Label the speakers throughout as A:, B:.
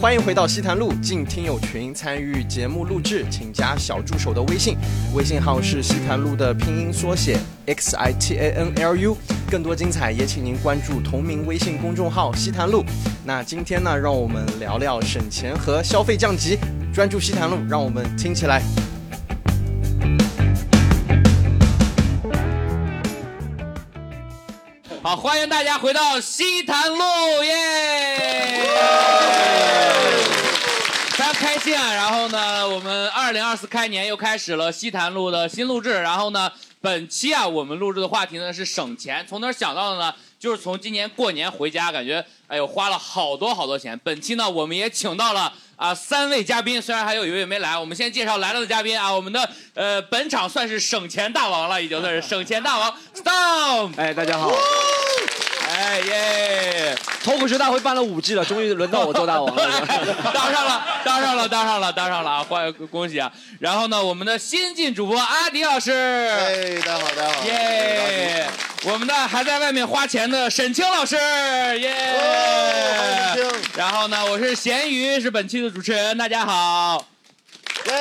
A: 欢迎回到西坛路，进听友群参与节目录制，请加小助手的微信，微信号是西坛路的拼音缩写 x i t a n l u。更多精彩也请您关注同名微信公众号西坛路。那今天呢，让我们聊聊省钱和消费降级，专注西坛路，让我们听起来。
B: 好，欢迎大家回到西坛路耶！非常开心啊！然后呢，我们二零二四开年又开始了西坛路的新录制。然后呢，本期啊，我们录制的话题呢是省钱，从哪儿想到的呢？就是从今年过年回家，感觉哎呦花了好多好多钱。本期呢，我们也请到了啊三位嘉宾，虽然还有一位没来，我们先介绍来了的嘉宾啊，我们的呃本场算是省钱大王了，已经算是省钱大王 Storm。
C: 哎，大家好！
B: 哎耶！
C: 脱口秀大会办了五季了，终于轮到我做大王了。
B: 当上了，当上了，当上了，当上了啊！欢迎恭喜啊！然后呢，我们的新晋主播阿迪老师，
D: 哎，大家好，大家好。
B: 耶！我们的还在外面花钱的沈清老师，耶！
D: 哦欢迎沈清
B: 然后呢，我是咸鱼，是本期的主持人，大家 好。
D: 耶！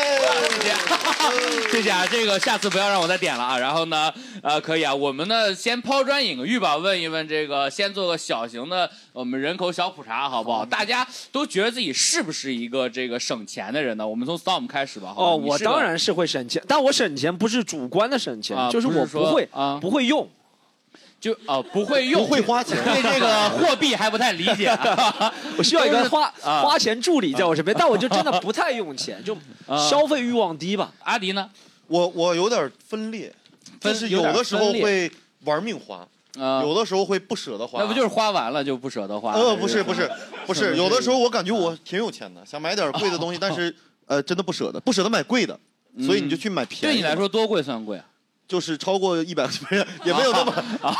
B: 谢谢啊，这个下次不要让我再点了啊。然后呢，呃，可以啊，我们呢先抛砖引个玉吧，问一问这个，先做个小型的我们人口小普查，好不好？大家都觉得自己是不是一个这个省钱的人呢？我们从 Storm 开始吧，好吧
C: 哦，
B: 你
C: 我
B: 是个
C: 当然是会省钱，但我省钱不是主观的省钱，
B: 啊
C: 就是我
B: 不是说
C: 不会
B: 啊
C: 不会用。
B: 就哦不会用，
D: 不会花钱
B: 对这个货币还不太理解、啊。
C: 我需要一个花
B: 啊
C: 花钱助理在我身边，但我就真的不太用钱，就
B: 啊
C: 消费欲望低吧。
B: 阿迪呢？
D: 我我有点分裂，
B: 分
D: 就是有的时候会玩命花，
B: 呃，
D: 有的时候会不舍得花。
B: 那不就是花完了就不舍得花？
D: 呃，不是不是不
B: 是不
D: 是，
B: 是啊
D: 有的时候我感觉我挺有钱的，想买点贵的东西， 但是呃，真的不舍得，不舍得买贵的，所以你就去买便
B: 对
D: 宜。
B: 你来，说多贵算贵啊？
D: 就是超过一百， 不是也没有那么，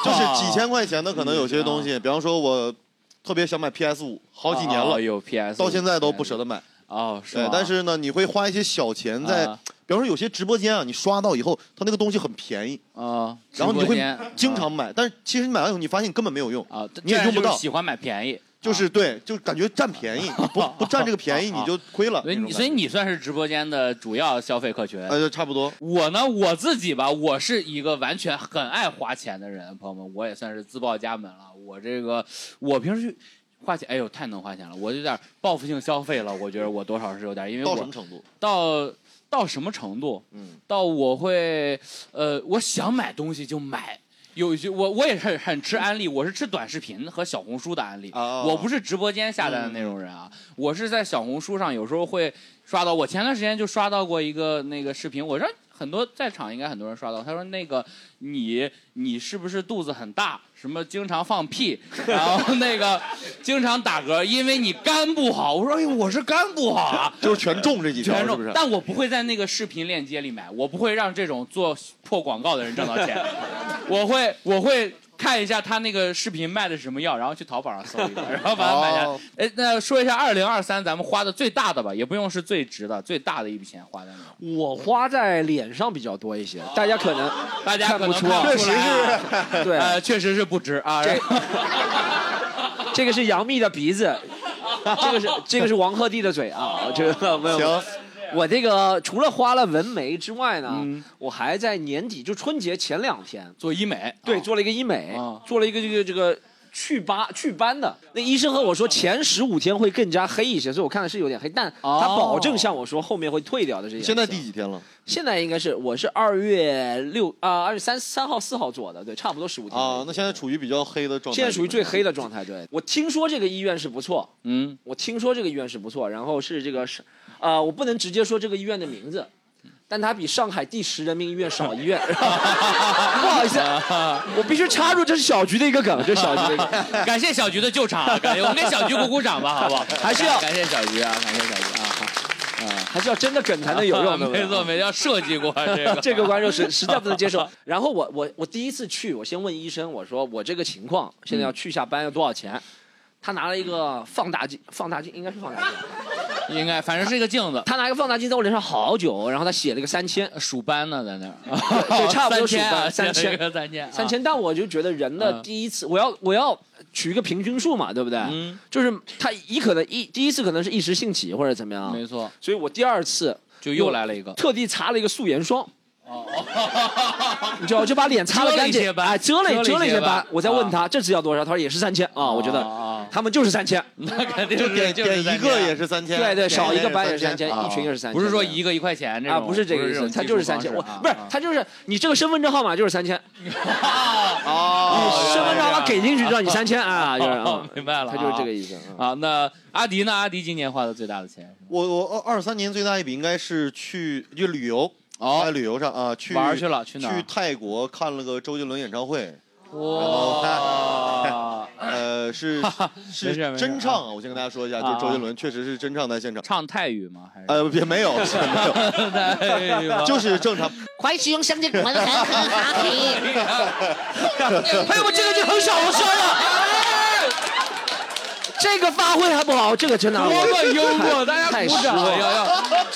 D: 就是几千块钱的可能有些东
B: 啊
D: 西，比方说我特别想买 PS 五，好几年了
B: 哦，有 PS，
D: 到现在都不舍得买。
B: 哦，是
D: 对
B: 吗，
D: 但是呢，你会花一些小钱在，
B: 啊
D: 比方说有些直播间啊，你刷到以后，它那个东西很便宜，
B: 啊，
D: 然后你就
B: 直播间
D: 会经常买，但是其实你买完以后，你发现你根本没有用，
B: 啊，
D: 你也用不
B: 这样就
D: 到
B: 是喜欢买便宜，
D: 就是对，就感觉占便宜， 你不不占这个便宜
B: 啊啊
D: 你就亏了
B: 所以
D: 那种
B: 你
D: 感觉。
B: 所以你算是直播间的主要消费客群。
D: 呃，就差不多。
B: 我呢，我自己吧，我是一个完全很爱花钱的人，朋友们，我也算是自报家门了。我这个，我平时花钱，哎呦，太能花钱了，我有点报复性消费了。我觉得我多少是有点，因为
D: 到
B: 我
D: 什么程度？
B: 到到什么程度？
D: 嗯，
B: 到我会，呃，我想买东西就买。有一些我我也是很吃安利，我是吃短视频和小红书的安利，
D: 哦嗯
B: 我不是直播间下单的那种人啊，我是在小红书上有时候会刷到，我前段时间就刷到过一个那个视频，我说很多在场应该很多人刷到，他说那个你你是不是肚子很大，什么经常放屁，然后那个经常打嗝，因为你肝不好，我说哎呦我是肝不好啊，
D: 就是全中这几条，
B: 全
D: 是
B: 中
D: 不是？
B: 但我不会在那个视频链接里买，我不会让这种做破广告的人挣到钱。我会我会看一下他那个视频卖的是什么药，然后去淘宝上搜一个，然后把它买下来
D: 哦。
B: 哎、那说一下二零二三咱们花的最大的吧，也不用是最值的，最大的一笔钱花在哪 儿？
C: 我花在脸上比较多一些，大家可能
B: 哦大家
C: 看
B: 可
C: 不
B: 能
C: 出
B: 看
C: 啊
B: 不
D: 确
B: 出
D: 实
B: 来啊、
D: 是，
C: 对
B: 呃，确实是不值啊。
C: 这
B: 然后
C: 这个是杨幂的鼻子，这个是这个是王鹤棣的嘴
B: 哦
C: 啊，这个没有。
D: 行，
C: 我这个除了花了纹眉之外呢，
B: 嗯
C: 我还在年底就春节前两天，
B: 做医美，哦
C: 对，做了一个医美，
B: 啊
C: 做了一个这个这个祛疤祛斑的。那医生和我说前十五天会更加黑一些，所以我看的是有点黑，但
B: 哦
C: 他保证向我说后面会退掉的这些。
D: 现在第几天了？
C: 现在应该是我是二月六啊二月三三号四号做的，对，差不多十
B: 哦
C: 五天
D: 啊，那现在处于比较黑的状态。
C: 现在属于最黑的状态，对我听说这个医院是不错，
B: 嗯，
C: 我听说这个医院是不错，然后是这个是，啊、我不能直接说这个医院的名字，但它比上海第十人民医院 少医院。不好意思，我必须插入，这是小菊的一个梗，这是小菊的一个 梗。
B: 感谢小菊的救场啊，感谢我们给小菊鼓鼓掌吧，好不好？
C: 还是要
B: 感谢小菊啊，感谢小菊啊。
C: 还是要真的梗才能有用，对不 对。
B: 没错，。没错，要设计过这个
C: 这个观 众实实在不能接受。然后我我我第一次去，我先问医生，我说我这个情况现在要去下班要多少钱？他拿了一个放大镜，放大镜应该是放大 镜，
B: 应该反正是一个镜子。呃
C: 他拿一个放大镜在我脸上好久，然后他写了个三千，
B: 数班呢，在那
C: 对，
B: 儿，
C: 差不
B: 三
C: 多数
B: 千啊
C: 班，三
B: 这
C: 千
B: 个 三千啊
C: 三千。但我就觉得人的
B: 嗯
C: 第一次，我要我要取一个平均数嘛，对不对？
B: 嗯，
C: 就是他一可能一第一次可能是一时兴起或者怎么样，
B: 没错，
C: 所以我第二次
B: 就又来了一个。哦
C: 特地擦了一个素颜霜。 你知道，我就把脸擦的干
B: 遮了一
C: 净
B: 些，斑
C: 哎，遮了
B: 遮
C: 遮
B: 了
C: 了
B: 一
C: 一
B: 些
C: 些
B: 斑
C: 斑。我再问他这次要多少，他说也是三千啊。我觉得
B: 啊，啊
C: 他们就是三千，
B: 那肯定
D: 就是点
B: 就是
D: 点一
B: 三
D: 个
B: 千啊啊
D: 也是三千，
C: 对对，少一个班也是
D: 三
C: 三千，一群也是三千，
B: 不是说一个一块钱这种
C: 啊，不是这个意思，
B: 种
C: 他
B: 计
C: 就是
B: 数
C: 三
B: 方
C: 千，
B: 式
C: 我
B: 啊
C: 不是
B: 啊
C: 他就是你这个身份证号码就是三千，
D: 哦，
B: 啊
C: 身份证号码给进去让你三千啊，就是
B: 哦
C: 啊，
B: 明白了，
C: 他就是这个
B: 意
C: 意思。嗯
B: 啊。那阿迪呢？阿迪今年花的最大的 钱
D: 我我二二三年最大一笔应该是去就旅游，
B: 哦
D: 在旅游上啊去
B: 玩儿去了去哪儿
D: 去泰国看了个周杰伦演唱会，
B: 哇，
D: 呃是
B: 哦没
D: 是
B: 事没事
D: 真唱啊，我先跟大家说一下，
B: 啊
D: 就是周杰伦确实是真唱在现场，
B: 唱泰语吗？还是
D: 呃也没有没有，
B: 哎
C: 哎
B: 泰语吗？
D: 就是正常，
E: 快使用相机滚很 很好听。
C: 哎呦，我这个就很少，我说
E: 哎
C: 了，这个发挥还不好，这个真的啊
B: 多么幽默，大家
C: 太
B: 鼓
C: 失
B: 掌，
C: 落
B: 要要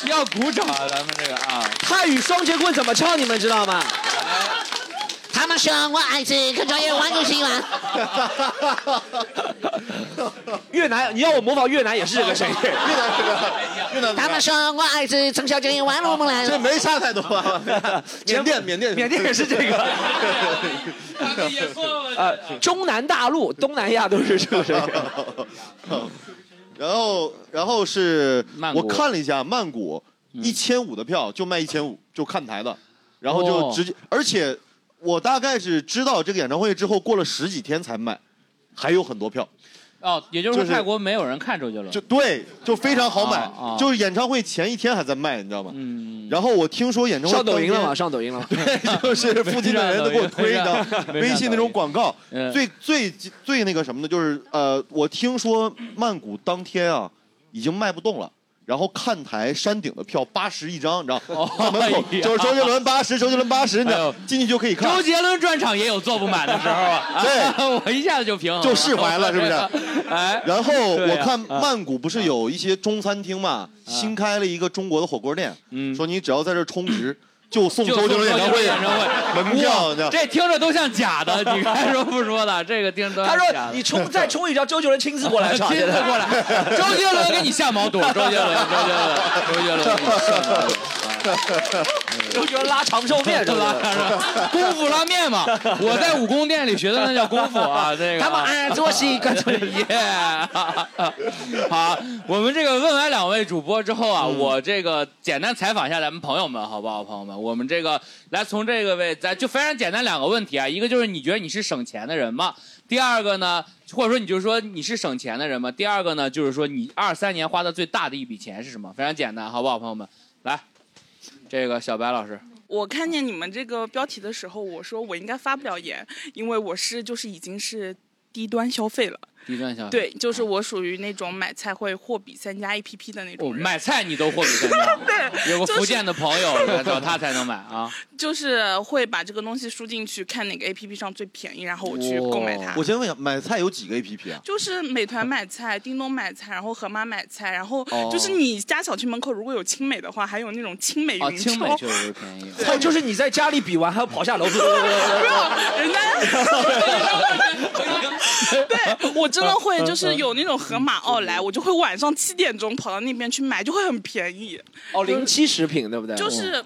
B: 要鼓掌啊！咱们这个啊，
C: 泰语双截棍怎么唱，你们知道吗？
E: 他们说我爱吃，可专业玩出新闻。
C: 越南，你要我模仿越南也是这个声音。
D: 越南这个越 南
E: 他们 说我爱吃，从小就有玩弄木兰。
D: 这没差太多啊吧，缅甸缅甸
C: 缅甸也是这 个。
B: 他们也错了
C: 呃， 中南大陆、东南亚都是这个声音。
D: 然后，然后是
B: 曼谷
D: 我看了一下曼谷，一千五的票就卖一千五，就看台的，然后就
B: 哦
D: 直接，而且我大概是知道这个演唱会之后，过了十几天才买，还有很多票，
B: 哦，也就是说
D: 就是
B: 泰国没有人看周杰伦，
D: 就对，就非常好买
B: 啊啊，
D: 就是演唱会前一天还在卖，你知道吗？
B: 嗯，
D: 然后我听说演唱会
C: 上抖音了吗？
D: 当
C: 上抖 音了吗？
D: 天？ 就是附近的人都给我推一 张
B: 没上抖音
D: 微信那种广告
B: 嗯，
D: 最最最那个什么的，就是呃，我听说曼谷当天啊已经卖不动了。然后看台山顶的票八十一张， 你知道，到门口
B: 哎呀
D: 就是周杰伦八十，周杰伦八十，你知
B: 哎
D: 道
B: 呦，
D: 进去就可以
B: 周
D: 看。
B: 杰伦专场也有坐不满的时候 啊，
D: 对
B: 我一下 子就平衡了
D: 就释怀了是不 是？
B: 哎，
D: 然后
B: 对呀啊
D: 我看曼谷不是有一些中餐厅嘛，新开了一个中国的火锅店，
B: 嗯
D: 说你只要在这儿充 值，就送
B: 就
D: 周杰伦演
B: 演
D: 唱会
B: 演唱会
D: 门票，你知道
B: 哇。这听着都像假 的，你该说不说的，这个听着都
C: 他
B: 像假
C: 说：“
B: 的
C: 你冲再冲一张，周杰伦亲自过来唱。”
B: 亲自过来， 周杰伦给你下毛肚，周杰 伦，周杰伦，周杰伦给你下毛肚。
C: 周杰伦拉长寿 面，
B: 对
C: 是
B: 吧
C: 吧？？
B: 功夫拉面 嘛， 我在武功店里学的那叫功夫啊，这个
C: 他们哎，作息观众。
B: 耶！好，我们这个问完两位主播之后
C: 嗯
B: 啊，我这个简单采访一下咱们朋友们，好不好，朋友们？我们这个来从这个位，咱就非常简单两个问题啊，一个就是你觉得你是省钱的人吗？第二个呢，或者说你就是说你是省钱的人吗？第二个呢，就是说你二三年花的最大的一笔钱是什么？非常简单，好不好，朋友们？来，这个小白老师，
F: 我看见你们这个标题的时候，我说我应该发不了言，因为我是就是已经是低端消费了。
B: 低端消费。
F: 对，就是我属于那种买菜会货比三家 APP 的那
B: 哦，
F: 种人，
B: 买菜你都货比三 家。有个
F: 就
B: 福
F: 是
B: 建的朋友，找他才能买啊。
F: 就是会把这个东西输进去，看哪个 APP 上最便宜，然后我去
B: 哇
F: 购买它
D: 我。先问一下，买菜有几个 A P P 啊？
F: 就是美团买菜、叮咚买菜，然后盒马买菜，然后
B: 哦
F: 就是你家小区门口如果有青美的话，还有那种青美
B: 啊，
F: 云
B: 青
F: 超，
B: 美确实便宜。
C: 哦，就是你在家里比完还要跑下楼，
F: 人家，对 我
B: 啊
F: 真的会
B: 嗯
F: 就是有那种盒马奥莱，我就会晚上七点钟跑到那边去买，就会很便宜，
C: 哦，零七食品对不嗯对？
F: 就是。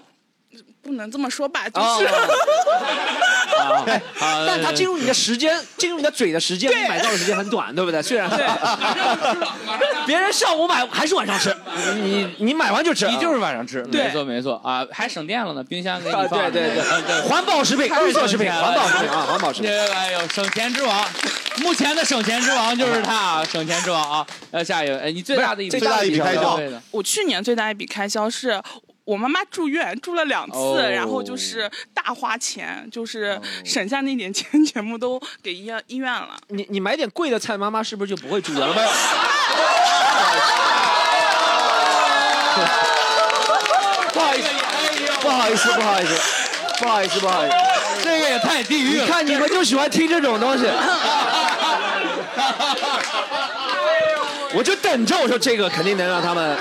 F: 不能这么说吧，就
C: 哦
F: 是、
B: 啊，
C: 但它进入你的时间，进入你的嘴的时间，
F: 对
C: 你买到的时间很短，对不对？虽然
F: 对，
C: 别人上午买还是晚上吃，你你买完就吃，
B: 你就是晚上吃，
F: 对
B: 没错没错啊，还省电了呢，冰箱给你
C: 啊，
B: 放。
C: 对对对，
B: 对。
C: 环保食品、绿色食品、环保食 品啊，环保食品。
B: 这哎呦，省钱之王，目前的省钱之王就是他，啊，省钱之王啊。呃，下一位，哎，你最大的一笔
C: 最大的一笔
D: 开销
B: 消费的
F: 我去年最大一笔开销是。我妈妈住院住了两次，
B: 哦
F: 然后就是大花钱，就是省下那点钱全部都给医医院了。
C: 你你买点贵的菜，妈妈是不是就不会住院 了？不好意思，不好意思，不好意思，不好意思，不好意思。
B: 这个也太地狱
C: 你
B: 了。
C: 看你们就喜欢听这种东西。我就等着，我说这个肯定能让他们。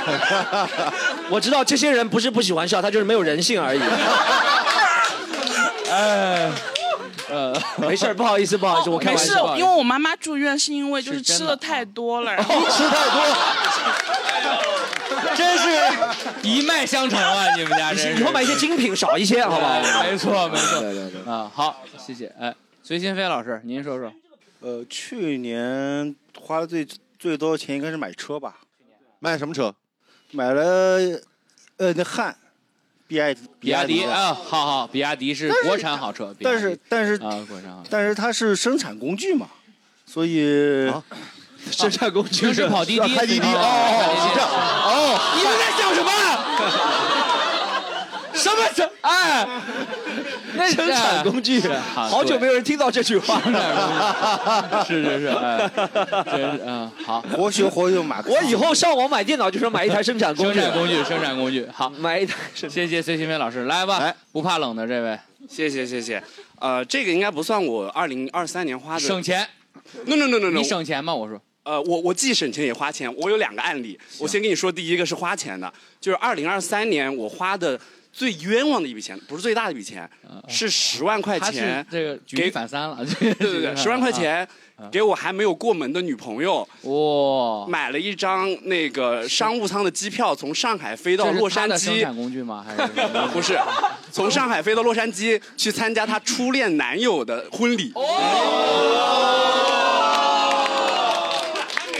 C: 我知道这些人不是不喜欢笑，他就是没有人性而已。哎，呃，没事儿，不好意思，不好意思，我开
G: 没
C: 玩
G: 事
C: 笑。，
G: 因为我妈妈住院是因为就是
C: 是真
G: 吃
C: 的
G: 了太多了，然后
C: 哦吃太多了，真是
B: 一脉相承啊，你们家这
C: 以后买一些精品少一些，好不好？
B: 没错没错
H: 对对对
B: 啊，好，谢谢。哎，隋新飞老师，您说说，
H: 呃，去年花的最最多的钱应该是买车吧？
D: 买什么车？
H: 买了，呃，那汉，比亚
B: 比亚迪
H: 的
B: 啊，好好，比亚迪是国产好车，比亚迪
H: 但是但是
B: 啊，国产好车。
H: 但是它是生产工具嘛，所以
C: 生产工具
B: 平时跑滴滴，
D: 啊开滴滴哦
B: 啊开
D: 哦，是
B: 滴滴
D: 这样 哦，
C: 你们在想什么？什么生？哎，
B: 那
C: 生产工具，好久没有人听到这句话了。
B: 啊 是是是，哎， 真是嗯，好，
H: 活学 活用马克。
C: 我以后上网买电脑就说买一台生产工
B: 生
C: 具，
B: 产工具，生产工具，好，
C: 买一台生
B: 谢谢隋新飞老师，来吧
D: 来，
B: 不怕冷的这位，
I: 谢谢谢谢，呃，这个应该不算我二零二三年花的。
B: 省钱，
I: ？No No No No No。
B: 你省钱吗？我说，
I: 呃，我我既省钱也花钱，我有两个案例。我先跟你说，第一个是花钱的，就是二零二三年我花的最冤枉的一笔钱，不是最大的一笔钱，是十万块
B: 嗯他是
I: 钱。
B: 这个举一
I: 给
B: 反三了， 啊
I: 对 对对，十万块，钱给我还没有过门的女朋友
B: 哇，
I: 买了一张那个商务舱的机票，从上海飞到
B: 这是
I: 洛
B: 他
I: 杉
B: 的生
I: 矶
B: 产。工具吗？还 是
I: 不是，从上海飞到洛杉矶去参加她初恋男友的婚礼。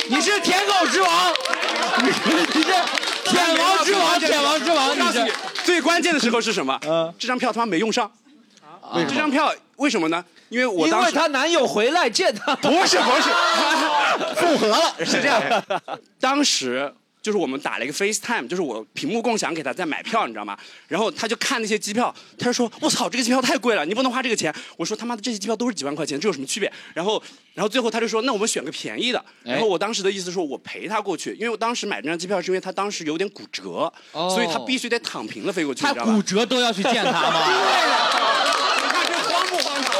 C: 你是舔狗之王，你这
B: 舔王之王，舔王之王，
I: 告
B: 你
I: 诉你
B: 这，
I: 最关键的时候是什么？这张票他妈没用上。这张票为什么呢？因为我
C: 因
I: 当
C: 为
I: 时
C: 她男友回来见她，
I: 不是不是复合了，是这样。 当时就是我们打了一个 FaceTime，就是我屏幕共享给他在买票，你知道吗？然后他就看那些机票，他就说：“我操，这个机票太贵了，你不能花这个钱。”我说：“他妈的，这些机票都是几万块钱，这有什么区别？”然后， 然后最后他就说：“那我们选个便宜的。”
B: 哎
I: 然后我当时的意思说，我陪他过去，因为我当时买这张机票是因为他当时有点骨折，
B: 哦
I: 所以他必须得躺平了飞过去，你
B: 他
I: 知道吧？
B: 骨折都要去见 他吗？
I: 你看这荒不荒唐？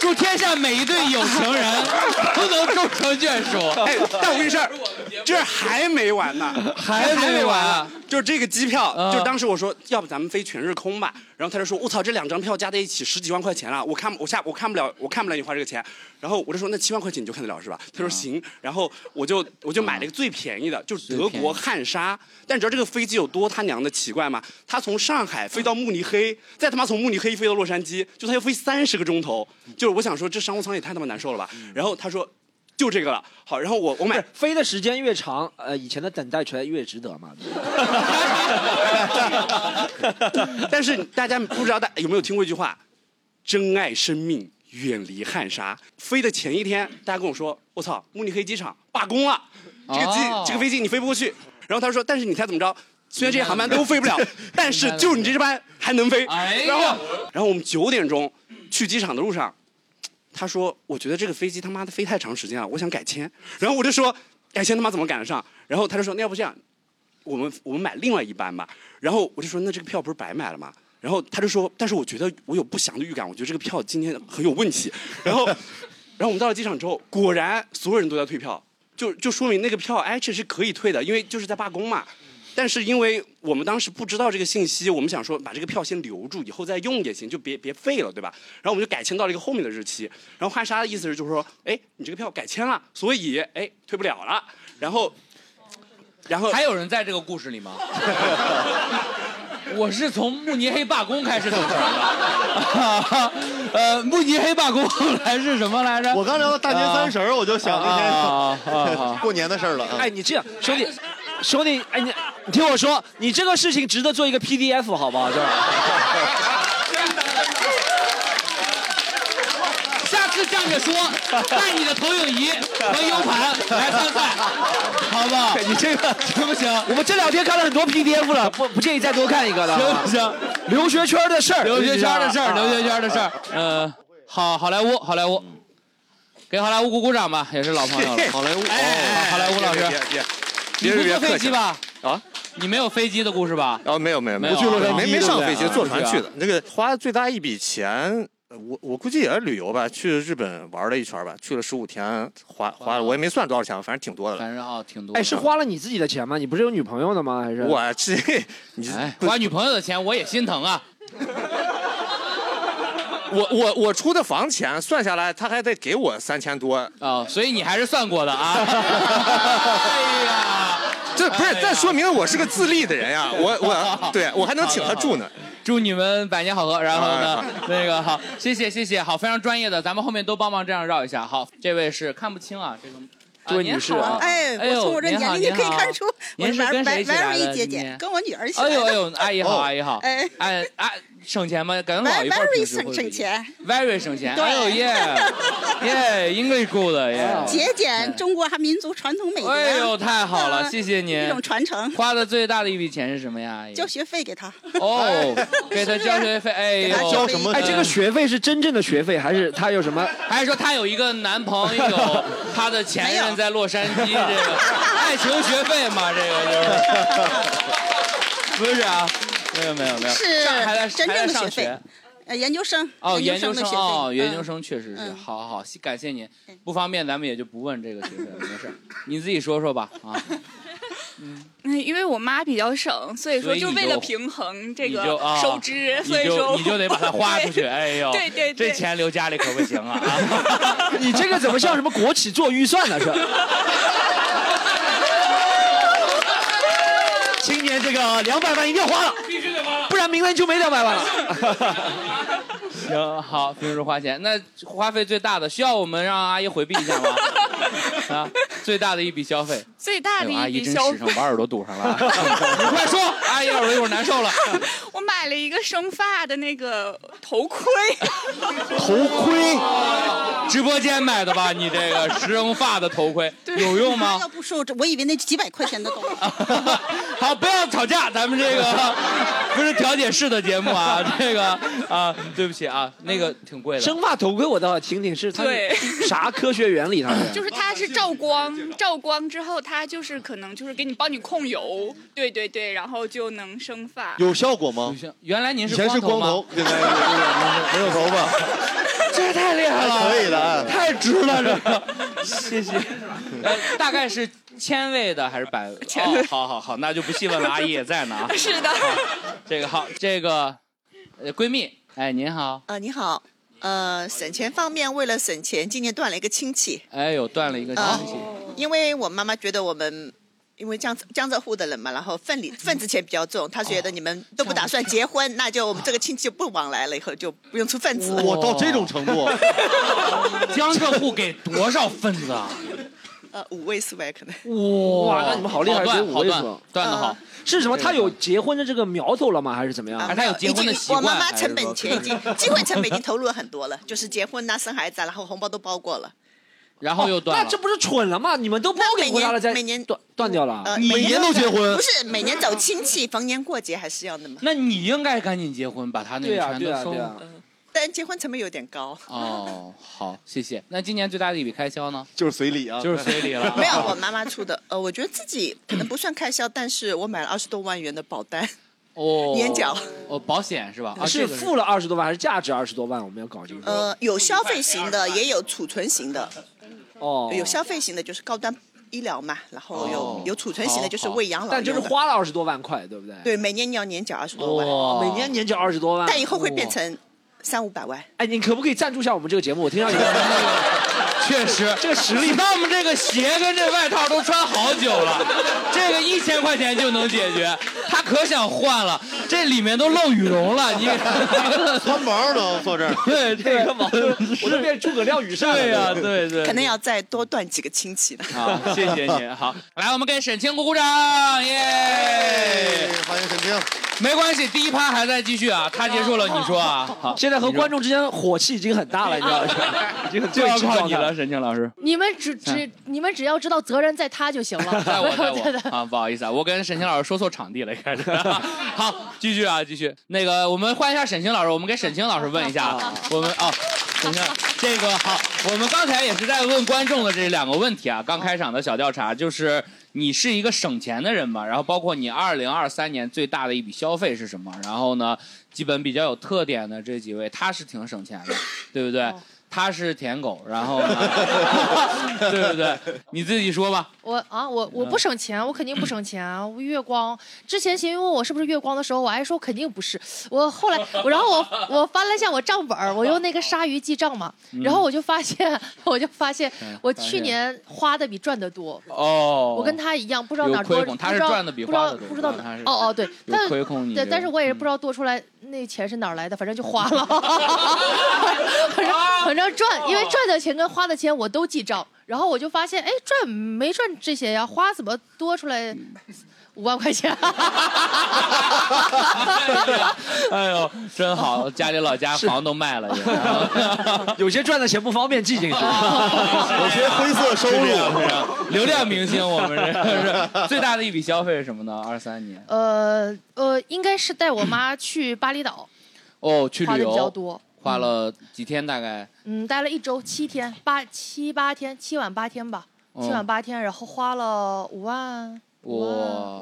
B: 祝天下每一对有情人都能终成眷属。
I: 哎，但我跟你说，这还没完呢，
B: 还没完啊
I: 呢。就是这个机票，
B: 嗯
I: 就是当时我说，要不咱们飞全日空吧？然后他就说，我操，这两张票加在一起十几万块钱了，啊我看我下我看不了，我看不了你花这个钱。然后我就说，那七万块钱你就看得了是吧？他说
B: 嗯
I: 行，然后我就我就买了一个最便宜的，就是德
B: 最便宜
I: 国汉莎。但你知道这个飞机有多他娘的奇怪吗？他从上海飞到慕尼黑，再他妈从慕尼黑飞到洛杉矶，就他要飞三十个钟头。就是我想说，这商务舱也太他妈难受了吧？
B: 嗯
I: 然后他说。就这个了， 好，然后我我
C: 不
I: 买
C: 是飞的时间越长，呃，以前的等待权越值得嘛。
I: 但是大家不知道大有没有听过一句话：“珍爱生命，远离汉莎。”飞的前一天，大家跟我说：“我操，慕尼黑机场罢工了，这个机、
B: 哦
I: 这个飞机你飞不过去。”然后他说：“但是你猜怎么着？虽然这些航班都飞不了，但是就你这班还能飞。
B: 哎呀
I: 然后，然后我们九点钟去机场的路上，他说：“我觉得这个飞机他妈的飞太长时间了，我想改签。”然后我就说：“改签他妈怎么赶得上？”然后他就说：“那要不这样，我们我们买另外一班吧。”然后我就说：“那这个票不是白买了吗？”然后他就说：“但是我觉得我有不祥的预感，我觉得这个票今天很有问题。”然后，然后我们到了机场之后，果然所有人都在退票，就就说明那个票 actually 是可以退的，因为就是在罢工嘛。但是因为我们当时不知道这个信息，我们想说把这个票先留住，以后再用也行，就别别废了，对吧？然后我们就改签到了一个后面的日期。然后汉莎的意思是就是说，哎，你这个票改签了，所以哎退不了了。然后， 然后
B: 还有人在这个故事里吗？ 我是从慕尼黑罢工开始走出来的。 呃，慕尼黑罢工后来是什么来着？
D: 我刚聊到大年三十儿，我就想那
B: 啊啊啊
D: 天 过年的事儿了。
C: 哎，
D: 哎，
C: 你这样，兄弟，兄弟，哎，你你听我说，你这个事情值得做一个 PDF 好不好？就是
B: 下次站着说，带你的投影仪和 U 盘来参赛，好不好？
C: 你这个，
B: 行不行？
C: 我们这两天看了很多 PDF 了，不不建议再多看一个了。
B: 行不行？
C: 留学圈的事儿，
B: 留学圈的事儿，
C: 啊
B: 留学圈的事儿。呃，好，好莱坞，好莱坞，给好莱坞鼓鼓掌吧，也是老朋友了。
D: 好莱坞，
B: 哎哎哎，好莱坞老师，你不坐飞机吧？
J: 啊，
B: 你没有飞机的故事吧？
J: 然后没有没有
B: 哦没有啊
J: 没
B: 没
J: 没上飞机，坐
B: 对
J: 船
B: 啊
J: 去的。这个花最大一笔钱，
H: 呃我我估计也是旅游吧，去日本玩了一圈吧，去了十五天，花花了我也没算多少钱，反正挺多的了。
B: 反正啊挺多的。
C: 哎，是花了你自己的钱吗？你不是有女朋友的吗？还是
H: 我这你
B: 哎
H: 不
B: 花女朋友的钱我也心疼啊。
H: 我我我出的房钱算下来，他还得给我三千多，
B: 啊、所以你还是算过的啊！哎呀，
H: 这不是
B: 哎呀
H: 这说明我是个自立的人呀，我 我对我还能请他住呢。
B: 祝你们百年好合。然后呢，那个好，谢谢谢谢，好，非常专业的，咱们后面都帮忙这样绕一下。好，这位是看不清啊，这个
C: 这位女士
B: 啊
C: 啊
B: 您好，
J: 哎，
B: 哎呦
J: 我从我这年龄
B: 您
J: 就
B: 好
J: 可以看出，我
B: 您是
J: 白
B: 跟谁
J: 白
B: 一起
J: 白
B: 来
J: 二
B: 的
J: 一姐
B: 今天
J: 姐，跟我女儿一起来
B: 哎
J: 的。
B: 呦哎呦，阿姨好
H: 哦
B: 阿姨好，
J: 哎
B: 哎哎，省钱吗？感觉老
J: 白
B: 一辈
J: 白
B: 儿
J: 二
B: 平
J: 一
B: 时会
J: 省省钱，
B: ，very 省钱，
J: 对哦
B: 哎呦 耶耶，English good 耶，
J: 节俭中国还民族传统美德。
B: 哎呦太好了，谢谢
J: 一
B: 您
J: 种。传承。
B: 花的最大的一笔钱是什么呀？ 阿姨
J: 交学费给他，
B: 哦，给他交学费，哎
J: 给他
B: 呦，
D: 交什么
C: 哎，
D: 呢
C: 这个学费是真正的学费，还是他有 什么？
B: 还是说她有一个男朋友，她的前任在洛杉矶，这个 爱情学费嘛，这个就 是，不是啊？没有没有没有，
J: 是
B: 上还在
J: 真
B: 还在
J: 正的
B: 上
J: 学费
B: 学
J: 呃，研究生
B: 哦，研究
J: 生的
B: 生
J: 学费，
B: 哦，研究
J: 嗯
B: 生确实是，
J: 嗯
B: 好好好，感谢您
J: 嗯，
B: 不方便咱们也就不问这个学费了，没事儿，你自己说说吧啊，
K: 嗯，因为我妈比较省，所以
B: 所
K: 说
B: 以你
K: 就为了
B: 就
K: 平衡这
B: 你
K: 个
B: 就啊
K: 收支，
B: 你
K: 所以说
B: 就你就得把它花出去，哎呦，
K: 对对对
B: 这钱留家里可不行啊啊。
C: 你这个怎么像什么国企做预算呢？ 是？今年这
B: 啊
C: 个两百万一定要花了，必须得花了，不然明年就没两百万了。
B: 行，好，平时花钱，那花费最大的需要我们让阿姨回避一下吗？ 啊，最大的一笔消费，
K: 最大
B: 哎
K: 的
B: 呦阿
K: 一
B: 姨
K: 笔
B: 真
K: 消
B: 实诚
K: 费，，
B: 把耳朵堵上了。你快说，阿姨耳朵一会儿难受了。
K: 我买了一个生发的那个 头盔，
C: 头盔，
B: 直播间买的吧？你这个生发的头 盔有用
J: 他
B: 吗啊
J: 要？不说，我以为那几百块钱 的都。
B: 好，不要吵架，咱们这个 不是调解室的节目啊， 这个啊，对不起啊，那个挺贵的。
C: 生发头盔我倒要听听，是它
K: 对
C: 啥科学原理？它 是
K: 就是它是照
B: 啊
K: 光，照光之后它就是可能就是给你帮你控油，对对对，然后就能生发。
D: 有效果吗？
B: 原来您
D: 以
B: 是
D: 前是光
B: 吗？
D: 头，现在 没有头发，
C: 这太厉害
D: 还
C: 了，
D: 可以的。
C: 啊太值了 这。
B: 谢谢。呃，大概是千位的还是百位？
K: 千位
B: 哦，好好好，那就不细问了，阿姨也在呢 啊。
K: 是的，
B: 这个好，这个呃闺蜜，哎您好，
J: 呃，你好，呃，省钱方面，为了省钱，今年断了一个亲戚，啊
B: 哎呦断了一个
C: 啊
B: 亲戚，
J: 因为我妈妈觉得我们。因为江江浙沪的人嘛，然后份里份子钱比较重，她觉得你们都不打算结婚，那就我们这个亲戚就不往来了，以后就不用出份子了。
D: 我到这种程 度，
B: 江浙沪给多少份子啊？
J: 呃，五位数吧，可能。
C: 哇，那你们好厉害，
B: 断
C: 这五
B: 好
C: 位
B: 断
C: 数。
B: 断的好
J: 嗯，
C: 啊是什么？他有结婚的这个苗头了吗？还是怎么样？
B: 哎她有结婚的
J: 已经
B: 习惯
J: 我妈妈
B: 还是
J: 成
B: 说
J: 本 钱已经机会成本已经投入了很多了，就是结婚呐、生孩子啊，然后红包都包过了。
B: 然后又断
C: 哦那
B: 了
C: 这。不是蠢了吗？你们都包
J: 那
C: 给
J: 每
C: 过他了，再
J: 年每年
C: 断断掉了。
J: 呃，
D: 每年都结婚
J: 不是每年走亲戚，逢年过节还是要的嘛。
B: 那你应该赶紧结婚，把他那个
C: 对呀，
B: 全
C: 对
B: 都
C: 呀，
B: 收
C: 对啊呀。
J: 但结婚成本有点高。
B: 哦，好，谢谢。那今年最大的一笔开销呢？
D: 就是随礼啊，
B: 就是随礼了。
J: 没有，我妈妈出的。呃， 我觉得自己可能不算开销，但是我买了二十多万元的保单，
B: 哦，
J: 年缴。
B: 哦，保险是吧？啊，
C: 是
B: 这个是
C: 付了二十多万还是价值二十多万？我们要搞清楚。
J: 呃，有消费型的，也有储存型的。
C: 哦，
J: 有消费型的就是高端医疗嘛，然后有、
B: 哦
J: 有储存型
B: 好
J: 的，就是
B: 好
J: 为养老
C: 但
J: 用的。
C: 就是花了二十多万块，对不对？，
J: 对，每年你要年缴二十多万，
B: 哇，
C: 每年年缴二十多万。
J: 但以后会变成三五百万。
C: 哎，你可不可以赞助一下我们这个节目？我 听到你们
B: 确实，这个实力，你把我们这个鞋跟这外套都穿好久了，这个一千块钱就能解决，他可想换了，这里面都漏羽绒了，你
D: 穿毛都坐这儿。
B: 对这个毛
C: 我都我都变诸葛亮羽扇了。
B: 对呀、
C: 对不对
B: 对对，
J: 可能要再多断几个亲戚了。
B: 好，谢 谢你， 好，来，我们给沈清鼓鼓掌，
D: 哎
B: 耶！，
D: 欢迎沈清。
B: 没关系，第一趴还在继续啊，他结束了，你说啊，好，
C: 现在和观众之间火气已经很大了，你知道吗？ 已经很
B: 就
C: 对
B: 要
C: 峙
B: 靠
C: 状
B: 你
C: 态
B: 了，。沈清老师。
L: 你们只只你们只要知道责任在他就行了。
B: 嗯 在我，在
L: 对对对
B: 我啊，不好意思啊，我跟沈星老师说错场地了，应该 是。好，继续啊，继续。那个，我们换一下沈星老师，我们给沈星老师问一下啊，我们哦，你看这个好，我们刚才也是在问观众的这两个问题啊。刚开场的小调查就是你是一个省钱的人吗？然后包括你二零二三年最大的一笔消费是什么？然后呢，基本比较有特点的这几位，他是挺省钱的，对不对？他是舔狗，然后呢， 对不对？你自己说吧。
L: 我啊，我
B: 嗯
L: 我不省钱，我肯定不省 钱啊！我月光之前寻问我是不是月光的时候，我还说肯定不是。我后来，我然后我我翻了一下我账本儿，我用那个鲨鱼记账嘛，
B: 嗯
L: 然后我就发现， 我就发现
B: 嗯
L: 我
B: 发
L: 去
B: 现
L: 年花的比赚的多。
B: 哦，
L: 我跟他一样，不知道哪儿
B: 有亏
L: 多，
B: 空
L: 不
B: 他是
L: 知道
B: 赚得比
L: 不知
B: 花
L: 道
B: 得多嗯
L: 不知道
B: 他
L: 哪
B: 是
L: 哦哦对，
B: 有
L: 但
B: 亏空你嗯
L: 对，
B: 这
L: 但是我也不知道多出来那钱是哪儿来的，反正就花 了， 反正
B: 啊
L: 反正赚，
B: 哦
L: 因为 赚的钱跟花的钱我都记账，然后我就发现，哎，赚没赚这些呀？花怎么多出来五万块钱？啊
B: 哎呦，真好，家里老家房都卖了 也，
C: 有些赚的钱不方便记进去，有
B: 些
D: 灰色收入
B: 是这样是这样流量明星，我们 这是最大的一笔消费是什么呢？二三年
L: 呃呃，应该是带我妈去巴厘岛，
B: 哦，去
L: 花
B: 旅
L: 的
B: 游
L: 比较多，
B: 花了几天大概？
L: 嗯，待了一周七天，八七八天，七晚八天吧，
B: 哦
L: 七晚八天，然后花了五万
B: 哇，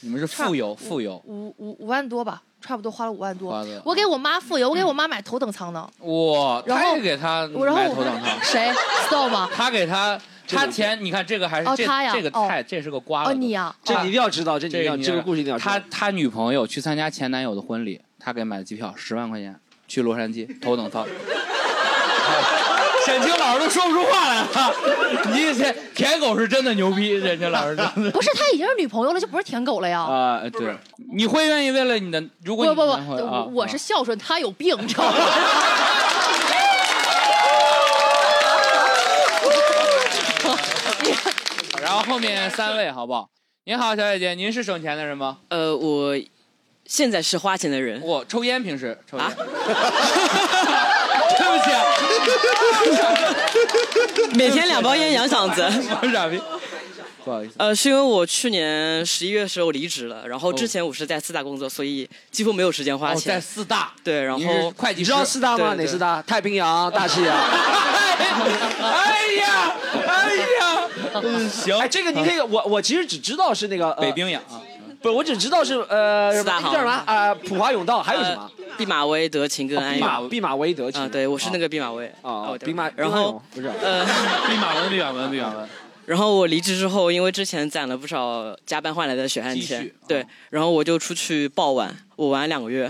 B: 你们是
L: 差
B: 富游
L: 五
B: 富游，
L: 五五五万多吧，差不多花了五万多
B: 花的。
L: 我给我妈付油，我给我妈买头等舱呢。
B: 哇，
L: 然后
B: 他也给他
L: 我然后
B: 买头等 舱，
L: 谁知道吗？
B: 他给他他钱，你看这个还是
L: 哦
B: 这
L: 他呀
B: 这个
L: 哦
B: 太这是个瓜了都。
L: 哦，
B: 啊
L: 你呀，
C: 这
L: 哦
C: 你一定要知道，这你一定要这个故事一定要知道。
B: 他他女朋友去参加前男友的婚礼，他给买的机票十万块钱，去洛杉矶头等舱。沈清老师都说不出 话来了，你这舔狗是真的牛逼，沈清老师真的
L: 不是他已经是女朋友了，就不是舔狗了呀。
B: 啊，对，你会愿意为了你的，如
L: 不
B: 果你
L: 不不，
B: 男朋友啊
L: 我我是孝顺，他有病，你知道吗？
B: 然后后面三位好不好？您好，小姐姐，您是省钱的人吗？
M: 呃，我现在是花钱的人。啊
B: 我抽烟平时抽烟。对不起啊、
M: 啊每天两包烟养嗓子
B: 我是傻逼，不好意思。
M: 呃，是因为我去年十一月时候离职了，然后之前我是在四大工作，所以几乎没有时间花
B: 哦
M: 钱。
B: 在四大。
M: 对，然
C: 你
M: 后
C: 你知道四大吗？哪四？大？太平 洋、大西洋。
B: 哎呀，哎呀，嗯，行。
C: 哎，这个你可以，我我其实只知道是那个呃
B: 北冰洋，
C: 不是，我只知道是呃
M: 四
C: 什么
M: 大
C: 那
M: 行
C: 叫什么啊？普华永道还有什么？
M: 对毕马威、德勤跟
C: 哦
M: 安
C: 毕马
M: 永。
C: 毕马威德勤
M: 啊，对，我是那个毕马威。
C: 啊
M: 哦对
C: 兵马
M: 然后
C: 兵马俑不是
M: 呃，
B: 毕马文，毕马文，毕马文。
M: 然后我离职之后，因为之前攒了不少加班换来的血汗钱，
B: 哦
M: 对，然后我就出去爆玩，我玩两个月，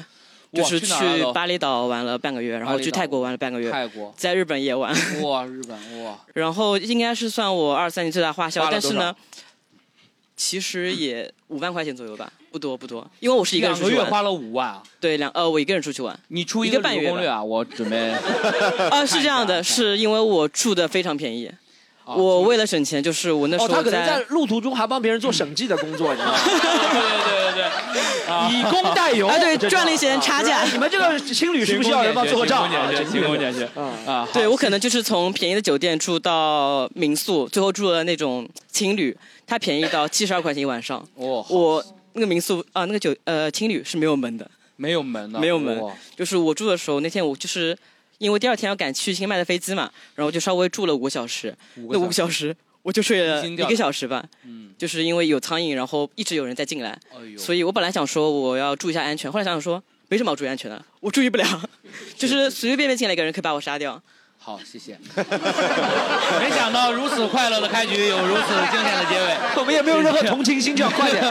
B: 哇
M: 就是
B: 去哪儿了
M: 巴厘岛玩了半个月，然
B: 巴
M: 后
B: 厘
M: 去
B: 岛
M: 泰国玩了半个月，
B: 泰国
M: 在日本也玩，
B: 哇，日本 哇，
M: 然后应该是算我二三年最大花销，
B: 花了
M: 但
B: 多
M: 是
B: 少
M: 呢，其实也五万块钱左右吧，不多不多，因为我是一个人
B: 两
M: 出
B: 个
M: 去
B: 月
M: 玩，
B: 花了五万 啊！
M: 对两呃我一个人出去玩，
B: 你出
M: 一
B: 一个
M: 半
B: 旅
M: 月
B: 游攻
M: 吧
B: 略啊，我准备
M: 啊，是这样的，是因为我住的非常便宜，
B: 哦
M: 我为了省钱，就是我那时
C: 哦，他
M: 候
C: 可能在路途中还帮别人做审计的工作，你知道吗？以工代游，
M: 哎对
C: 这叫
M: 赚了一些差价
C: 啊你们这个情侣是不是要人帮做个账啊？
B: 勤工俭学，勤工俭学啊！
M: 对我可能就是从便宜的酒店住到民宿，最后住了那种情侣，它便宜到七十二块钱一晚上。
B: 哇
M: 我那个民宿啊，那个酒呃情侣是没有门的，
B: 没有门的，
M: 没有门
B: 哇。
M: 就是我住的时候，那天我就是因为第二天要赶去清迈的飞机嘛，然后就稍微住了五个小时，
B: 五个小
M: 那五个小时我就睡了一个小时吧。
B: 嗯，哎
M: 就是因为有苍蝇，然后一直有人在进来，所以我本来想说我要注意一下安全，后来想想说没什么好注意安全的，我注意不 了，就是随随便便进来一个人可以把我杀掉。
B: 好，谢谢。 没想到如此快乐的开局，有如此惊险的结尾。
C: 我们也没有任何同情心，这样 快点，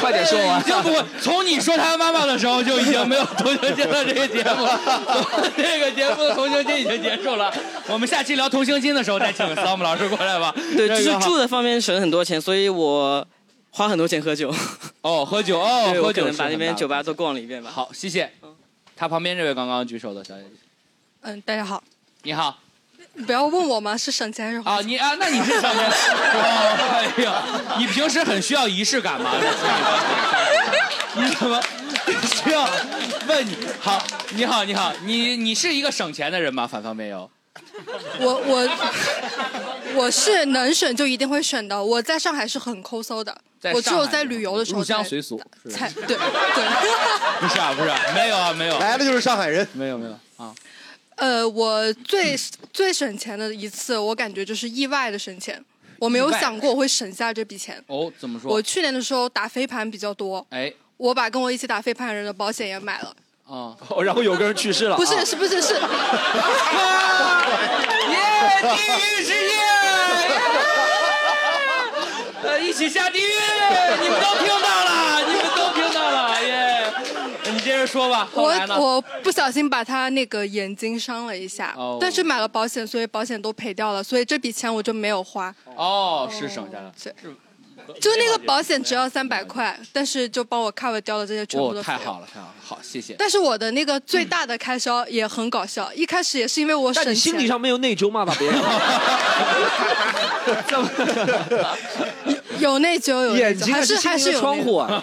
C: 快点说完
B: 已。经不会从你说他妈妈的时候就已经没有同情心了。这个节目， 这个节目的同情心已经结束了。我们下期聊同情心的时候再请 Sam 老师过来吧。
M: 对，就是
B: 这个
M: 住的方面省很多钱，所以我花很多钱喝酒。
B: 哦，喝酒哦
M: 对，
B: 喝
M: 我可
B: 酒
M: 能
B: 是
M: 把
B: 很
M: 那边
B: 大
M: 酒吧
B: 的
M: 都逛了一遍吧。
B: 好，谢谢。他旁边这位刚刚举手的小姐姐，
N: 嗯，大家好，
B: 你好
N: 不要问我吗？是省钱还是花
B: 啊，
N: 钱？
B: 你啊，那你是什么？哦，哎呀，你平时很需要仪式感吗？你怎么需要问你？好，你好，你好，你你是一个省钱的人吗？反方面有。
N: 我我我是能省就一定会省的。我在上海是很抠搜的
B: 在，
N: 我只
B: 上
N: 有
B: 海
N: 在
B: 是
N: 旅游的时候
B: 入乡
N: 才
B: 随 俗，是
N: 才对对。
B: 不是啊，不是啊，没有啊，没有，
D: 来了就是上海人，
B: 没有没有啊，
N: 呃，我最最省钱的一次，我感觉就是意外的省钱，我没有
B: 意外
N: 想过我会省下这笔钱。
B: 哦，怎么说？
N: 我去年的时候打飞盘比较多，
B: 哎
N: 我把跟我一起打飞盘的人的保险也买了。
B: 啊，
C: 哦然后有个人去世了，
N: 不
C: 啊
N: 是，是不是 是？
B: 耶，地狱世界！呃，一起下地狱！你们都听到了，你们都听到了，耶！你接着说吧，后
N: 我
B: 来呢？
N: 我不小心把他那个眼睛伤了一下，
B: 哦
N: 但是买了保险，所以保险都赔掉了，所以这笔钱我就没有花。
B: 哦，是省下了，是
C: 哦
N: 就那个保险只要三百块，但是就帮我 cover 掉了这些全部
B: 哦，
N: 的
B: 太
N: 费用。
B: 好了，太好了，好，谢谢。
N: 但是我的那个最大的开销也很搞笑，一开始也是因为我省
C: 但嗯
N: 钱。
C: 你心理上没有内疚吗？把别人怎么
N: 有内疚，有内疚
C: 眼睛啊
N: 还
C: 是
N: 是
C: 心
N: 还
C: 灵
N: 是
C: 的
N: 有
C: 窗
N: 内疚
C: 户 啊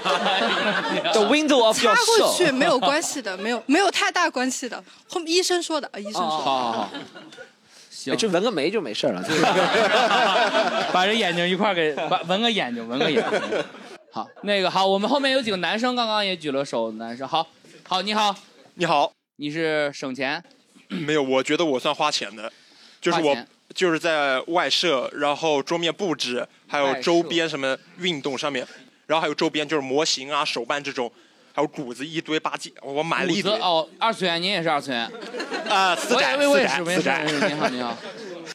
C: ，The window of your
N: 擦
C: soul。
N: 过去没有关系的，没有没有太大关系的。后面医生说的，啊医生
C: 哦
N: 说的。
B: 好好好，行
C: 哎这纹个眉就没事了。
B: 把这眼睛一块儿给把纹个眼睛，纹个眼睛。好，那个好，我们后面有几个男生刚刚也举了手，男生好，好，你好，
O: 你好，
B: 你是省钱？
O: 没有，我觉得我算花钱的，就是
B: 花
O: 我
B: 钱
O: 就是在外设，然后桌面布置，还有周边什么运动上面，然后还有周边就是模型啊、手办这种，还有谷子一堆八戒，我买了一堆
B: 五折哦，二次元，您也是二次元
O: 啊，私宅
B: 我也
O: 私宅
B: 是，没
O: 私
B: 事，
O: 宅
B: 没事，您好， 您好，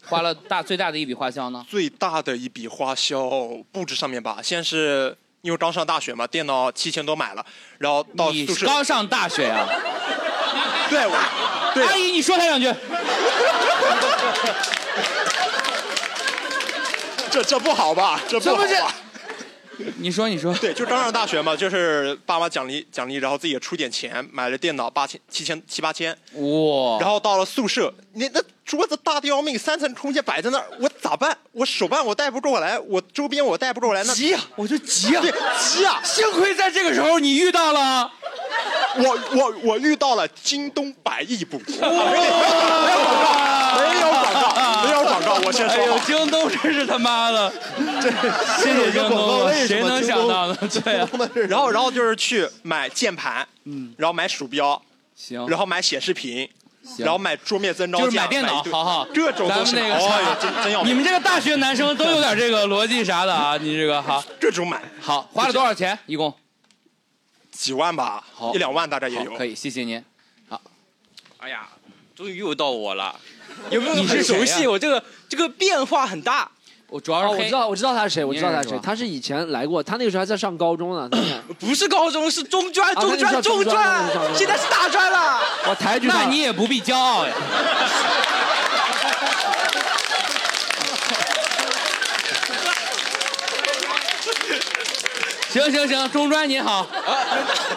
B: 花了大最大的一笔花销呢？
O: 最大的一笔花销布置上面吧，先是因为刚上大学嘛，电脑七千多买了，然后到宿舍
B: 刚上大学啊？
O: 对，我对
B: 阿姨，你说他两句。
O: 这这不好吧？这不好吧？
B: 你说，你说。
O: 对，就刚上大学嘛，就是爸妈奖励奖励，然后自己也出点钱，买了电脑八千、七千、七八千。
B: 哇
O: 然后到了宿舍，你那桌子大的要命，三层空间摆在那儿，我咋办？我手办我带不过来，我周边我带不过来，那
B: 急呀、我就急呀、
O: 对，急呀、
B: 幸亏在这个时候你遇到了，
O: 我我我遇到了京东百亿补贴，没有没有广告，没有广告，没有广告，我先说
B: 哎呦
O: 好，。
B: 京东真是他妈 的，这谢谢
O: 有一个
B: 京
O: 广告
B: 东啊，
O: 为什
B: 谁
O: 么
B: 能
O: 京
B: 想
O: 东
B: 到呢？对啊，
O: 然后然后就是去买键盘，嗯，然后买鼠标，
B: 行
O: 然后买显示屏，然后买桌面增高架，
B: 就是买电脑，
O: 一堆
B: 好好，
O: 各种
B: 咱
O: 都
B: 们
O: 是
B: 那
O: 买。
B: 个
O: 哎
B: 啥
O: 呦，真真要
B: 你
O: 命
B: 们这个大学男生都有点 这个逻辑啥的啊，你这个好，
O: 各种买，
B: 好，花了多少钱？一共
O: 几万吧，
B: 好，
O: 一两万大概也
B: 好
O: 有
B: 可以，谢谢您。
P: 哎呀，终于又到我了，有没有
B: 你是
P: 很熟
B: 谁呀
P: 悉？我这个这个变化很大。
B: 我主要
C: 啊哦，我知道，我知道他是谁，我知道他是
P: 你认识
C: 谁
P: 吧，
C: 他是以前来过，他那个时候还在上高中呢。
P: 不是高中，是中专，
C: 啊那
P: 中
C: 就叫
P: 专，
C: 中
P: 中
C: 专
P: 专
C: 中专，
P: 现在是大专了。
C: 我抬举他，
B: 那你也不必骄傲呀。 行行行，中专您好，
P: 啊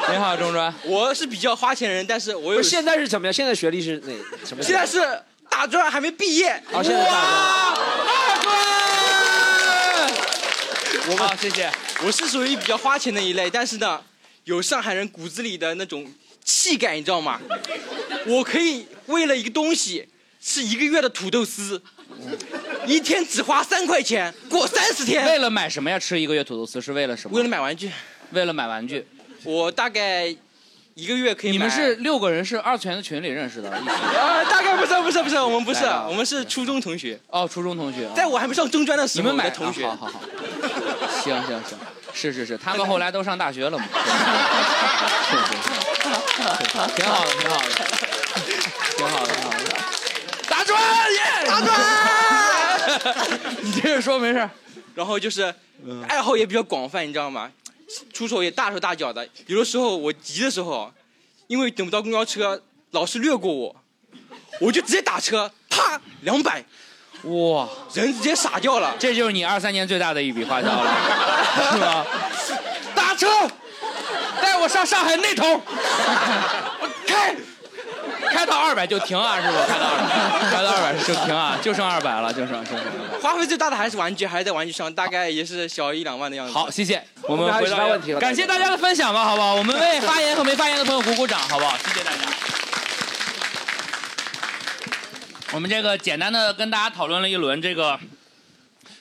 B: 您好中专，
P: 我是比较花钱人，但是我有
C: 不是现在是怎么样？现在学历是哪什么学历？
P: 现在是大专还没毕业。
C: 啊，现在大专。
P: 我
B: 好，谢谢。
P: 我是属于比较花钱的一类，但是呢，有上海人骨子里的那种气概，你知道吗？我可以为了一个东西吃一个月的土豆丝，一天只花三块钱，过三十天。
B: 为了买什么呀？吃一个月土豆丝是为了什么？为了
P: 买玩具，
B: 为了买玩具。
P: 我大概一个月可以买。
B: 你们是六个人，是二次元的群里认识的， 一起。
P: 啊，大概不是不是不是，我们不是
B: 来，吧
P: 我们是初中同学。
B: 哦，初中同学。啊
P: 在我还没上中专的时候，
B: 你们买
P: 我的同学。
B: 啊好好好。行行行，是是是，他们后来都上大学 了嘛。是是 是，挺好的，挺好的，挺好的，挺好的。大专耶！大
P: 专。
B: 你接着说，没事。
P: 然后就是爱好也比较广泛，你知道吗？出手也大手大脚的。有的时候我急的时候，因为等不到公交车，老是掠过我，我就直接打车，啪，两百，
B: 哇，
P: 人直接傻掉了。
B: 这就是你二三年最大的一笔花 销了，是吧？
P: 打车，带我上上海那头，开，
B: 开到二百就停啊，是吧？开到二百，开到二百就停啊，就剩二百了，就剩就剩。
P: 花费最大的还是玩具，还是在玩具上，大概也是小一两万的样子。
B: 好，谢谢。我
P: 我
B: 们
P: 们还有
B: 回
P: 其
B: 答
P: 他问题了
B: 感谢大家的分享吧，好不好？我们为发言和没发言的朋友鼓鼓掌，好不好？谢谢大家。我们这个简单的跟大家讨论了一轮这个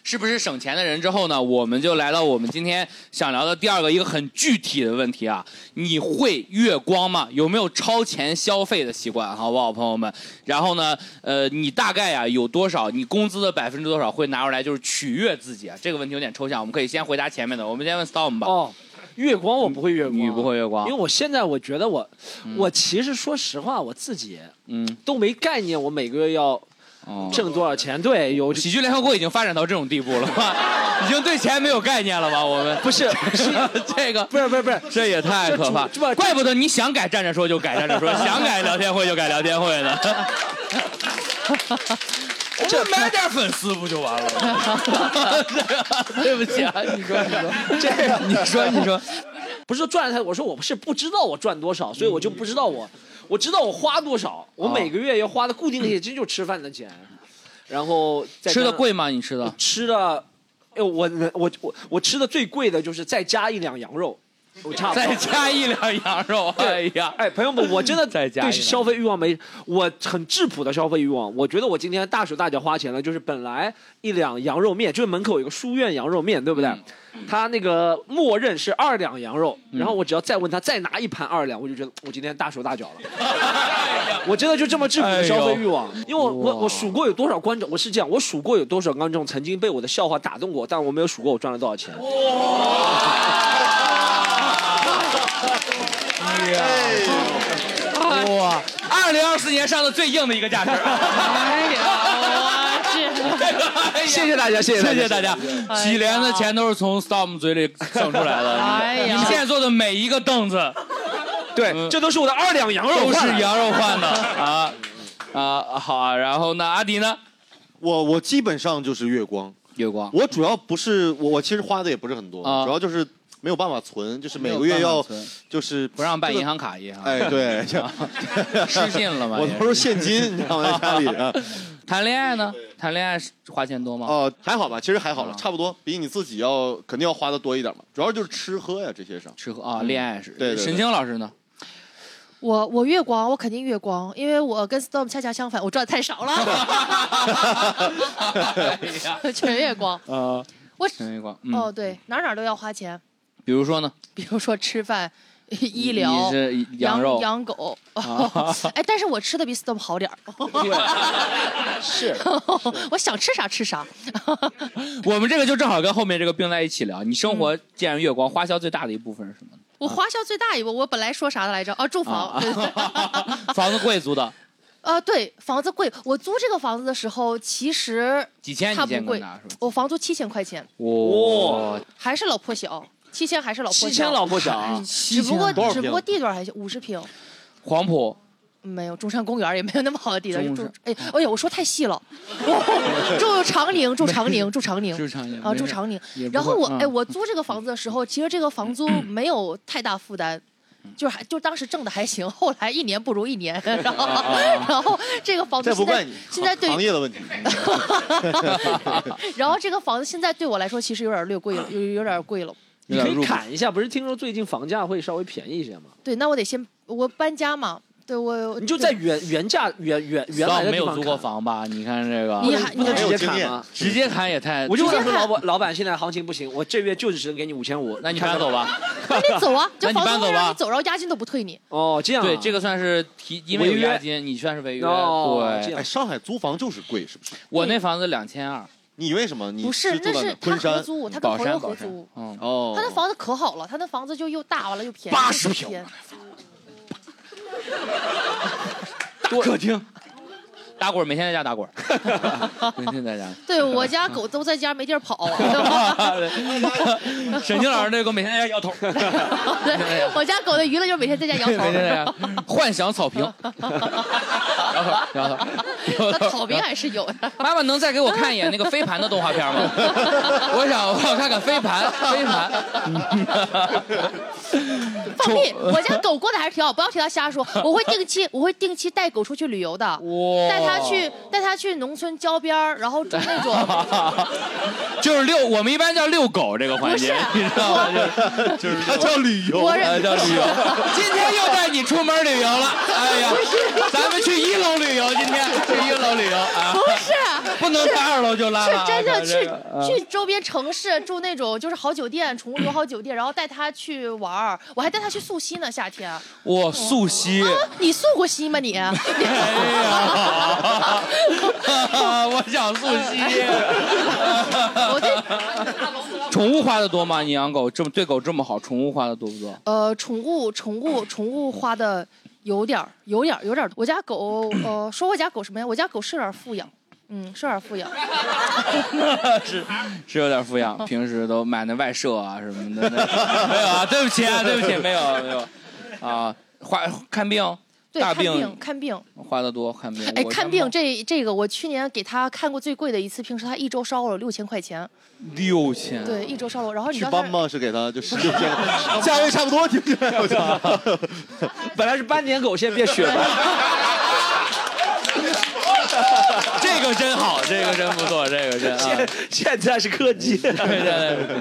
B: 是不是省钱的人之后呢，我们就来到我们今天想聊的第二个一个很具体的问题啊，你会月光吗？有没有超前消费的习惯？好不好，朋友们？然后呢，呃，你大概啊有多少？你工资的百分之多少会拿出来就是取悦自己啊？这个问题有点抽象，我们可以先回答前面的，我们先问 Storm 吧。
C: 哦，月光我不会月光，啊
B: 你不会月光
C: 因为我现在我觉得我，我其实说实话，我自己
B: 嗯
C: 都没概念，我每个月要挣多少钱。对，有
B: 哦喜剧联合国已经发展到这种地步了吧？ 已经对钱没有概念了吧？我们
C: 不是
B: 这个，
C: 不是不是不是，
B: 这也太可怕，怪不得你想改站着说就改站着说，想改聊天会就改聊天会 呢。我们买点粉丝不就完了吗？对不起啊，你说你说
C: 这个，
B: 你说你说，
C: 不是赚太，我说我是不知道我赚多少，所以我就不知道我，我知道我花多少，我
B: 哦
C: 每个月要花的固定的也真就吃饭的钱，然后 再
B: 吃的
C: 加
B: 贵吗？你吃的？
C: 吃的，哎，我能我我我吃的最贵的就是再加一两羊肉，我差不多
B: 再加一两羊肉，哎呀，
C: 哎，朋友们，我真 的
B: 再加一
C: 对
B: 两
C: 消费欲望没，我很质朴的消费欲望。我觉得我今天大手大脚花钱了，就是本来一两羊肉面，就是门口有个书院羊肉面，对不对？
B: 嗯
C: 他那个默认是二两羊肉，然后我只要再问他再拿一盘二两，我就觉得我今天大手大脚 了。我真的就这么质朴的消费欲
B: 哎
C: 望，因为我我我数过有多少观众，我是这样，我数过有多少观众曾经被我的笑话打动过，但我没有数过我赚了多少钱。
B: 哇，二零二四年上的最硬的一个价格。 哎呀，我去！
C: 谢谢大家谢谢大家
B: 哎谢谢大家
C: 谢谢。大家
B: 喜连的钱都是从 Storm 嘴里省出来的。
C: 哎呀
B: 你现在坐的每一个凳子，嗯
C: 对，这都是我的二两羊肉
B: 都是
C: 换来的
B: 羊肉换的啊啊！好啊，然后呢，阿迪呢？
D: 我我基本上就是月光，
B: 月光。
D: 我主要不是我我其实花的也不是很多，
B: 啊
D: 主要就是没有办法存，就是每
B: 没有
D: 个月
B: 办
D: 要
B: 法存
D: 就是不
B: 让办银行卡一样
D: 哎，对，
B: 失信了吗？
D: 我都是现金，你知道 吗？在家里啊。
B: 谈恋爱呢？谈恋爱是花钱多吗？
D: 哦，还好吧，其实还
B: 啊
D: 好了，差不多，比你自己要肯定要花的多一点嘛。主要就是吃喝呀这些上。
B: 吃喝啊，恋爱是。
D: 对对。
B: 沈清老师呢？
L: 我我月光，我肯定月光，因为我跟 Storm 恰恰相反，我赚太少
D: 啊
B: 哎
L: 了， 全月光。
B: 啊，
L: 我
B: 沈月光。嗯
L: 哦，，对，哪儿哪儿都要花钱，
B: 比如说呢？
L: 比如说吃饭、 医疗
B: 你、是羊
L: 养
B: 肉
L: 养狗。
B: 啊
L: 哎，但是我吃的比 Storm 好点儿，
C: 是，
L: 我想吃啥吃
B: 啊
L: 啥。
B: 我们这个就正好跟后面这个并在一起聊。你生活
L: 嗯
B: 既然月光，花销最大的一部分是什么？
L: 我花销最大一部，我本来说啥的来着？啊，住房，
B: 啊
L: 对对对
B: 房子贵租的，
L: 啊，对，房子贵。我租这个房子的时候，其实
B: 几千
L: 它
B: 你见
L: 不
B: 过
L: 贵
B: 哪是吧，
L: 我房租七千块钱，
B: 哇，
L: 还是老破小，七千还是老破小，
C: 7000老破小啊
L: 只
B: 7000
L: 不
B: 多
L: 过
B: 少
L: 只
B: 平
L: 不过地段还行，五十平，
B: 黄埔
L: 没有中山公园也没有那么好的地段，就
B: 中
L: 住
B: 山
L: 哎哎呀，我说太细了， 住长宁，住长宁，住长宁，
B: 住长宁
L: 啊，
B: 没事
L: 住长宁
B: 也不。会
L: 然后我
B: 嗯
L: 哎，我租这个房子的时候，其实这个房租没有太大负担。就是还就当时挣的还行，后来一年不如一年，然后
D: 啊啊啊
L: 然后这个房租
D: 这不
L: 现哦在
D: 怪你，
L: 现在对于
D: 行业的问题。
L: 然后这个房子现在对我来说其实有点略贵了，有有点贵了。
C: 你可以砍一下，不是听说最近房价会稍微便宜一些吗？
L: 对，那我得先我搬家嘛，对我
C: 你就在原原价原原原来
B: 没
C: 的地
B: 有
C: 方
B: 租
C: 砍
B: 过房吧？你看这个，
L: 你还
C: 不能
L: 你还
C: 直接砍吗？
B: 直接砍也太……
C: 我就想说老板老板现在行情不行，我这月就只能给你五千五，
B: 那你搬走吧。
L: 那你走 啊，就
B: 那你
L: 房
B: 搬
L: 东
B: 走
L: 会让
B: 吧
L: 你走，然后押金都不退你。
C: 哦，这样啊
B: 对，这个算是提，因为有押金，你算是违约。
L: 哦
B: 对，
D: 哎，上海租房就是贵，是不是？
B: 我那房子两千二，
D: 你为什么？你
L: 不是
D: 住在
L: 那
D: 哪
L: 是他
D: 昆山
L: 合租他跟
B: 宝
L: 朋友
B: 山，
L: 合
B: 宝山
L: 租，
B: 嗯，
D: 哦
L: 他那房子可好了，他那房子就又大完了又便宜，
B: 80
L: 又
B: 平
L: 便宜
B: 大客厅， 打滚儿，每天在家打滚儿，每天 在家。
L: 对我家狗都在家没地 儿跑，
B: 沈清老师那个每天在家摇头，
L: 对 我家狗的娱乐就是每天在家 摇
B: 每天在
L: 头，
B: 家幻想草坪，摇头摇头。
L: 那草坪还是有的。
B: 妈妈能再给我看一眼那个飞盘的动画片吗？ 我想我想看看飞盘，飞盘。
L: 放屁！我家狗过得还是挺好，不要听它瞎 说。我会定期，我会定期带狗出去旅游的，带它去带它去农村郊边儿，然后住那种
B: 就是遛，我们一般叫遛狗这个环节，你知道吗？就是就是啊
D: 他叫旅游
L: 我认
B: 哎叫旅游。今天又带你出门旅游 了，哎呀，咱们去一楼旅游，今天去一楼旅游啊，
L: 不 是，
B: 不能
L: 是
B: 上二楼就拉了啊
L: 是真的
B: 这
L: 去
B: 个啊
L: 去周边城市住那种就是好酒店，宠物友好酒店，然后带它去玩儿，我还带它去溯溪呢，夏天。
B: 哇，素汐，
L: 你溯过溪 吗你？
B: 哎我想素 汐。宠物花的多吗？你养狗这么对狗这么好，宠物花的多不多？
L: 呃，宠物宠物宠物花的有点儿有点儿有点儿多。我家狗呃，说我家狗什么呀？我家狗是有点儿富养，嗯，是有点儿富养。
B: 是是有点富养，平时都买那外设啊什么的。那没有啊，对不起啊，对不起，没有没有啊，花看病，
L: 对，
B: 大
L: 看病看病。
B: 花的多，看病。
L: 哎，
B: 我家
L: 看病这这个，我去年给他看过最贵的一次病，是他一周烧了六千块钱。
B: 六千，
C: 啊
L: 对，一周烧了。然后你
D: 去
L: 知道
D: 帮
L: 他
D: 吗？是给他就是 六千，价位差不多，听起来我操。
C: 本来是斑点狗，现在变雪 白。
B: 这个真好，这个真不错，这个真。啊
C: 现现在是科技。
B: 对对对，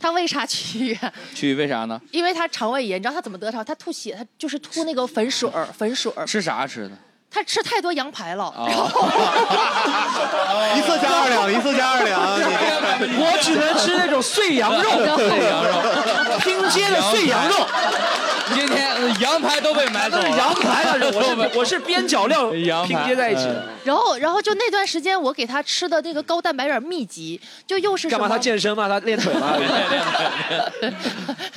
L: 他为啥去医院？
B: 去为啥呢？
L: 因为他肠胃炎，你知道他怎么得肠？他吐血，他就是吐那个粉水儿，粉水儿。
B: 吃啥吃的？
L: 他吃太多羊排
C: 哦
L: 了，
D: 一次加二两，一次加二 两。
C: 我只能吃那种碎羊肉，
B: 碎羊肉
C: 拼接的碎羊肉。
B: 今天呃羊排都被买走
C: 都
B: 了，
C: 是 羊排 了，这我
B: 都被
C: 是我是边角料
B: 羊
C: 拼
B: 排
C: 接在一起
B: 嗯
C: 的。
L: 然后，然后就那段时间，我给他吃的那个高蛋白有点密集，就又是
C: 干嘛？
L: 什么
C: 他健身吗？他练腿吗？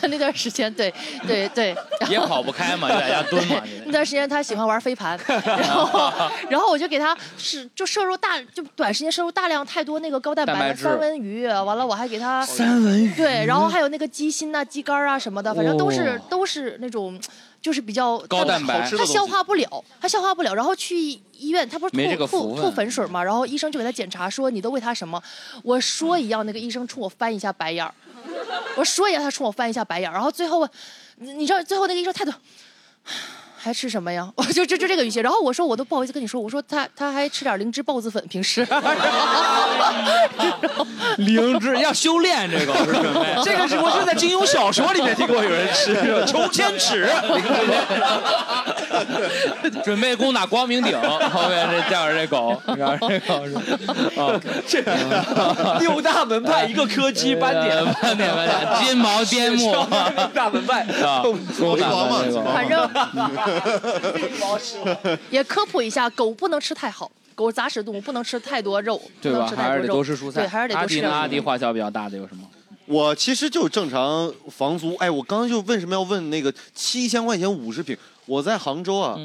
L: 那段时间，对对对，
B: 也跑不开嘛，就在家蹲 嘛。
L: 那段时间他喜欢玩飞 盘，然后然后我就给他是就摄入大就短时间摄入大量太多那个高蛋
B: 蛋
L: 白
B: 白
L: 的
B: 质
L: 三文鱼，完了我还给他
B: 三文鱼
L: 对，然后还有那个鸡心呐、鸡肝啊什么的，反正都是、都是那种。就是比较
B: 哦高蛋白好吃的东
L: 他
B: 西
L: 消化不了，他消化不了，然后去医院，他不是
B: 没这个
L: 吐吐
B: 福分
L: 吐粉水嘛，然后医生就给他检查说你都喂他什么，我说一样，那个医生冲我翻一下白眼儿，
B: 哎
L: 我说一下，他冲我翻一下白眼儿，然后最后我，你你知道最后那个医生态度， 还吃什么呀？ 我就就就这个语气。然后我说我都不好意思跟你说，我说他他还吃点灵芝孢子粉，平时。
B: 灵 芝要修炼这个，是准备
C: 这个只不过是在金庸小说里面 听过有人吃裘千尺。
B: 准备攻打光明顶，后面这叫着这狗，然后这狗是啊，
C: 这六大门派一个柯基斑点，
B: 斑呃点斑点，金毛边 牧，
C: 大门派
B: 啊，攻打光明顶
L: 反正也科普一下，狗不能吃太好，狗是杂食动物，不能吃太多肉，
B: 对
L: 不能
B: 吧？
L: 吃太
B: 还是得
L: 肉
B: 多吃蔬菜。
L: 对，还是得
B: 阿
L: 多吃
B: 迪呢？
L: 点蔬菜。
B: 阿迪花销比较大的有什么？
D: 我其实就正常房租，哎，我刚刚就为什么要问那个七千块钱五十平？我在杭州啊，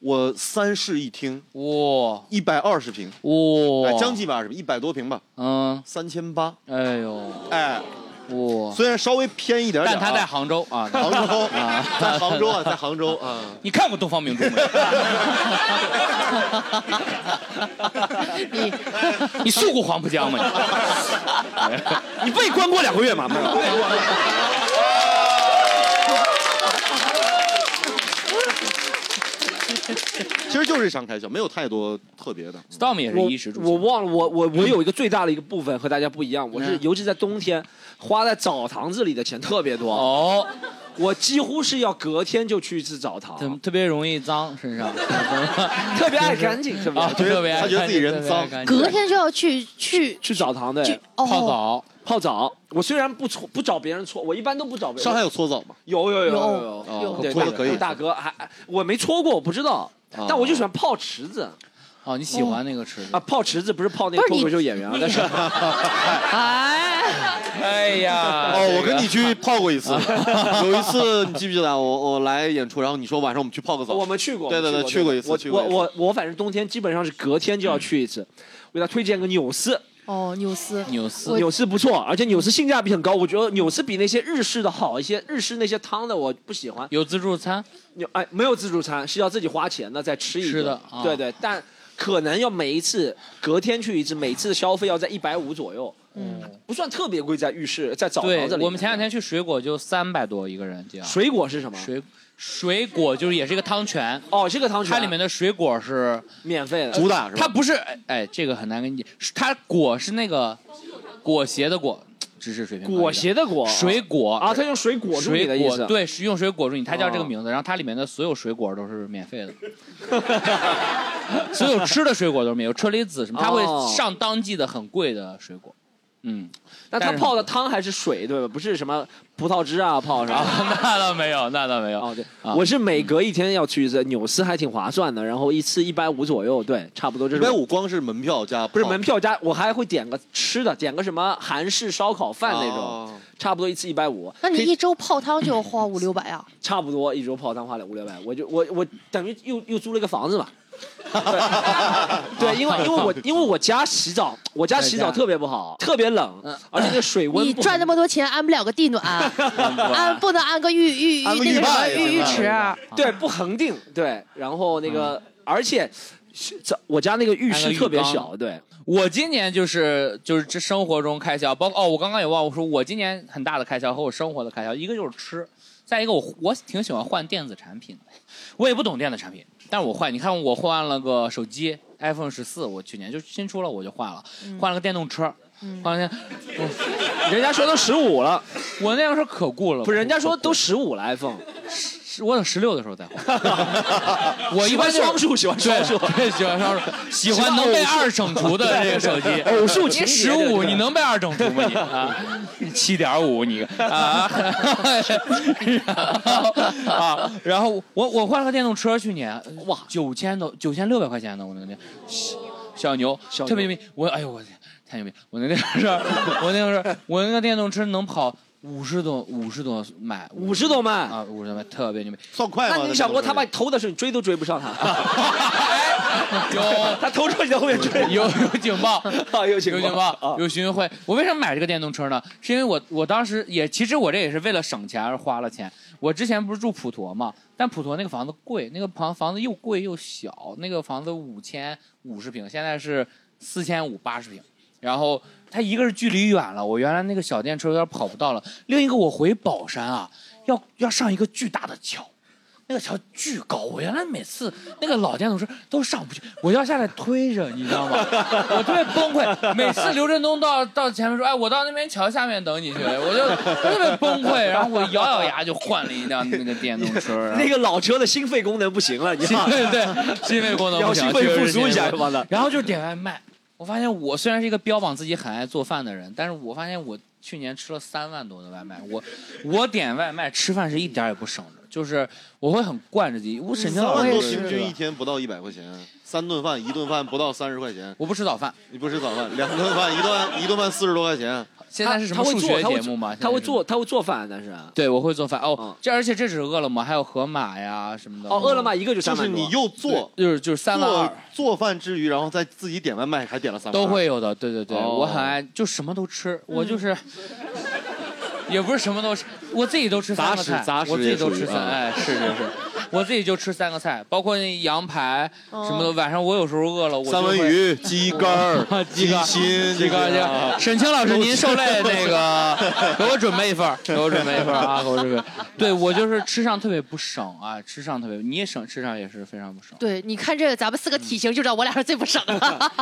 D: 我三室一厅，
B: 嗯哇，
D: 一百二十平，
B: 哇
D: 哎，将近吧，一百多平吧，
B: 嗯，
D: 三千八，
B: 哎呦，
D: 哎，
B: 哇，
D: 虽然稍微偏一点点
B: 但
D: 啊，
B: 他在杭州啊，
D: 杭州
B: 啊，
D: 在杭州啊，在杭州啊，
B: 你看过《东方明珠》吗？
L: 你
B: 你诉过黄浦江吗？
C: 你被关过两个月吗？没有。
D: 其实就是日常开销，没有太多特别的。
B: Storm 也
C: 我我忘了，我我
B: 嗯
C: 我有一个最大的一个部分和大家不一样，我是尤其在冬天花在澡堂子里的钱特别多。
B: 哦，
C: 我几乎是要隔天就去一次澡堂，
B: 特别容易脏身上，
C: 特别爱干净，特别爱
B: 啊，特别爱干净特别爱干净
L: 隔天就要去去
C: 去澡堂的
L: 去哦泡
B: 澡
C: 泡澡。我虽然不搓不找别人搓，我一般都不找别人。
D: 上海有搓澡吗？
C: 有有有
D: 有
C: 有
D: 有
C: 对
D: 搓
C: 大
D: 的可以哦
C: 大哥还我没搓过，我不知道，但我就喜欢泡池子。
B: 哦，你喜欢那个池子
C: 啊？泡池子不是泡那
B: 不
C: 个
B: 是你
C: 脱口秀演员啊，但 是
B: 哎呀
D: 哦，我跟你去泡过一 次，有一次你记不记得？我我来演出，然后你说晚上我们去泡个澡，
C: 我们去过，
D: 对对对，去过一次，
C: 我
D: 去过
C: 我
D: 一次。
C: 我我反正冬天基本上是隔天就要去一次。我给他推荐个纽斯，
L: 哦，纽斯，
B: 纽
L: 我
C: 纽斯不错，而且纽斯性价比很高。我觉得纽斯比那些日式的好一些，日式那些汤的我不喜欢。
B: 有自助餐？
C: 有哎，没有自助餐是要自己花钱的，再吃一顿
B: 吃的啊
C: 对对，但可能要每一次隔天去一次，每次的消费要在一百五左右，嗯，不算特别贵，在浴室在澡堂
B: 对
C: 子里面。，
B: 我们前两天去水果就三百多一个人，这样。
C: 水果是什么？
B: 水水果就是也是一个汤泉。
C: 哦，是个汤泉
B: 它里面的水果是
C: 免费的，
B: 呃哎它不是，哎，这个很难跟你，是它果是那个裹挟的裹，知识水平
C: 裹挟的裹
B: 水果
C: 啊，他用水裹住你的
B: 水
C: 意
B: 果
C: 思。
B: 对，是用水果住你，它叫这个
C: 哦
B: 名字。然后它里面的所有水果都是免费的， 所有吃的水果都是免费，有车厘子什么，它会
C: 哦
B: 上当季的很贵的水果。嗯，
C: 那
B: 但
C: 他
B: 是
C: 泡的汤还是水对吧？不是什么葡萄汁啊，泡啥？
B: 那倒没有，那倒没有。哦，对，
C: 我是每隔一天要去一次，纽斯还挺划算的，然后一次一百五左右，对，差不多这是。
D: 150光是门票加
C: 不是门票加，我还会点个吃的，点个什么韩式烧烤饭那种，差不多一次一百五。
L: 那你
C: 可以
L: 一周泡汤就要花五六百啊？
C: 差不多一周泡汤花了五六百，我就我我等于又又租了一个房子嘛。对，因为因为我因为我家洗澡，我家洗澡特别不好，特别冷，而且那个水温
L: 嗯你
C: 不
L: 赚那么多钱，安不了个地暖，啊安不能安个浴浴浴
C: 安个
L: 那
C: 浴
L: 个什
C: 霸
L: 么
C: 也
L: 浴
C: 行
L: 浴
C: 吧
L: 池啊。
C: 对，不恒定，对，然后那个，
B: 嗯
C: 而且是这我家那个浴室特别小，对，
B: 我今年就是就是这生活中开销，包括哦，我刚刚也忘了我说，我今年很大的开销和我生活的开销，一个就是吃，再一个我我挺喜欢换电子产品的，我也不懂电子产品，但是我换，你看我换了个手机 iPhone 十四，我去年就新出了我就换了，换了个电动车，换了个，
C: 人家说都十五了，
B: 我那个时候可顾了，
C: 不是人家说都十五了 iPhone，
B: 我等十六的时候再换。 我一般
C: 喜欢双数喜欢双数。
B: 对，对喜欢双数， 喜欢能被二整除的这个手机
C: 偶数情节
B: 十
C: 这
B: 五
C: 个
B: 你能被二整除 吗你？啊，七点五你啊啊！然后我我换了个电动车，去年哇九千多九千六百块钱呢，我那个电小小牛
C: 小牛
B: 特别牛逼，我哎呦我太牛逼！我那电动车，我那个是我那个电动车能跑。五十多，五十多迈，五
C: 十多迈
B: 啊，五十多迈，特别牛逼，
D: 算快
C: 那你想过他把你偷的时候，你追都追不上他，
B: 有
C: 他偷车你在后面追，
B: 有有警报，
C: 有
B: 警
C: 警报 啊
B: 有巡回。我为什么买这个电动车呢？是因为我我当时也其实我这也是为了省钱而花了钱。我之前不是住普陀嘛，但普陀那个房子贵，那个房房子又贵又小，那个房子五千五十平，现在是四千五八十平。然后它一个是距离远了，我原来那个小电车有点跑不到了；另一个我回宝山啊，要要上一个巨大的桥。那个桥巨高，我原来每次那个老电动车都上不去，我要下来推着，你知道吗？我特别崩溃。 每次刘振东到到前面说：“哎，我到那边桥下面等你去。” 我就特别崩溃，然后我咬咬牙就换了一辆那个电动 车。然后
C: 那个老车的心肺功能不行了，你
B: 对 对，心肺功能
C: 要
B: 不
C: 心
B: 行，
C: 肺
B: 确
C: 复
B: 实
C: 苏一
B: 心
C: 下
B: 肺
C: 是
B: 功
C: 吧？
B: 能然后就是点外卖，我发现我虽然是一个标榜自己很爱做饭的人，但是我发现我去年吃了三万多的外卖，我我点外卖吃饭是一点儿也不省着，就是我会很惯着自己，我沈清
D: 三
B: 我
D: 万
B: 也
D: 多
B: 是
D: 平均一天不到一百块钱，三顿饭一顿饭不到三十块钱。
B: 我不吃早饭，
D: 你不吃早饭，两顿饭一顿一 顿饭四十多块钱。
B: 现在是什么数学节目吗？
C: 他会
B: 现在
C: 做，
B: 是，
C: 他会做饭，啊但 是
B: 对我会做饭哦。这而且这只是饿了么，还有盒马呀什么的。
C: 啊哦，饿了么一个就三
D: 就是
C: 万多，
D: 你又做，
B: 就是就是三万
D: 做
B: 二
D: 做饭之余，然后再自己点外卖，还点了三万二
B: 都会有的，对对对，
D: 哦
B: 我很爱，就什么都吃，我就是。也不是什么都吃，我自己都吃三个菜，
D: 杂食杂食
B: 我自己都吃
D: 也属于
B: 三，
D: 啊
B: 哎，是是是，我自己就吃三个菜，包括那羊排什么的。晚上我有时候饿了，我就
D: 三文
B: 会
D: 鱼、鸡肝儿
B: 鸡肝
D: 心、
B: 鸡肝
D: 这些
B: 儿沈清老师，您受累，那个给我准备一份儿，给我准备一份儿啊，给我准备。对我就是吃上特别不省啊，吃上特别，你也省，吃上也是非常不省。
L: 对，你看这个咱们四个体型就知道我俩是最不省 的，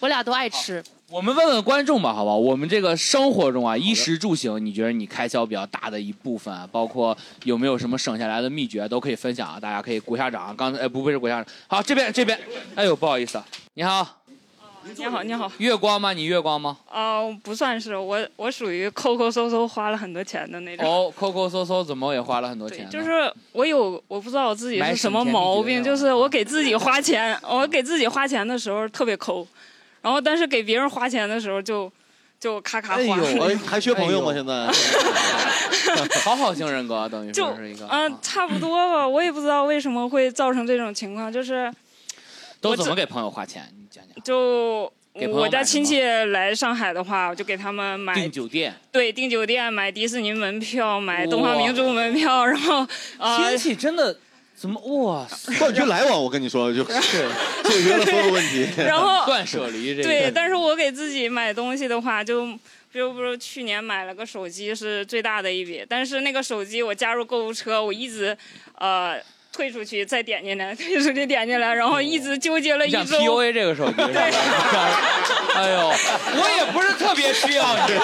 L: 我俩都爱吃。
B: 我们问问观众吧，好不好？我们这个生活中啊，衣食住行，你觉得你开销比较大的一部分啊，包括有没有什么省下来的秘诀，都可以分享啊。大家可以鼓下掌啊。刚才哎，不不是鼓下掌，好，这边这边，哎呦，不好意思啊，你好，
Q: 你好，你好。
B: 月光吗？你月光吗？
Q: 啊、不算是我，我属于抠抠搜搜花了很多钱的那种。
B: 哦，抠抠搜搜，怎么也花了很多钱呢？
Q: 就是我有，我不知道我自己
B: 买
Q: 是什
B: 省
Q: 么
B: 钱
Q: 毛
B: 秘诀
Q: 病，
B: 啊
Q: 就是我给自己花钱，我给自己花钱的时候特别抠，然后但是给别人花钱的时候就就咔咔花。
D: 哎呦，哎， 还缺朋友吗？现在？
B: 讨 好型人格啊等于说是一个，
Q: 嗯、差不多吧，我也不知道为什么会造成这种情况，就是
B: 都怎么给朋友花钱？你讲
Q: 就
B: 给朋友
Q: 我家
B: 买什
Q: 亲
B: 么
Q: 戚来上海的话，我就给他们买
B: 订酒店，
Q: 对，订酒店、买迪士尼门票、买东方
B: 哇
Q: 明珠门票，然后呃，
B: 亲戚真的怎么哇塞？
D: 断绝来往，我跟你说，就解决了所有问题。
Q: 然 后
B: 断舍离这个
Q: 对，但是我给自己买东西的话，就比如不是去年买了个手机是最大的一笔，但是那个手机我加入购物车，我一直呃退出去，再点进来， 退出去点进来，然后一直纠结了一
B: 你想
Q: 周。
B: PUA 这个手机？对。 哎呦，我也不是特 别需要你。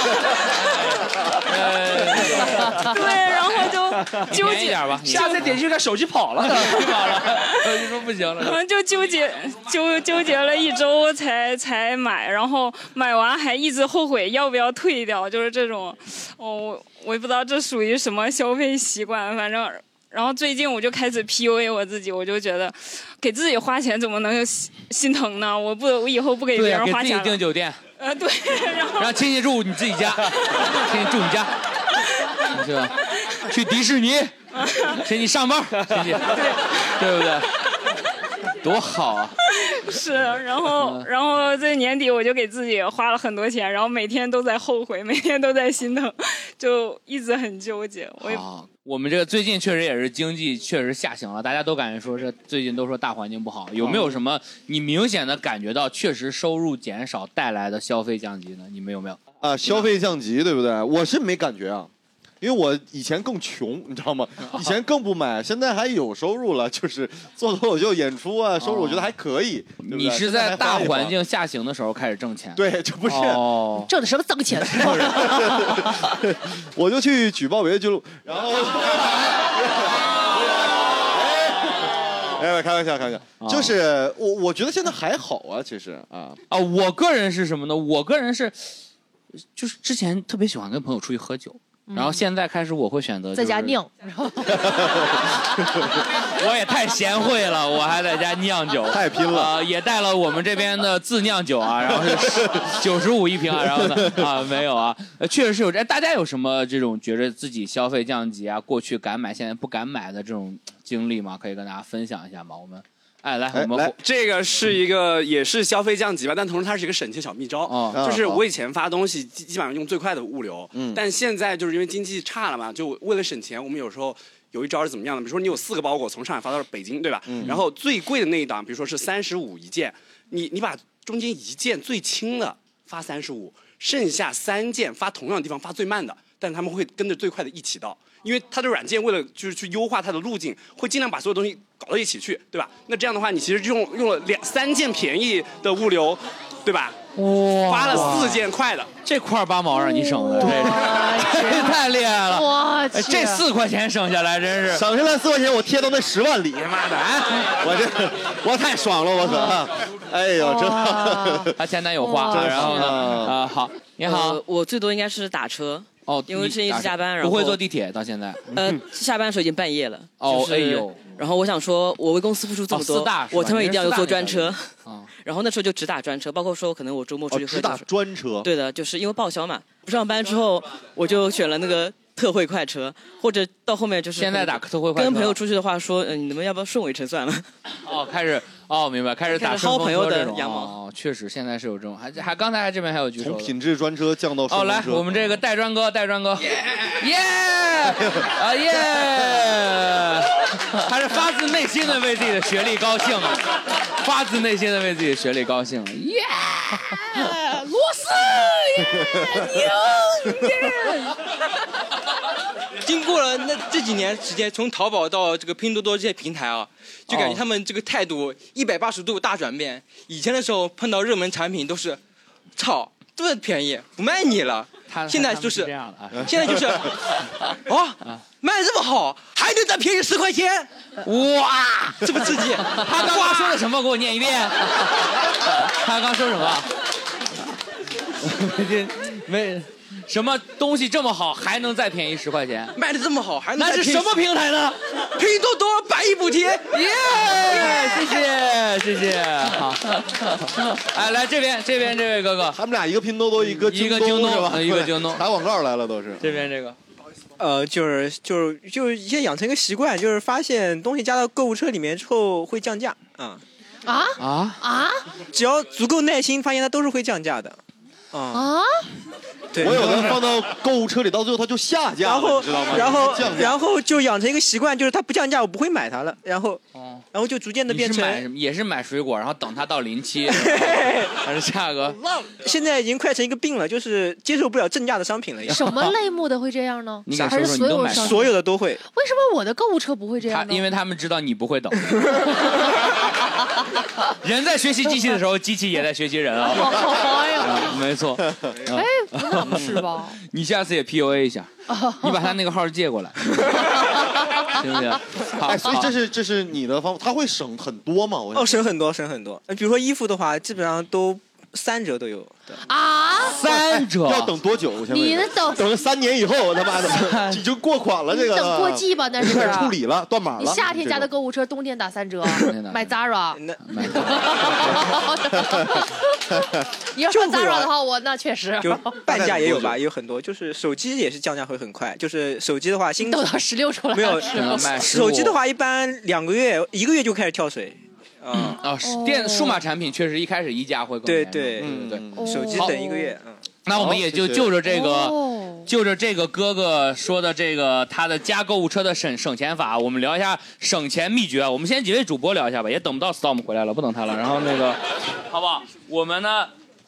Q: 对，然后就纠
B: 便宜
Q: 结
B: 点吧你
C: 下次点进去看手机跑了，
B: 我就说不行
Q: 可
B: 了。
Q: 能就 纠结纠纠结了一周才才买，然后买完还一直后悔要不要退掉，就是这种，哦，我我也不知道这属于什么消费习惯，反正。然后最近我就开始 PUA 我自己，我就觉得给自己花钱怎么能心心疼呢？我不，我以后 不给别
B: 对呀，
Q: 人
B: 给
Q: 花
B: 自己
Q: 钱
B: 订
Q: 了。
B: 酒店，
Q: 呃，对， 然后
B: 让亲戚住你自己 家，亲戚住你家，是吧？去迪士尼，亲戚上班，亲戚， 对不对？多好啊！
Q: 是，然后
B: 嗯
Q: 然后这年底我就给自己花了很多钱，然后每天都在后悔，每天都在心疼，就一直很纠结。我也
B: 啊，我们这个最近确实也是经济确实下行了，大家都感觉说是最近都说大环境不好，有没
Q: 嗯
B: 有什么你明显的感觉到确实收入减少带来的消费降级呢？你们有没有？
D: 啊，消费降级，对不对？我是没感觉啊，因为我以前更穷，你知道 吗？以前更不买，现在还有收入了， 就是做脱口秀演出啊，收入我觉得还可以。对不对
B: 哦你是
D: 现在
B: 在
D: 还
B: 大
D: 花一花
B: 环境下行的时候开始挣钱？
D: 对，这不是
B: 哦，
L: 挣的什么脏钱？
D: 我就去举报违约记录，然后。哎，开玩笑，开玩
B: 哦
D: 笑，就是我，我觉得现在还好啊，其实啊，
B: 啊，我个人是什么呢？我个人是，就是之前特别喜欢跟朋友出去喝酒，
L: 嗯
B: 然后现在开始我会选择、
L: 在家。酿，然后
B: 我也太贤惠了，我还在家酿酒，太拼了、也带了我们这边的自酿酒啊，然后 是九十五一瓶啊，然后呢啊没有啊，呃确实是有这。哎大家有什么这种觉着自己消费降级啊，过去敢买现在不敢买的这种经历吗？可以跟大家分享一下吗？我们哎来我们火
I: 这个是一个也是消费降级吧，但同时它是一个省钱小秘招。
B: 哦
I: 就是
B: 啊好
I: 我以前发东西基基本上用最快的物流，
B: 嗯
I: 但现在就是因为经济差了嘛，就为了省钱，我们有时候。有一招是怎么样的？比如说你有四个包裹从上海发到北京，对吧？
D: 嗯
I: 然后最贵的那一档，比如说是三十五一件，你你把中间一件最轻的发三十五，剩下三件发同样的地方发最慢的，但他们会跟着最快的一起到，因为它的软件为了就是去优化它的路径，会尽量把所有东西搞到一起去，对吧？那这样的话，你其实用用了两三件便宜的物流，对吧？
B: 哇
I: 花了四件快的，
B: 这块八毛让你省的，这 这太厉害了！
L: 我
B: 哎
L: 去
B: 这四块钱省下来真是
D: 省下来四块钱，我贴到那十万里，妈的，我这我太爽了，我操！啊 哎呦，
B: 哇
D: 真
B: 她前男友花，然后呢啊好，你好
M: 呃，我最多应该是打车。
B: 哦
M: 因为之前一直加班，然后
B: 不会坐地铁，到现在嗯
M: 呃，下班的时候已经半夜了。
B: 哦
M: 就是
B: 哎呦。
M: 然后我想说，我为公司付出这么
B: 哦
M: 多，
B: 四大是吧
M: 我他妈一定要
B: 你是四大嗯哦
M: 坐专
B: 那
M: 车
B: 个。
M: 然后那时候就只打专车，包括说可能我周末出去喝酒
D: 只打专车，
M: 对的，就是因为报销嘛。不上班之后，我就选了那个特惠快车，或者到后面就是
B: 现在打特惠快车
M: 跟朋友出去的话说，嗯、你们要不要顺尾城算了？
B: 哦，开始哦，明白，开始打
M: 开始薅朋友的羊毛
B: 毛。哦，确实现在是有这种，还还刚才还这边还有举手
D: 从
B: 的。
D: 品质专车降到顺
B: 哦，
D: 风
B: 来，
D: 车
B: 我们这个戴专哥，戴专哥，耶， 啊耶，他是发自内心的为自己的学历高兴啊，发自内心的为自己的学历高兴， 啊耶，
R: 螺丝
K: 哦
P: 牛 经过了那这几年时间，从淘宝到这个拼多多这些平台啊，就
B: 哦
P: 感觉他们这个态度一百八十度大转变。以前的时候碰到热门产品都是，操，这么便宜不卖你了。现在就是
B: 这样的 啊
P: 现在 就是，哦，卖得这么好，还能再便宜十块钱，
B: 哇，
P: 这么刺激！
B: 他刚刚说的什么？给我念一遍。他刚说什么？没什么东西这么好，还能再便宜十块钱？
P: 卖的这么好，还能
B: 那
P: 再
B: 是
P: 便宜
B: 什么平台呢？
P: 拼多多百亿补贴，
B: 耶！ 哎谢谢谢谢，好，哎，来这边这边这位哥哥，
D: 他们俩一个拼多多， 一个
B: 一个京东
D: 是吧？
B: 嗯一个京东
D: 打广告来了都是。
B: 这边这个，
S: 呃，就是就是就是一些养成一个习惯，就是发现东西加到购物车里面之后会降价啊。
L: 啊
B: 啊
S: 啊！只要足够耐心，发现它都是会降价的。啊
L: 啊，
D: 我有的放到购物车里，到最后它就下架了，
S: 然后
D: 你知道吗？
S: 然后
D: 降价
S: 然后就养成一个习惯，就是它不降价我不会买它了，然后
B: 哦
S: 然后就逐渐的
B: 你
S: 变
B: 是买什
S: 成
B: 么也是买水果，然后等它到临 期，还是价格？
S: 现在已经快成一个病了，就是接受不了正价的商品了。
L: 什么类目的会这样呢
B: 你？敢
L: 还是
B: 说说
L: 所
B: 你都
L: 有
B: 买
L: 商
B: 所
S: 有的都会？
L: 为什么我的购物车不会这
B: 他
L: 样呢？
B: 啊因为他们知道你不 会等。人在学习机器的时候，机器也在学习人啊。
L: 哎呀，
B: 没错。嗯
L: 哎，不能是吧？
B: 你下次也 PUA 一下，你把他那个号借 过来， 行不行？好
D: 哎，所以
B: 好
D: 这是这是你的方法，它会省很多嘛？我
S: 哦，省很多，省很多。呃比如说衣服的话，基本上都三折都有。
L: 啊，
D: 要等多久？我先问
L: 你
D: 下
L: 那等
D: 等了三年以后，我他妈 的已经过款了，这个
L: 你等过季吧那是
D: 就 开始处理了，断码了。
L: 你夏天加的
D: 这
L: 购物车，冬天打三折啊
D: 天打，
L: 买 Zara。
D: 种
L: 你要
S: 就
L: 说
D: 啊
S: 会玩
L: Zara 的话，我那确实
S: 就半价也有吧，也有很多。就是手机也是降价会很快，就是手机的话，新
L: 你等到16出来
S: 没有
L: 是吗买15
S: 手机的话，一般两个月一个月就开始跳水。啊
B: 啊，是电数码产品确实一开始溢价会更
S: 对
B: 严重
S: 对
B: 对
S: 嗯手机
B: 哦好
S: 等一个月嗯
B: 那我们也就
S: 好谢谢
B: 就着这个
S: 哦，
B: 就着这个哥哥说的这个他的加购物车的省省钱法，我们聊一下省钱秘诀。我们先几位主播聊一下吧，也等不到 Storm 回来了，不等他了。然后那 个，好不好？我们呢？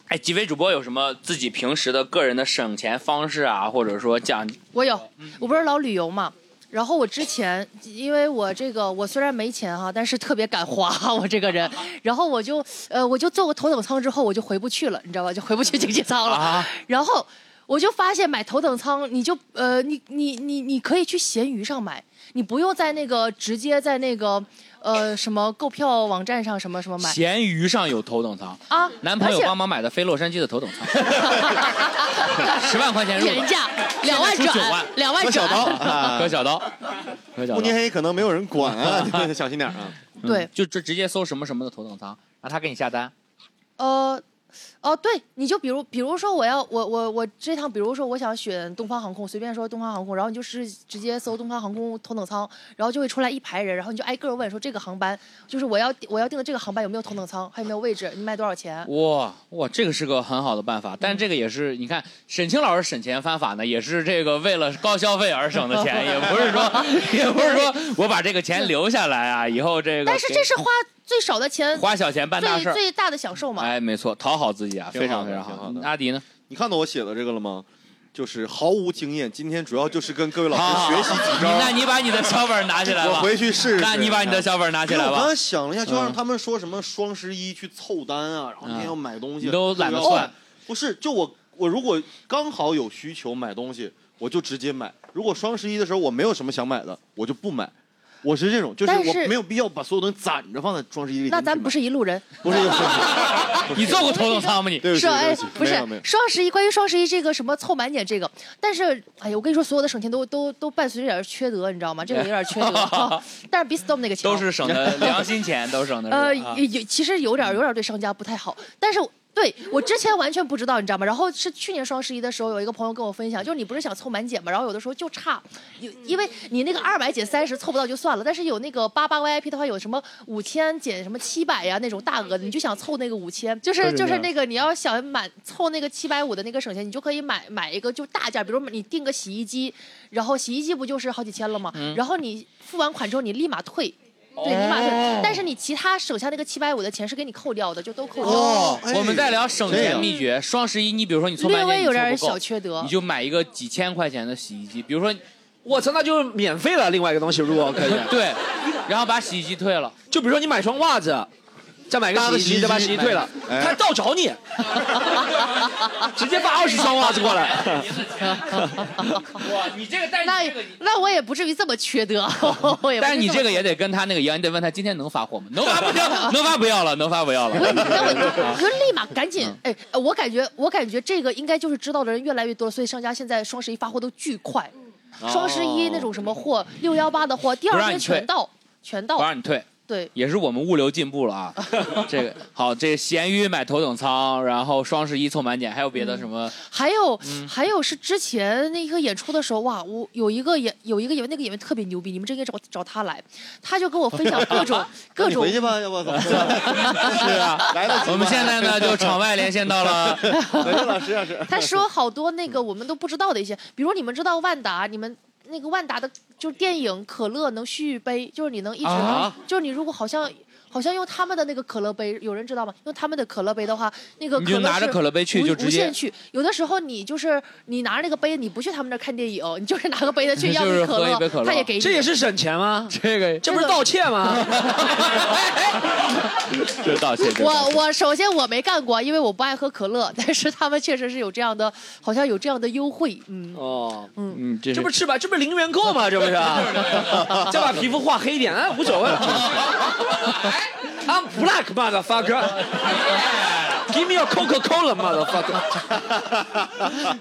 B: 哎，几位主播有什么自己平时的个人的省钱方式啊，或者说讲
L: 我有，
B: 嗯
L: 我不是老旅游嘛。然后我之前，因为我这个我虽然没钱哈、但是特别敢花， 我这个人。然后我就呃，我就坐过头等舱之后，我就回不去了，你知道吧？就回不去经济舱了。
B: 啊
L: 然后我就发现买头等舱，你就呃，你你你你可以去闲鱼上买，你不用在那个直接在那个呃什么购票网站上什么什么买。
B: 闲鱼上有头等舱
L: 啊
B: 男朋友
L: 而且
B: 帮忙买的飞洛杉矶的头等舱，十万块钱入的
L: 原价两万
B: 现在出
L: 转
B: 九万，
L: 两万
D: 割小
L: 转
D: 刀， 啊
B: 割小刀，割小刀
D: 慕尼黑可能没有人管啊，你小心点啊。
B: 嗯
L: 对
B: 就直直接搜什么什么的头等舱，然后他给你下单。
L: 呃，哦，对，你就比如，比如说我要我我我这趟，比如说我想选东方航空，随便说东方航空，然后你就是直接搜东方航空头等舱，然后就会出来一排人，然后你就挨个问说这个航班就是我要我要订的这个航班有没有头等舱，还有没有位置，你卖多少钱？
B: 哇哇，这个是个很好的办
L: 嗯
B: 法，但这个也是你看沈清老师省钱方法呢，也是这个为了高消费而省的 钱，也不是说 也不是说我把这个钱留下来啊，以后这个
L: 但是
B: 给
L: 这是花最少的钱，
B: 花小钱办大事
L: 最
B: 儿，
L: 最大的享受嘛。
B: 哎，没错，讨好自己啊，非常非常
D: 挺
B: 好
D: 好。的
B: 阿迪呢？
D: 你看到我写的这个了吗？就是毫无经验，今天主要就是跟各位老
B: 好
D: 师学习几招。
B: 啊那你把你的小本儿拿起来吧，
D: 我回去试试。
B: 那你把你的小本儿拿起来
D: 因为
B: 吧。嗯
D: 我刚才想了一下，就让他
B: 们
D: 们说什么双十一去凑单啊，然后那天要买东西，
B: 嗯你都懒得
D: 然后
B: 算。
D: 不是，就我我如果刚好有需求买东西，我就直接买；如果双十一的时候我没有什么想买的，我就不买。我是这种，就是
L: 但
D: 我
L: 是
D: 没有必要把所有东西攒着放在双十一里。
L: 那咱不是一路人，
D: 不是一个 双十一，
B: 你坐过头等舱吗？你
D: 对不起，
L: 是哎
D: 对起，
L: 不是
D: 没有没有
L: 双十一，关于双十一这个什么凑满减这个，但是哎呀，我跟你说，所有的省钱都都都伴随着点缺德，你知道吗？这个有点 缺德，但是比 Storm 那个强。
B: 都是省 的良心钱，都省的是。
L: 呃，
B: 啊
L: 有有其实有点有点对商家不太好，但是。对我之前完全不知道，你知道吗？然后是去年双十一的时候，有一个朋友跟我分享，就是你不是想凑满减吗？然后有的时候就差，有因为你那个二百减三十凑不到就算了，但是有那个八八 VIP 的话，有什么五千减什么七百呀那种大额的，你就想凑那个五千，就是
T: 对
L: 就是
T: 对
L: 那个你要想满凑那个七百五的那个省钱，你就可以买买一个就大件，比如你订个洗衣机，然后洗衣机不就是好几千了吗？
T: 嗯
L: 然后你付完款之后，你立马退。对，立马退。但是你其他手下那个七百五的钱是给你扣掉的，就都扣掉。
B: 哦，
L: 哎
B: 我们再聊省钱秘诀。双十一，你比如说你凑半
L: 略微
B: 年，你
L: 有
B: 凑
L: 点
B: 不够
L: 小缺德
B: 你就买一个几千块钱的洗衣机，比如说，
C: 我操，那就免费了。另外一个东西如果可以，
B: 对，然后把洗衣机退了，
C: 就比如说你买双袜子，再买个
B: 搭个
C: 洗衣
B: 洗衣
C: 机，
B: 机
C: 再把洗衣机退了，
B: 哎
C: 他倒 找你，直接发二十双袜子过来。
B: 哇，你这个但
L: 那那我也不至于这么缺德， 我也不
B: 但是
L: 至于
B: 你这
L: 么
B: 个也得跟他那个一样，你得问他今天能发 货吗？能发不行，能发不要了，能发不要了。啊
L: 我就立马赶紧，
B: 嗯
L: 哎，我感觉我感觉这个应该就是知道的人越来越多，所以商家现在双十一发货都巨快，
B: 哦
L: 双十一那种什么货，六幺八的货，第二
B: 不让
L: 天
B: 你退
L: 全到，全到
B: 不。让你退，
L: 对，
B: 也是我们物流进步了 啊。这个好，这个闲鱼买头等舱，然后双十一凑满减，还有别的什么？
L: 还有、
B: 嗯
L: 还有是之前那个演出的时候，哇，我有一个演有一个演员，那个演员特别牛逼，你们真应该找找他来，他就跟我分享 各 种各种
D: 你回去吧，要不走。
B: 是啊，
D: 来得及吗
B: 我们现在呢就场外连线 到了
D: 回去了，实际上 是。
L: 他说好多那个我们都不知道的一些，比如你们知道万达，你们那个万达的，就是电影可乐能续杯，就是你能一直，
T: 啊
L: 就是你如果好像。好像用他们的那个可乐杯，有人知道吗？用他们的可乐杯的话，那个
B: 你
L: 可
B: 就
L: 乐
B: 拿着
L: 是
B: 可乐杯去
L: 无
B: 就直
L: 无
B: 接
L: 限去。有的时候你就是你拿着那个杯，你不去他们那儿看电影，你就是拿个杯子去要
C: 就是
L: 可
C: 喝一杯可乐
L: 他也给你。
C: 这也是省钱吗？
B: 这个
C: 这不是盗窃 吗？
B: 这道歉。这道
L: 我
B: 歉
L: 我首先我没干过，因为我不爱喝可乐，但是他们确实是有这样的，好像有这样的优惠， 嗯。
C: 哦，
B: 嗯，这
C: 这不是吧？这不是零元购吗？这 不是？再把皮肤画黑一点，哎，无所谓。I'm black motherfucker. Give me your Coca Cola motherfucker.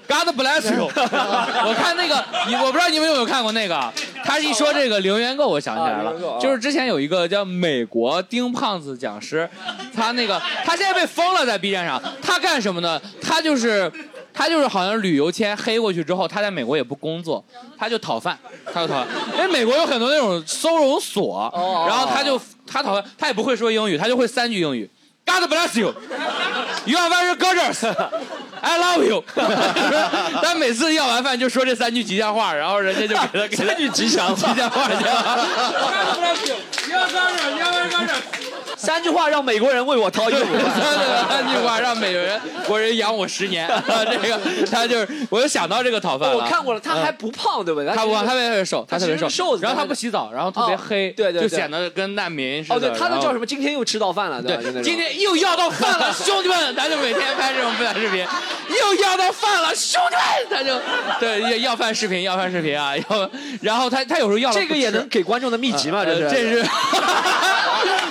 B: God bless you 我看那个，你我不知道你们有没有看过那个啊，他一说这个零元购，我想起来
C: 啊零元购
B: 了，
C: 啊
B: 就是之前有一个叫美国丁胖子讲师，他那个他现在被封了在 B 站上，他干什么呢？他就是。他就是好像旅游签黑过去之后，他在美国也不工作，他就讨饭，他就讨饭，因为美国有很多那种收容所，然后他就他讨饭，他也不会说英语，他就会三句英语，God bless you，You are very gorgeous. I love you. 但每次要完饭就说这三句吉祥话，然后人家就给 他给他三句吉祥吉祥话去了。
C: 三句话让美国人为我掏一个
B: 三句话让美国人国人养我十年， 这个他就是，我就想到这个讨饭了。
C: 我看过了，他还
B: 嗯
C: 不胖，对不对？
B: 他不
C: 其实
B: 他特别瘦，
C: 他
B: 特别
C: 其实
B: 瘦，
C: 是瘦子
B: 然后他
C: 但是
B: 不洗澡，然后特别
C: 哦
B: 黑，
C: 对对
B: 就
C: 对
B: 显得跟难民似的。
C: 哦，对，他
B: 然
C: 那
B: 后
C: 叫什么？今天又吃到饭了，对吧？就那
B: 对，
C: 种
B: 今天又要到饭了，兄弟们，咱就每天拍这种分享视频，又要到饭了，兄弟们，咱就 对要要饭视频，要饭视频啊，要，然后他他有时候要了
C: 这个也能给观众的秘
B: 不吃
C: 籍嘛？
B: 呃
C: 这是
B: 这是，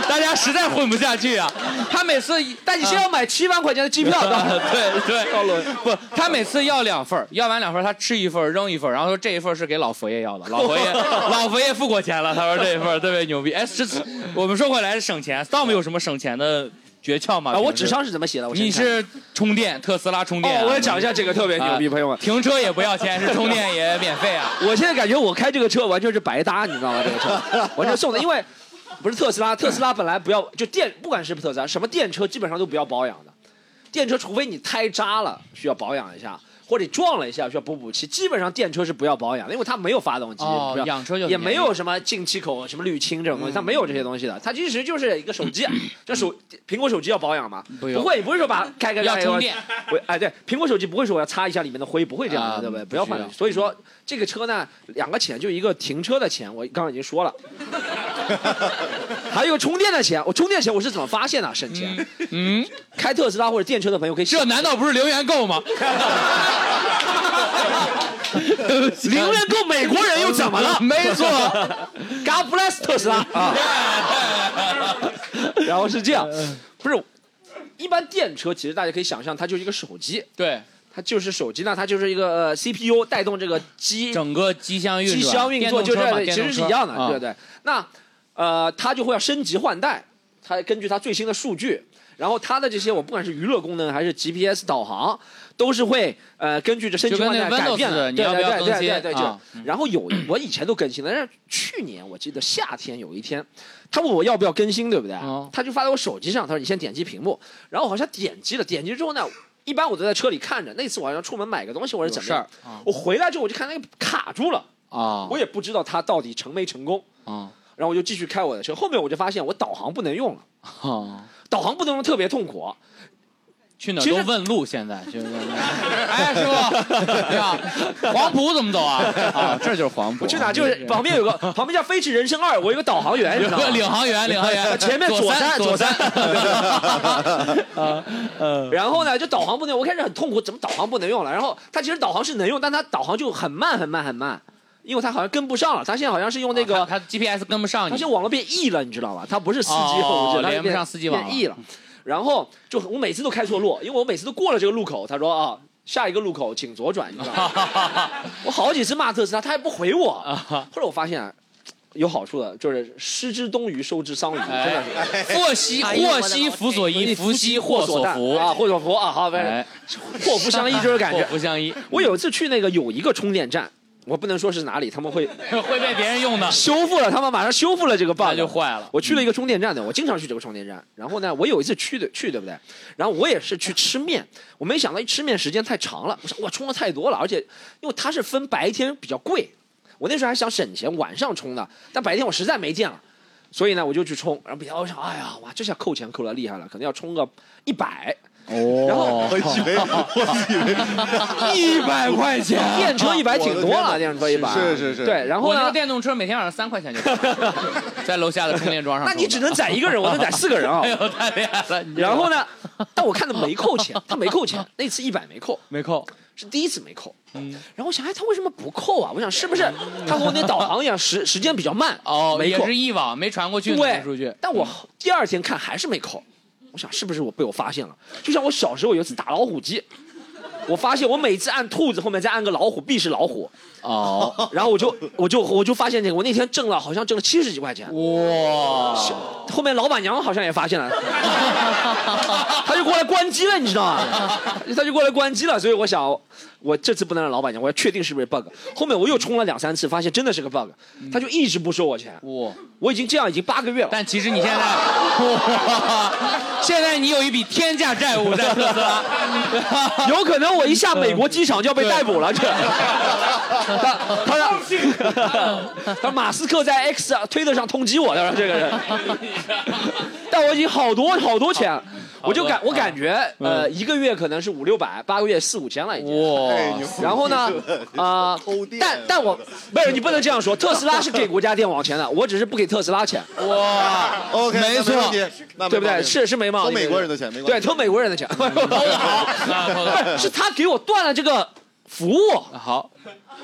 B: 大家实在混不下去 啊，他每次，
C: 但你先要买七万块钱的 机票
B: 啊
C: 的。
B: 对对，不，他每次要两份儿要完两份儿他吃一份儿扔一份儿然后说这一份儿是给老佛爷要的，老佛 爷老佛爷付过钱了，他说这一份儿特别牛逼。哎，这次我们说回来省钱，Storm 有什么省钱的诀窍吗？
C: 啊，我
B: 平时
C: 纸上是怎么写的？我先
B: 你
C: 看
B: 是充电，特斯拉充电、
C: 哦，我也讲一下这个特别牛逼，
B: 啊
C: 朋友们，
B: 停车也不要钱， 是充电也免费啊。
C: 我现在感觉我开这个车完全是白搭，你知道吗？这 个车完全送的，因为不是特斯拉，特斯拉本来不要就电，不管是不是特斯拉，什么电车基本上都不要保养的。电车除非你胎扎了需要保养一下，或者你撞了一下需要补补漆，基本上电车是不要保养的，因为它没有发动机，
B: 哦
C: 不要
B: 养车就
C: 也没有什么进气口、什么滤清这种东
B: 嗯
C: 西，它没有这些东西的，它其实就是一个手 机，啊这手苹果手机要保养吗？
B: 不用
C: 会，不会说把开开开
B: 要充
C: 我
B: 电
C: 我哎，对，苹果手机不会说我要擦一下里面的灰，不会这样
B: 啊
C: 的，对不对？
B: 不
C: 不要
B: 需要嗯
C: 换手机。所以说这个车呢，两个钱，就一个停车的钱，我刚刚已经说了，还有充电的钱。我充电钱我是怎么发现的？省钱。
B: 嗯，
C: 开特斯拉或者电车的朋友可以。这
B: 难道不是零元购 吗？
C: 零元购美国人又怎么了？
B: 没 错
C: ，God bless 特斯 拉啊。然后是这样，
B: 嗯
C: 不是，一般电车其实大家可以想象，它就是一个手机。
B: 对。
C: 它就是手机呢，它就是一个呃 CPU 带动这个机
B: 整个机箱运转
C: 机箱运作，就
B: 电动车嘛
C: 这其
B: 电动
C: 实是
B: 车
C: 一样的，
B: 啊
C: 对对。那呃，它就会要升级换代，它根据它最新的数据，然后它的这些我不管是娱乐功能还是 GPS 导航，都是会呃根据这升级
B: 就跟
C: 换代
B: 那
C: 改
B: Windows
C: 变的，
B: 的你
C: 对
B: 要不
C: 对
B: 要
C: 对
B: 更
C: 对
B: 新
C: 对对，就
B: 啊
C: 然后 有我以前都更新了，但是去年我记得夏天有一天，他问我要不要更新，对不对？
B: 哦
C: 他就发到我手机上，他说你先点击屏幕，然后我好像点击了，点击之后呢，一般我都在车里看着。那次我好像出门买个东西，我是怎么样
B: 有事儿啊
C: 我回来之后我就看那个卡住了，
B: 啊
C: 我也不知道它到底成没成功，
B: 啊
C: 然后我就继续开我的车。后面我就发现我导航不能用了，
B: 啊！
C: 导航不能用特别痛苦。
B: 去哪儿
C: 其实
B: 都问路，现在去问路。哎，师 傅，你好，黄埔怎么走啊？ 啊，这就是黄埔。
C: 我去哪儿就是旁边有个 旁边叫《飞驰人生二》，我有个导航员，你
B: 有
C: 知道
B: 个
C: 吗
B: 领航员，领航员，
C: 前面
B: 左
C: 三
B: 左
C: 左
B: 三。
C: 然后呢，就导航不能用，我开始很痛苦，怎么导航不能用了？然后它其实导航是能用，但它导航就很慢很慢很慢，因为它好像跟不上了。它现在好像是用那个、
B: 它 GPS 跟不上你
C: 它现在网络变 E 了，你知道吧？它不是四 G
B: 哦
C: 后置，它
B: 连不
C: 变
B: 上 4G 网了
C: 变 E 了。然后就我每次都开错路，因为我每次都过了这个路口，他说啊。下一个路口请
B: 啊
C: 左转，你知道吗？我好几次骂特斯拉，他也不回我。后来我发现，有好处的，就是失之东鱼，收之桑榆，真的是。
B: 哎祸兮
C: 哎呦
B: 祸兮福所依，福兮祸
C: 祸
B: 所
C: 大
B: 伏
C: 啊，祸所伏啊，好，不
B: 哎
C: 是 祸福相依就是感觉。
B: 祸福相依。
C: 我有一次去那个有一个充电站，我不能说是哪里，他们会
B: 会被别人用的。
C: 修复了，他们马上修复了这个 bug，
B: 就坏了。嗯
C: 我去了一个充电站的，我经常去这个充电站。然后呢，我有一次去的去，对不对？然后我也是去吃面，我没想到一吃面时间太长了，我想哇充的太多了，而且因为它是分白天比较贵，我那时候还想省钱晚上充的，但白天我实在没电了。所以呢，我就去充，然后比较我想，哎呀，哇，这下扣钱扣的厉害了，可能要充个一百。哦，然后
D: 我以 为我
B: 以为100块钱
C: 电车一百挺多
B: 我的
C: 了，
B: 天
C: 电
B: 哪
C: 车一百
B: 是是是
C: 对，然后
B: 我那
C: 呢
B: 个？电动车每天晚上三块钱就够 了，在楼下的充电桩上
C: 那
B: 充的。
C: 你只能载一个人我能载四个人啊
B: 哎呦，太厉害了！你这个
C: 然后呢？但我看他没扣 钱，他没扣钱，那次一百没扣，
B: 没扣，嗯
C: 是第一次没扣。然后我想，哎，他为什么不扣啊？我想是不是他和我那导航一样，时时间比较慢，
B: 哦，
C: 没
B: 也
C: 扣
B: 是一网没传过去，
C: 对
B: 没出去。
C: 但我后第二天看还是没扣，我想是不是我被我发现了？就像我小时候有一次打老虎机，我发现我每次按兔子后面再按个老虎，必是老虎。
B: 哦，
C: 然后我就我就我就发现这个，我那天挣了好像挣了七十几块钱。
B: 哇！
C: 后面老板娘好像也发现了，她就过来关机了，你知道吗？她就过来关机了，所以我想，我这次不能让老板娘，我要确定是不是 bug。后面我又充了两三次，发现真的是个 bug，她
B: 嗯
C: 就一直不收我钱。
B: 哇！
C: 我已经这样已经八个月了。
B: 但其实你现在，哇！现在你有一笔天价债务在特斯拉，
C: 有可能我一下美国机场就要被逮捕了。这， 他他让 他马斯克在 X 啊推特上通缉我，他说这个人，但我已经好多好多钱，我就感我感觉
B: 嗯
C: 呃一个月可能是五六百，八个月四五千了已经。
B: 哇
D: 哎牛
C: 然后呢，啊、但但我没有，你不能这样说。特斯拉是给国家电网钱的，我只是不给特斯拉钱。
B: 哇
D: ，OK，
C: 没错
D: 那问题，那没
C: 对不
D: 毛
C: 对？
D: 病
C: 是是没毛
D: 偷
C: 病。
D: 美国人的钱没关系
C: 对，偷美国人的钱。不 是，是他给我断了这个服务。
D: 啊
B: 好，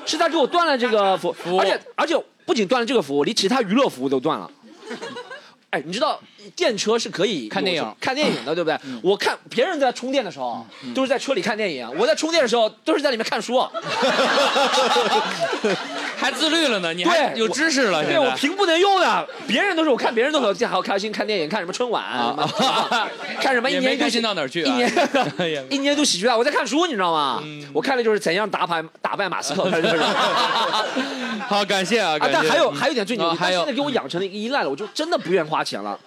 C: 是他给我断了这个服务，而且而且不仅断了这个服务，连其他娱乐服务都断了。哎，你知道电车是可以
B: 看电影
C: 有看 电影的，对不对？
D: 嗯
C: 我看别人在充电的时候都是在车里看电影，我在充电的时候都是在里面看书。
B: 还自律了呢，你还
C: 对，
B: 有知识了。
C: 对
B: 现在
C: 我 屏不能用的，别人都是我看别人都很好开心看电影，看什么春晚， 什么看什么一
B: 也
C: 年
B: 没
C: 一度
B: 开
C: 喜
B: 心到哪儿去啊
C: 一 年一年一度喜剧大会，我在看书，你知道吗？
B: 嗯
C: 我看的就是怎样打败打败马斯 克。就是
B: 好，感谢啊，
C: 啊，
B: 感谢
C: 但还有
B: 嗯
C: 还有一点最牛
B: 啊
C: 逼，他
B: 还
C: 现
B: 有
C: 在给我养成了一个依赖了，我就真的不愿意花 钱了。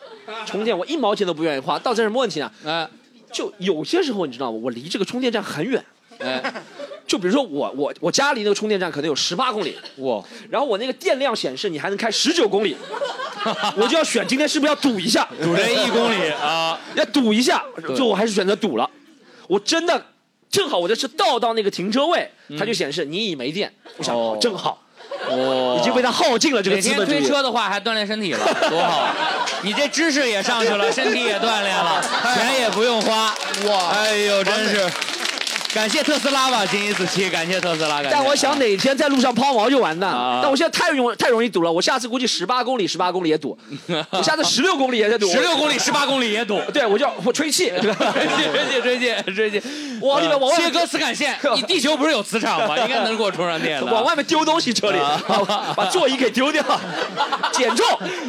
C: 充电我一毛钱都不愿意花，到底是什么问题呢？
B: 哎，
C: 就有些时候你知道吗？我离这个充电站很远，
B: 哎，
C: 就比如说我我我家离那个充电站可能有十八公里，
B: 哇，
C: 然后我那个电量显示你还能开十九 公里，我就要选今天是不是要赌一下，
B: 赌这一公里啊，
C: 要赌一下，
B: 对
C: 最后我还是选择赌了，我真的正好我这车倒到那个停车位，
B: 嗯
C: 它就显示你已没电，我想
B: 哦
C: 好正好。
B: 哇
C: 已经被他耗尽了这个
B: 每
C: 资
B: 天
C: 本主义
B: 推车 的话还锻炼身体了，多好啊！ 你这知识也上去 了，身体也锻炼了，
C: 哎
B: 钱也不用花。哇！哎呦，真是感谢特斯拉吧，今一子期，感谢特斯拉。感谢
C: 但我想哪天在路上抛锚就完蛋
B: 啊
C: 了。但我现在太容太容易堵了，我下次估计十八公里、十八公里也 堵，我下次十六公里也在堵，
B: 16公里18公里也堵。
C: 对，我就我 吹气，
B: 追追追追追 追！
C: 往里面往外
B: 呃切割磁感 线，你地球不是有磁场吗？应该能给我充上电的。
C: 往外面丢东西，车里
B: 啊
C: 把 把座椅给 丢掉，减重，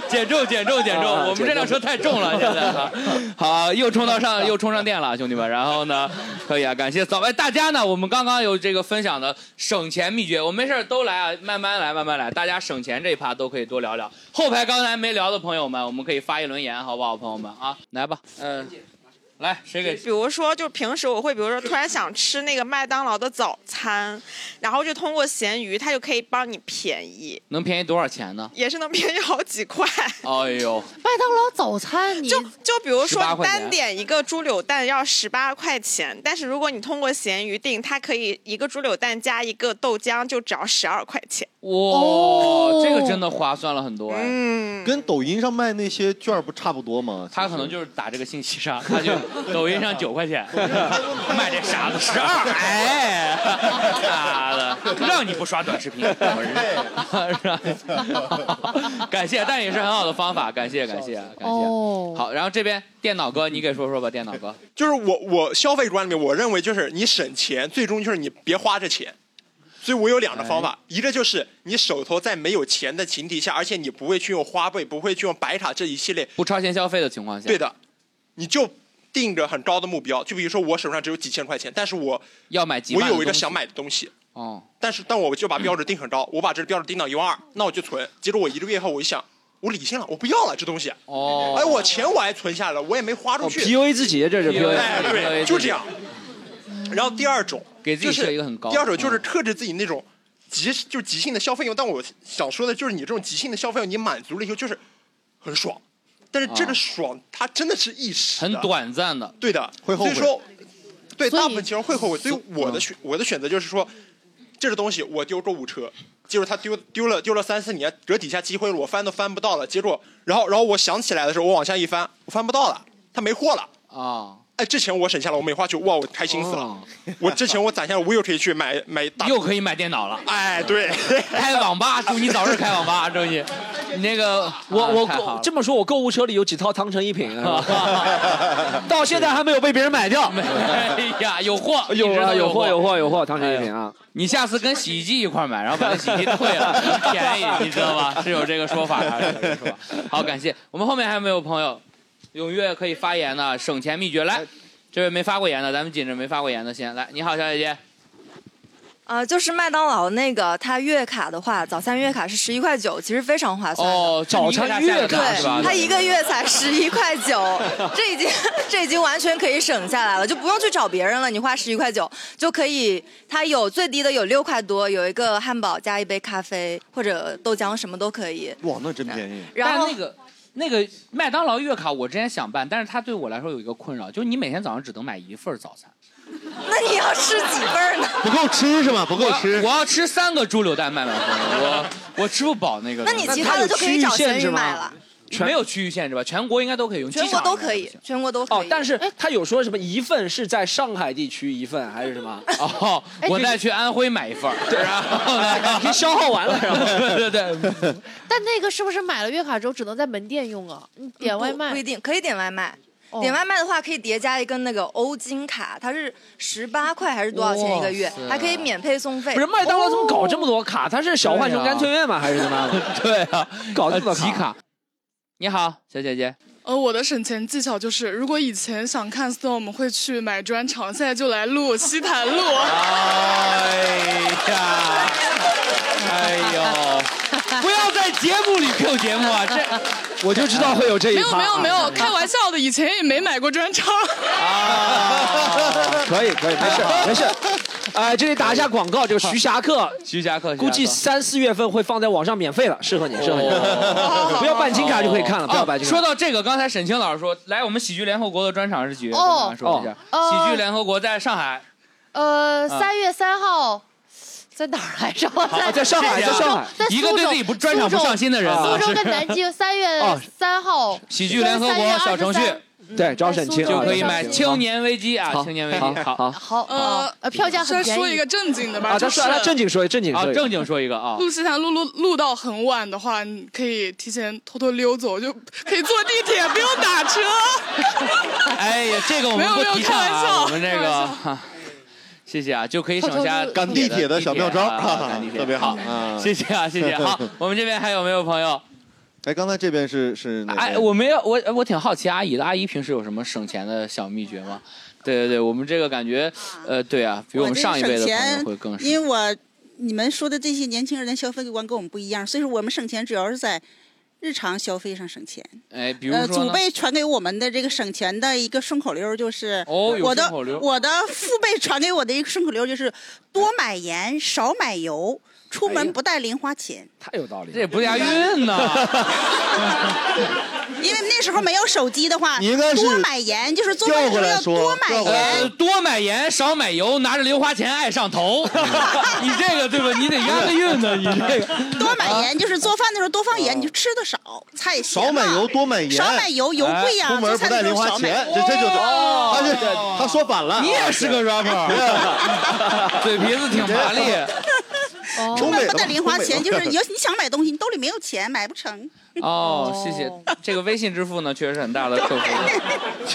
B: 减重，减重，减重！
C: 啊
B: 我们这辆车太重了，现在啊。好，又充到上，又充上电了，兄弟们。然后呢，可以啊，感谢扫哎，大家呢，我们刚刚有这个分享的省钱秘诀，我们没事儿都来啊，慢慢来，慢慢来，大家省钱这一趴都可以多聊聊。后排刚才没聊的朋友们，我们可以发一轮言，好不好，朋友们啊？来吧，嗯、来，谁给？
T: 比如说，就平时我会，比如说突然想吃那个麦当劳的早餐，然后就通过闲鱼，它就可以帮你便宜，
B: 能便宜多少钱呢？
T: 也是能便宜好几块。
B: 哎呦，
T: 麦当劳早餐，你就就比如说
B: 18块钱
T: 单点一个猪柳蛋要十八块钱，但是如果你通过闲鱼订，它可以一个猪柳蛋加一个豆浆，就只要十二块钱。
B: 哇、
T: 哦
B: 这个真的划算了很多哎。
D: 跟抖音上卖那些券儿不差不多吗？
B: 他可能就是打这个信息差， 他就抖音上九块钱卖这傻子十二，哎，妈的，哎让你不刷短视频，是吧？ 感谢，但也是很好的方法，感谢感谢感谢。好，然后这边电脑哥，你给说说吧，电脑哥。
O: 就是我我消费观里面，我认为就是你省钱，最终就是你别花这钱。所以我有两个方
B: 哎
O: 法，一个就是你手头在没有钱的前提下，而且你不会去用花呗，不会去用白卡这一系列
B: 不超前消费的情况下，
O: 对的，你就定着很高的目标，就比如说我手上只有几千块钱，但是我
B: 要买几
O: 我
B: 万的
O: 有一个
B: 东西
O: 想买的东西，
B: 哦，
O: 但是但我就把标准定很高，我把这个标准定到一万
B: 嗯
O: 二，那我就存。结果我一个月后我一想，我理性了，我不要了这东西。
B: 哦
O: 哎，我钱我还存下来了，我也没
C: 哦
O: 花出去。
C: PUA 自己这是 PUA
O: 哎，对，就这样。然后第二种，
B: 给自己
O: 就
B: 设
O: 是
B: 一个很高嗯
O: 第二种就是克制自己那种急，就是急性的消费欲。但我想说的就是，你这种急性的消费欲，你满足了以后就是很爽，但是这
B: 啊
O: 个爽它真的是一时的
B: 很短暂的，
O: 对的，
B: 会后悔
O: 所以说，对，大部分情况会后悔。所以
B: 嗯
O: 我的选我的选择就是说，这个东西我丢购物车，结果它丢丢了丢了三四年，折抵下机会了，我翻都翻不到了。结果，然后然后我想起来的时候，我往下一翻，我翻不到了，它没货了。
B: 啊，哦
O: 哎，这钱我省下了，我没花去，哇，我开心死了。我之前我攒下了，我又可以去买买大，
B: 又可以买电脑了。
O: 哎，对，
B: 开网吧，祝你早日开网吧，祝你。你啊那个，
C: 我我
B: 啊太好
C: 购
B: 了
C: 这么说，我购物车里有几套汤臣一品，是吧 到现在还没有被别人买掉。
B: 哎呀，有货，
C: 有
B: 一直
C: 啊，
B: 都
C: 有
B: 有
C: 货，有货，有货，汤臣一品啊。
B: 你下次跟洗衣机一块 儿买，然后把那洗衣机退 了，啊便 宜，你知道吧？是有这个说法 啊，是有这个说法。好，感谢我们后面还有没有朋友踊跃可以发言的省钱秘诀？来，这位没发过言的，咱们紧着没发过言的先来。你好，小姐姐。
U: 呃，就是麦当劳那个，它月卡的话，早餐月卡是十一块九，其实非常划算的。
B: 哦早餐月卡是吧
U: 对，它一个月才十一块 九，这已经这已经完全可以省下来了，就不用去找别人了，你花十一块九就可以。它有最低的有六块多，有一个汉堡加一杯咖啡或者豆浆，什么都可以。
D: 哇，那真便宜。
U: 然后
B: 哎但那个那个麦当劳月卡，我之前想办，但是它对我来说有一个困扰，就是你每天早上只能买一份早餐，
U: 那你要吃几份儿呢？
B: 不够吃是吗？不够吃，我要吃三个猪柳蛋麦麦风，我 我吃不饱那个。
U: 那你其他的就可以找闲鱼买了。
B: 没有区域限制吧？全国应该都可以用，
U: 全国都可以，全国
B: 哦
U: 都可以。
C: 哦但是他有说什么一份是在上海地区一份还是什么？ 哎
B: 哦，我再去安徽买一份儿，然后 呢，
C: 已经消耗完了然后
B: 对对对，
L: 但那个是不是买了月卡之后只能在门店用啊？你点外
U: 嗯
L: 卖
U: 不不一定可以点外卖。
L: 哦
U: 点外卖的话，可以叠加一个那个欧金卡，它是十八块还是多少钱一个月
C: 哇塞？
U: 还可以免配送费。哦
C: 不是麦当劳怎么搞这么
L: 哦
C: 多卡？他是小浣熊干脆面吗？还是怎么样的？
B: 啊 对啊，
C: 搞这么多
B: 集卡。你好，小姐姐，
V: 呃，我的省钱技巧就是，如果以前想看 Storm 会去买专场，现在就来录西坛路。
C: 啊
B: 哎呀，哎呦，不要在节目里 Q 节目啊，这
C: 我就知道会有这一
V: 没有
C: 趴
V: 没有
C: 啊
V: 没有，开玩笑的，以前也没买过专场。
C: 可以可以，没事没事。啊 哎，这里打一下广告，这个徐霞客，
B: 徐霞客
C: 估计三四月份会放在网上免费了，适 合你，适合你
B: 哦。
C: 不要办金卡就可以看了，不要办金
B: 哦
C: 卡。
B: 说到这个，刚才沈清老师说，来我们喜剧联合国的专场是几月份？
L: 哦
B: 跟大家说一下，
L: 哦
B: 喜剧联合国在上海。
L: 呃，
B: 啊
L: 三月三号。在哪儿来着？在
B: 在上海
L: 苏州
B: 在上海
L: 在苏州
B: 一个对自己不专场不上心的人啊
L: 苏州
B: 是
L: 跟南 京三月
B: 哦
L: 三号，
B: 喜剧联合
L: 三月嗯
B: 国
L: 23
B: 小程序，
C: 对，找沈清
B: 就
C: 啊
B: 可以买《青。年危机》啊，
C: 好
B: 《青年危机》
C: 好好
L: 好，
V: 呃，
L: 票价
V: 再
L: 很便宜
V: 说一个正经的吧，
C: 啊，
V: 就
C: 他
V: 是
C: 说来正经说，正经
B: 啊
C: 说，，
B: 正经说一个啊，
V: 录西坛路录录到很晚的话，你可以提前偷偷溜走，就可以坐地铁，不用打车。
B: 哎呀，这个我们不
V: 没有没
B: 提
V: 有
B: 倡
V: 开玩
B: 啊，
V: 笑
B: 我们这
V: 开
B: 个，哈 谢谢啊，就可以省下
D: 赶地铁的小妙招
B: 啊赶地 铁
D: 特别好
B: 好
D: 嗯
B: 谢谢啊，谢谢。好，我们这边还有没有朋友？
D: 哎，刚才这边是是哪位？
B: 哎，我没有，我我挺好奇阿姨的，阿姨平时有什么省钱的小秘诀吗？对对对，我们这个感觉，呃，对啊，比我们上一辈的
W: 省
B: 朋
W: 钱
B: 友会更省。
W: 因为我你们说的这些年轻人的消费观跟我们不一样，所以说我们省钱主要是在日常消费上省钱。
B: 哎，比如
W: 呃，
B: 说
W: 祖
B: 呢，
W: 辈传给我们的这个省钱的一个顺口溜儿就是，
B: 哦有
W: 我的
B: 顺口溜儿
W: 我的父辈传给我的一个顺口溜 儿就是多买盐，少买油，出
B: 哎
W: 门不带零花钱。
C: 太有道理了，
B: 这也不押韵呢。
W: 因为那时候没有手机的话，
B: 你应该是
W: 多买盐，就是 做饭的时候要多买盐。
B: 呃，多买盐，少买油，拿着零花钱爱上 头。你这个对吧？你得押个韵呢，你这个。
W: 多
B: 啊
W: 买盐就是做饭的时候多放盐，你就吃的少，菜咸
D: 少买
W: 嘛
D: 油，多买盐。哎
W: 少买油，油贵呀。
D: 出门
W: 做
D: 不
W: 菜
D: 带
W: 的时
D: 零
W: 候
D: 花
W: 少买
D: 钱，这这就是他是他说反了。啊
B: 你也是个 rapper，嘴皮子挺麻利。
D: 出
W: 本不得零花钱，就是你要你想买东西，你兜里没有钱，买不成。
B: 哦，谢谢。这个微信支付呢，确实是很大的克服，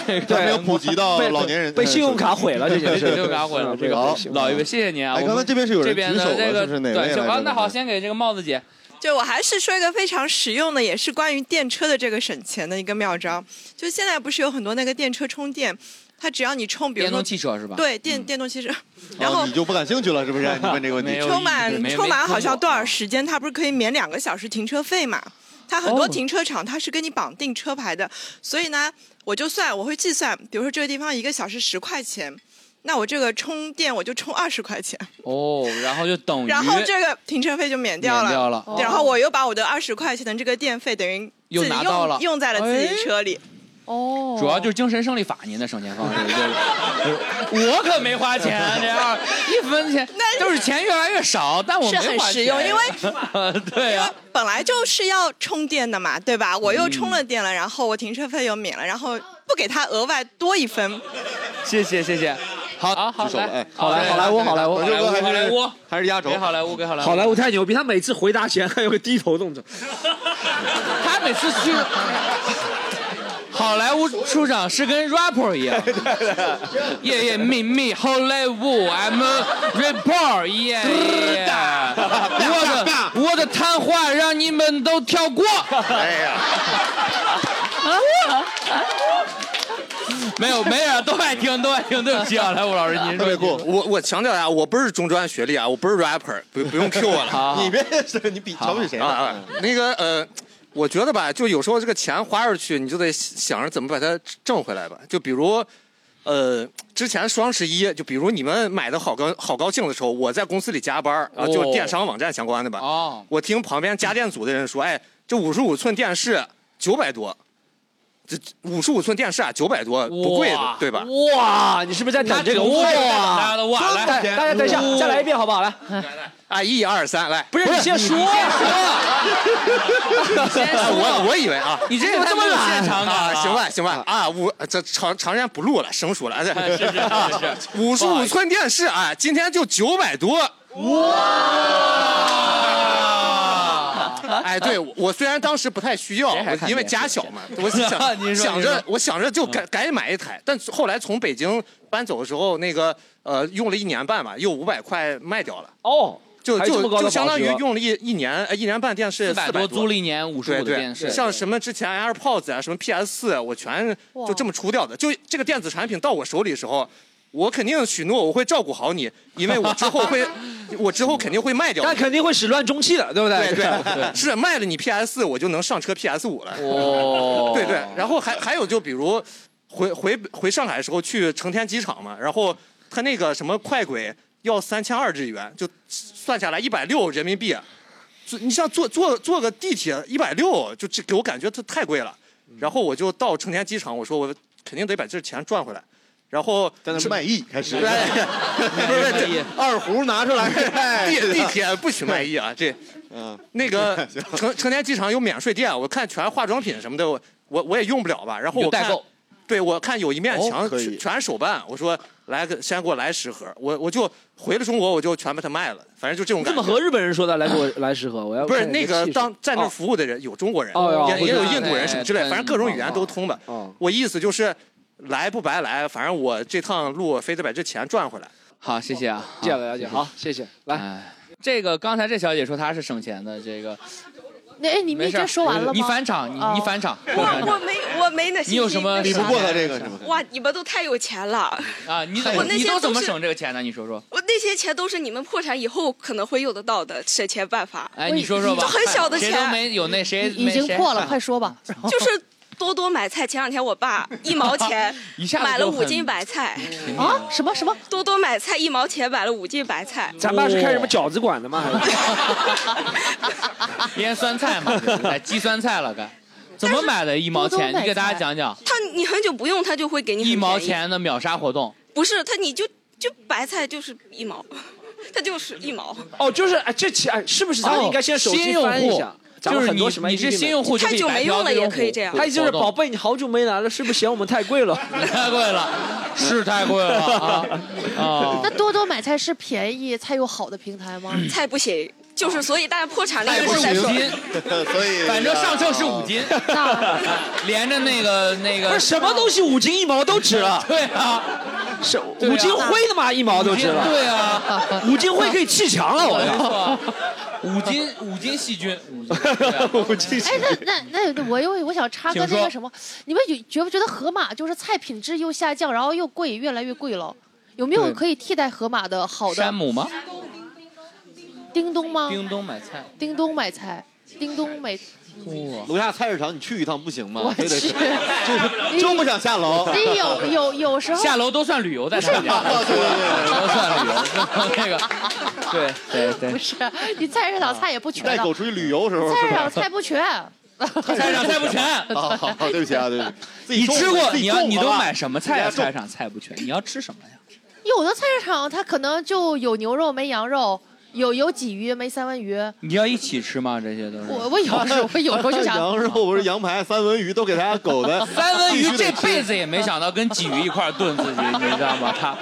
B: 这个
D: 还没有普及到老年人哎
B: 被信用卡毁
D: 了 这件
B: 被
D: 事
B: 信用卡毁
C: 嗯
B: 了。这个
D: 好
B: 老一辈，谢谢您啊。
D: 哎
B: 我们
D: 刚才这边是有人
B: 这边
D: 举手
B: 的
D: 了
B: 这个
D: 是不是哪位
B: 对，
D: 来
B: 小
D: 着
B: 刚，那好，先给这个帽子姐。
A: 对，嗯我还是说一个非常实用的，也是关于电车的这个省钱的一个妙招。就现在不是有很多那个电车充电，它只要你充，比如说
D: 电动汽车是吧嗯
A: 对，电电动汽车， 然
D: 哦
A: 后
D: 你就不感兴趣了是不是？你问这个问题，
A: 充满充满好像多
D: 嗯
A: 少时间，它不是可以免两个小时停车费嘛？它很
D: 哦
A: 多停车场它是跟你绑定车牌的，所以呢，我就算我会计算，比如说这个地方一个小时十块钱，那我这个充电我就充二十块钱。
B: 哦，然后就等于
A: 然后这个停车费就免掉了，
B: 免掉了
A: 对然后我又把我的二十块钱的这个电费等于
B: 又
A: 自己
B: 拿
A: 用
B: 到了
A: 用在了自己车里。
B: 哦主要就是精神胜利法，您的省钱方式。就是我可没花钱，啊这样一分钱，就是钱越来越少，但我没
A: 是
B: 花钱
A: 很实用因为
B: 对啊呀、
A: 本来就是要充电的嘛，对吧？我又充了电了，然后我停车费又免了，然后不给他额外多一分。
B: 谢谢谢谢，好啊好
D: 举手了
B: 来
D: 哎好来好莱坞好莱坞
B: 好莱
D: 好莱
B: 坞
D: 坞
B: 好莱坞
D: 还是压轴
B: 给好莱坞给好莱坞
C: 好莱坞太牛逼，他每次回答前还有个低头动作。
B: 他每次去 好莱坞出场是跟 rapper 一 样，夜夜秘密好莱坞，I'm a rapper，耶耶，我的我的谈话让你们都跳过。哎呀，
A: 啊
B: 没有没有，都爱听都爱听，对不起啊，来吴老师，您
H: 特别
B: 说
H: 酷。我我强调一下，我不是中专学历啊，我不是 rapper，不不用 Q 我了。
D: 你别你比瞧不起谁
H: 啊
D: 嗯
H: 啊
D: 呢？
H: 那个呃，我觉得吧，就有时候这个钱花出去，你就得想着怎么把它挣回来吧。就比如，呃，之前双十一，就比如你们买的好高好高兴的时候，我在公司里加班啊，就
B: 哦
H: 电商网站相关的吧。
B: 哦，
H: 我听旁边家电组的人说，哎，这五十五寸电视九百多。这五十五寸电视啊，九百多，不贵的
C: 哇，
H: 对吧？
C: 哇，你是不是在等这个？哇，大家大家等一下，再来一遍好不好？来，
H: 啊，一二三，来，
C: 不是你先 说，
H: 我我以为啊，
B: 你这个太没有现场感
H: 啊！
B: 了
H: 行吧，行吧，啊，五这长长时间不录了，生疏了，哎
B: 是 是是是
H: 五十五寸电视啊，今天就九百多。 哇！哎，对我我虽然当时不太需要，
B: 谁还
H: 我
B: 看
H: 因为
B: 电视
H: 家小嘛， 我想
B: 您说
H: 想
B: 您
H: 着
B: 说
H: 我想着
C: 嗯
H: 就赶赶紧买一台，但后来从北京搬走的时候，那个呃用了一年半吧，又五百块卖掉了。
C: 哦，
H: 就
C: 还有这
H: 就
C: 么高的
H: 就相当于
C: 保值啊
H: 用了一一年呃一年半电视
B: 400
H: 400
B: 多租了一年55
H: 对
B: 的
H: 对
B: 电视
H: 像什么之前 AirPods 啊，什么 PS 四，我全就这么出掉的。就这个电子产品到我手里的时候，我肯定许诺我会照顾好你，因为我之后会，我之后肯定会卖掉。
C: 但肯定会始乱终弃的，对不
H: 对
C: 对？
H: 对，是卖了你 PS 四，我就能上车 PS 五了。
B: 哦
H: 对对，然后还还有就比如回回回上海的时候去成田机场嘛，然后他那个什么快轨要三千二日元，就算下来一百六人民币。就你像坐坐坐个地铁一百六，就这给我感觉它太贵了。
D: 嗯
H: 然后我就到成田机场，我说我肯定得把这钱赚回来。然后在
D: 那卖艺开始
H: 对，不是
D: 卖
H: 这
D: 艺 二胡拿出来
H: 地地 铁不许卖艺啊，这。
D: 嗯，
H: 那个成成田机场有免税店，我看全化妆品什么的，我我我也用不了吧。然后
B: 你就
H: 我看
B: 代购，
H: 对我看有一面墙、
B: 哦可以
H: 全全手办，我说来个先给我来十盒，我我就回了中国，我就全把它卖了，反正就这种
C: 这
H: 感
C: 么
H: 觉。
C: 和日本人说的来给我来十盒，我要
H: 不是
C: 看
H: 那
C: 你的
H: 个
C: 气势
H: 当在那儿服务的人有中国人
C: 哦，
H: 也
C: 哦
H: 也有
C: 我知道嗯
H: 印度人什么之类，反正各种语言都通吧。
B: 嗯
H: 我意思就是来不白来，反正我这趟路非得把这钱赚回来。
B: 好，谢谢啊，
C: 这样了解，好，谢谢，
B: 来。哎这个刚才这小姐说她是省钱的，这个
L: 那哎，你
B: 没
L: 们
B: 事儿
L: 这说完了吗？
B: 你返场，你
L: 哦
B: 你返场，
A: 我我没我没那些。
B: 你有什么
A: 那
B: 理
A: 啥
B: 不过他这个是吧
A: 哇，你们都太有钱了。
B: 啊，你怎
A: 我
B: 么
A: 那
B: 你
A: 些
B: 都怎么
A: 都是
B: 省这个钱呢？你说说，
A: 我那些钱都是你们破产以后可能会用得到的省钱办法。
B: 哎，你说说吧，
A: 就很小的钱，
B: 谁都没有那谁
L: 已经破了，快说吧。
A: 就是多多买菜。前两天我爸一毛 钱
L: 一下子就
A: 买了
L: 很
A: 五斤白菜
L: 啊！什么什么？
A: 多多买菜一毛钱买了五斤白菜。
C: 咱爸是开什么饺子馆的吗？还是
B: 腌酸菜嘛，就是哎鸡酸菜了该。怎么买的？一毛钱，你给大家讲讲。
A: 他你很久不用，他就会给你很
B: 一毛
A: 便宜。
B: 钱的秒杀活动，
A: 不是他你就就白菜就是 一毛，它就是一毛。
C: 哦，就是哎，这期哎，是不是咱们应该先手
B: 新
C: 机
B: 用
C: 翻一
B: 户
C: 下？咱
B: 就
C: 们
B: 是
C: 很
B: 你
C: 多什么
B: 你
C: APP
B: 是
C: 嘛
B: 新用户就可以白嫖这种活
C: 还有就是
B: 活动
C: 宝贝，你好久没来了，是不是嫌我们 太贵了？
B: 太贵了，是太贵了 啊！啊嗯
L: 那多多买菜是便宜菜又好的平台吗？
A: 菜不行，
B: 哦
T: 就是所以大家破产了
B: 哎
T: 一
B: 不
T: 直
B: 是
T: 在
B: 五
T: 说。
B: 斤，
D: 所以呃
B: 反正上秤是五斤，连着那个那个。
C: 不是什么东西五斤一毛都值了
B: 对啊，
C: 是
B: 对啊
C: 五斤灰他妈一毛都值了。
B: 五斤对啊
C: 五斤灰可以砌墙了，我
B: 没
C: 操
B: 错。五斤五斤细 菌，五斤
D: 五斤
L: 哎，那那那那我又我想插个
B: 请
L: 那
B: 说
L: 个什么，你们有觉不觉得河马就是菜品质又下降，然后又贵，越来越贵了？有没有
B: 对
L: 可以替代河马的好的？
B: 山姆吗？
L: 叮咚吗？
B: 叮咚买菜。
L: 叮咚买菜，叮咚买。
D: 楼下菜市场你去一趟不行吗？非得
L: 去
D: 就就不想下
B: 哦
D: 楼。
L: 你有有有时候
B: 下楼都算旅游，在他们家，
D: 不是
B: 都算旅游，
D: 啊
B: 那个，对 对对
L: 不，是 你菜市场菜也不全
D: 带
L: 了
D: 狗，出去旅游的时候，
L: 菜市场菜不全。
B: 菜市场菜不全
D: 好好好，对不起啊，对不起。自己
B: 你
D: 种
B: 吃过
D: 自己
B: 你要
D: 种
B: 你
D: 好
B: 都
D: 吧
B: 买什么菜呀？
D: 自己家种
B: 菜市场菜不全，你要吃什么呀？
L: 有的菜市场它可能就有牛肉没羊肉，有有鲫鱼没三文鱼。
B: 你要一起吃吗？这些都是
L: 我我有 时候我有时候 就想
D: 羊肉，不是羊排、三文鱼都给他家狗 的。
B: 三文
D: 必
B: 鱼
D: 须
B: 这
D: 得吃
B: 辈子也没想到跟鲫鱼一块儿炖自己，你知道吗？他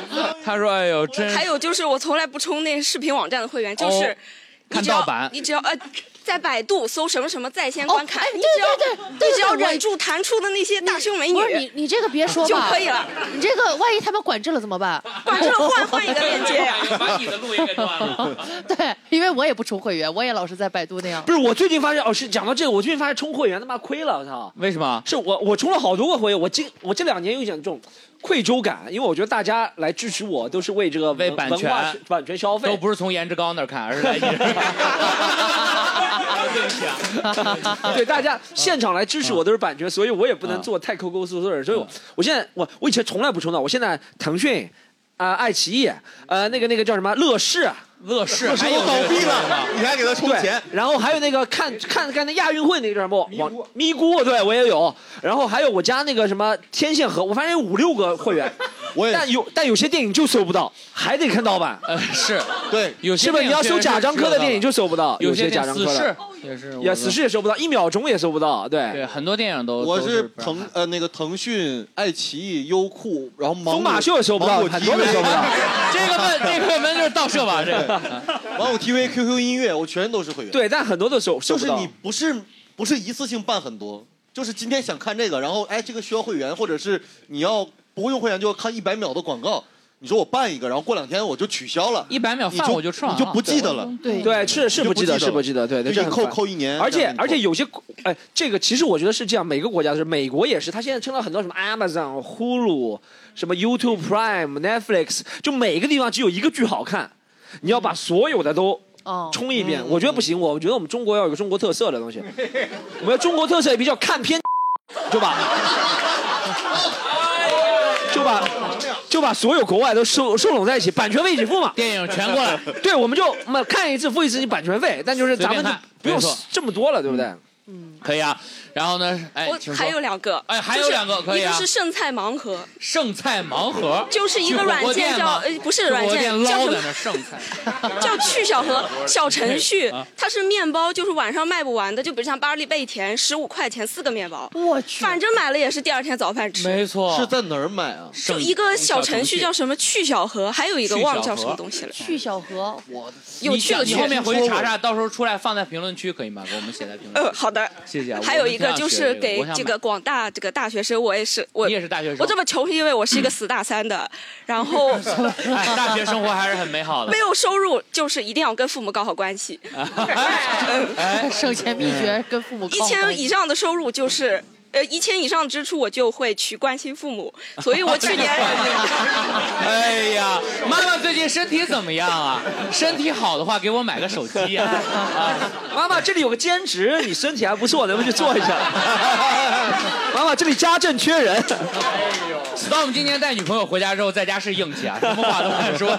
B: 他说：“哎呦，真
T: 还有就是我从来不充那视频网站的会员，就是、
B: 哦看
T: 你只要
B: 盗版哦哎
T: 你只要呃。在百度搜什么什么在线观看，你
L: 对
T: 只要
L: 对对对
T: 你只要
L: 对对我
T: 忍住弹出的那些大胸美女，
L: 不是你，你这个别说吧，
T: 就可以了。
L: 你这个万一他们管制了怎么办？
T: 管制了换换一个链接呀
B: 把你的路也给断了。
L: 对，因为我也不充会员，我也老是在百 度那样
C: 不。是，我最近发现哦，是讲到这个，我最近发现充会员他妈亏了，我操！
B: 为什么？
C: 是我我充了好多个会员，我这我这两年有一种愧疚感，因为我觉得大家来支持我都是为这个 为
B: 版
C: 文化
B: 权
C: 版权消费，
B: 都不是从颜值高那儿看，而是来 你这儿。对不起啊
C: 对啊大家现场来支持我都是版权，所以我也不能做太抠抠搜搜的。所以我，我现在我我以前从来不充的，我现在腾讯啊、爱奇艺呃那个那个叫什么乐视。啊
B: 乐视
C: 乐视
B: 还有
C: 都倒闭了，
D: 你还给他充钱？
C: 然后还有那个看看看那亚运会那个叫什么网咪咕，对我也有。然后还有我家那个什么天线盒，我发现有五六个会员，
D: 我也
C: 但有但有些电影就搜不到，还得看盗版。
B: 呃，是
D: 对，
B: 有些
C: 是吧？
B: 电
C: 你
B: 影
C: 要
B: 确实
C: 搜
B: 是
C: 贾樟柯的
B: 知道
C: 电影就搜不到，有
B: 些
C: 贾
B: 电
C: 樟
B: 影
C: 柯的
B: 死侍也是我
C: 也
B: 的
C: 死侍也搜不到，一秒钟也搜不到，对。
B: 对，很多电影都
D: 我
B: 都
D: 是
B: 不让
D: 腾呃那个腾讯、爱奇艺、优酷，然后啊芒
C: 疯马秀也搜不到，很多都搜不到。
B: 这个问这个问就是盗摄 吧，这个。
D: 网友 TV、QQ 音乐，我全都是会员。
C: 对，但很多都搜
D: 就
C: 搜不
D: 是
C: 到
D: 你不是不是一次性办很多，就是今天想看这个，然后哎这个需要会员，或者是你要不会用会员就要看一百秒的广告。你说我办一个，然后过两天我就取消了，
B: 一百秒
D: 你
B: 饭我就吃完
D: 你就
B: 了
D: 不记得了。
L: 对
C: 对，是是
D: 你就不
C: 不记
D: 记
C: 得，
D: 得
C: 是
D: 了
C: 不记得，对对，
D: 就
C: 这
D: 你
C: 很
D: 扣
C: 烦
D: 扣一年
C: 而
D: 这
C: 且
D: 样给你
C: 而且有些，哎，这个其实我觉得是这样，每个国家都是，美国也是，它现在撑了很多什么 Amazon、Hulu、什么 YouTube Prime、Netflix，就每个地方只有一个剧好看，你要把所有的都。
L: 哦
C: 冲一遍，我觉得不行，我觉得我们中国要有个中国特色的东西，我们要中国特色也比较看片， 就把就把就把所有国外都收收拢在一起，版权费一起付嘛，
B: 电影全过来
C: 对，我们就我们看一次付一次你版权费，但就是咱
B: 随便
C: 们就
B: 看
C: 不用
B: 没错嗯
C: 这么多了，对不对？
B: 可以啊，然后呢？哎，请说
T: 我还有两个，
B: 哎，还有两个
T: 就是
B: 可以啊。
T: 一个是剩菜盲盒，
B: 剩菜盲盒，
T: 就是一个软件叫呃不是软件
B: 捞
T: 叫什么
B: 在那剩菜，
T: 叫去小盒小程序
B: 啊，
T: 它是面包，就是晚上卖不完的，就比如像巴黎贝甜，十五块钱四个面包，
L: 我去，
T: 反正买了也是第二天早饭吃。
B: 没错
D: 是在哪儿买啊？
T: 就一个小程序叫什么去小盒，还有一个
D: 去小
T: 忘
D: 盒
T: 了叫什么东西了。
L: 去小河，
D: 我
T: 有趣的
B: 嗯你
T: 去
B: 后面回去查查，到时候出来放在评论区可以吗？给我们写在评论。
T: 呃，好的，
B: 谢谢啊。
T: 还有一个就是给
B: 我们挺想
T: 这
B: 学这
T: 个
B: 个
T: 广大这个大学生，我也是我
B: 你也是大学生
T: 我这么穷是因为我是一个死大三 的，然后
B: 我想 买哎，大学生活还是很美好的。
T: 没有收入，就是一定要跟父母搞好关系。呃
B: 哎，
L: 省钱秘诀跟父母
T: 一
L: 告诉我
T: 千以上的收入就是。呃，一千以上的支出我就会去关心父母，所以我去 年
B: 哎呀，妈妈最近身体怎么样啊？身体好的话，给我买个手机 呀、啊。
C: 妈妈，这里有个兼职，你身体还不错，能不能去做一 下？妈妈，这里家政缺人。
B: Storm 今天带女朋友回家之后，在家是硬气啊，什么话都敢说，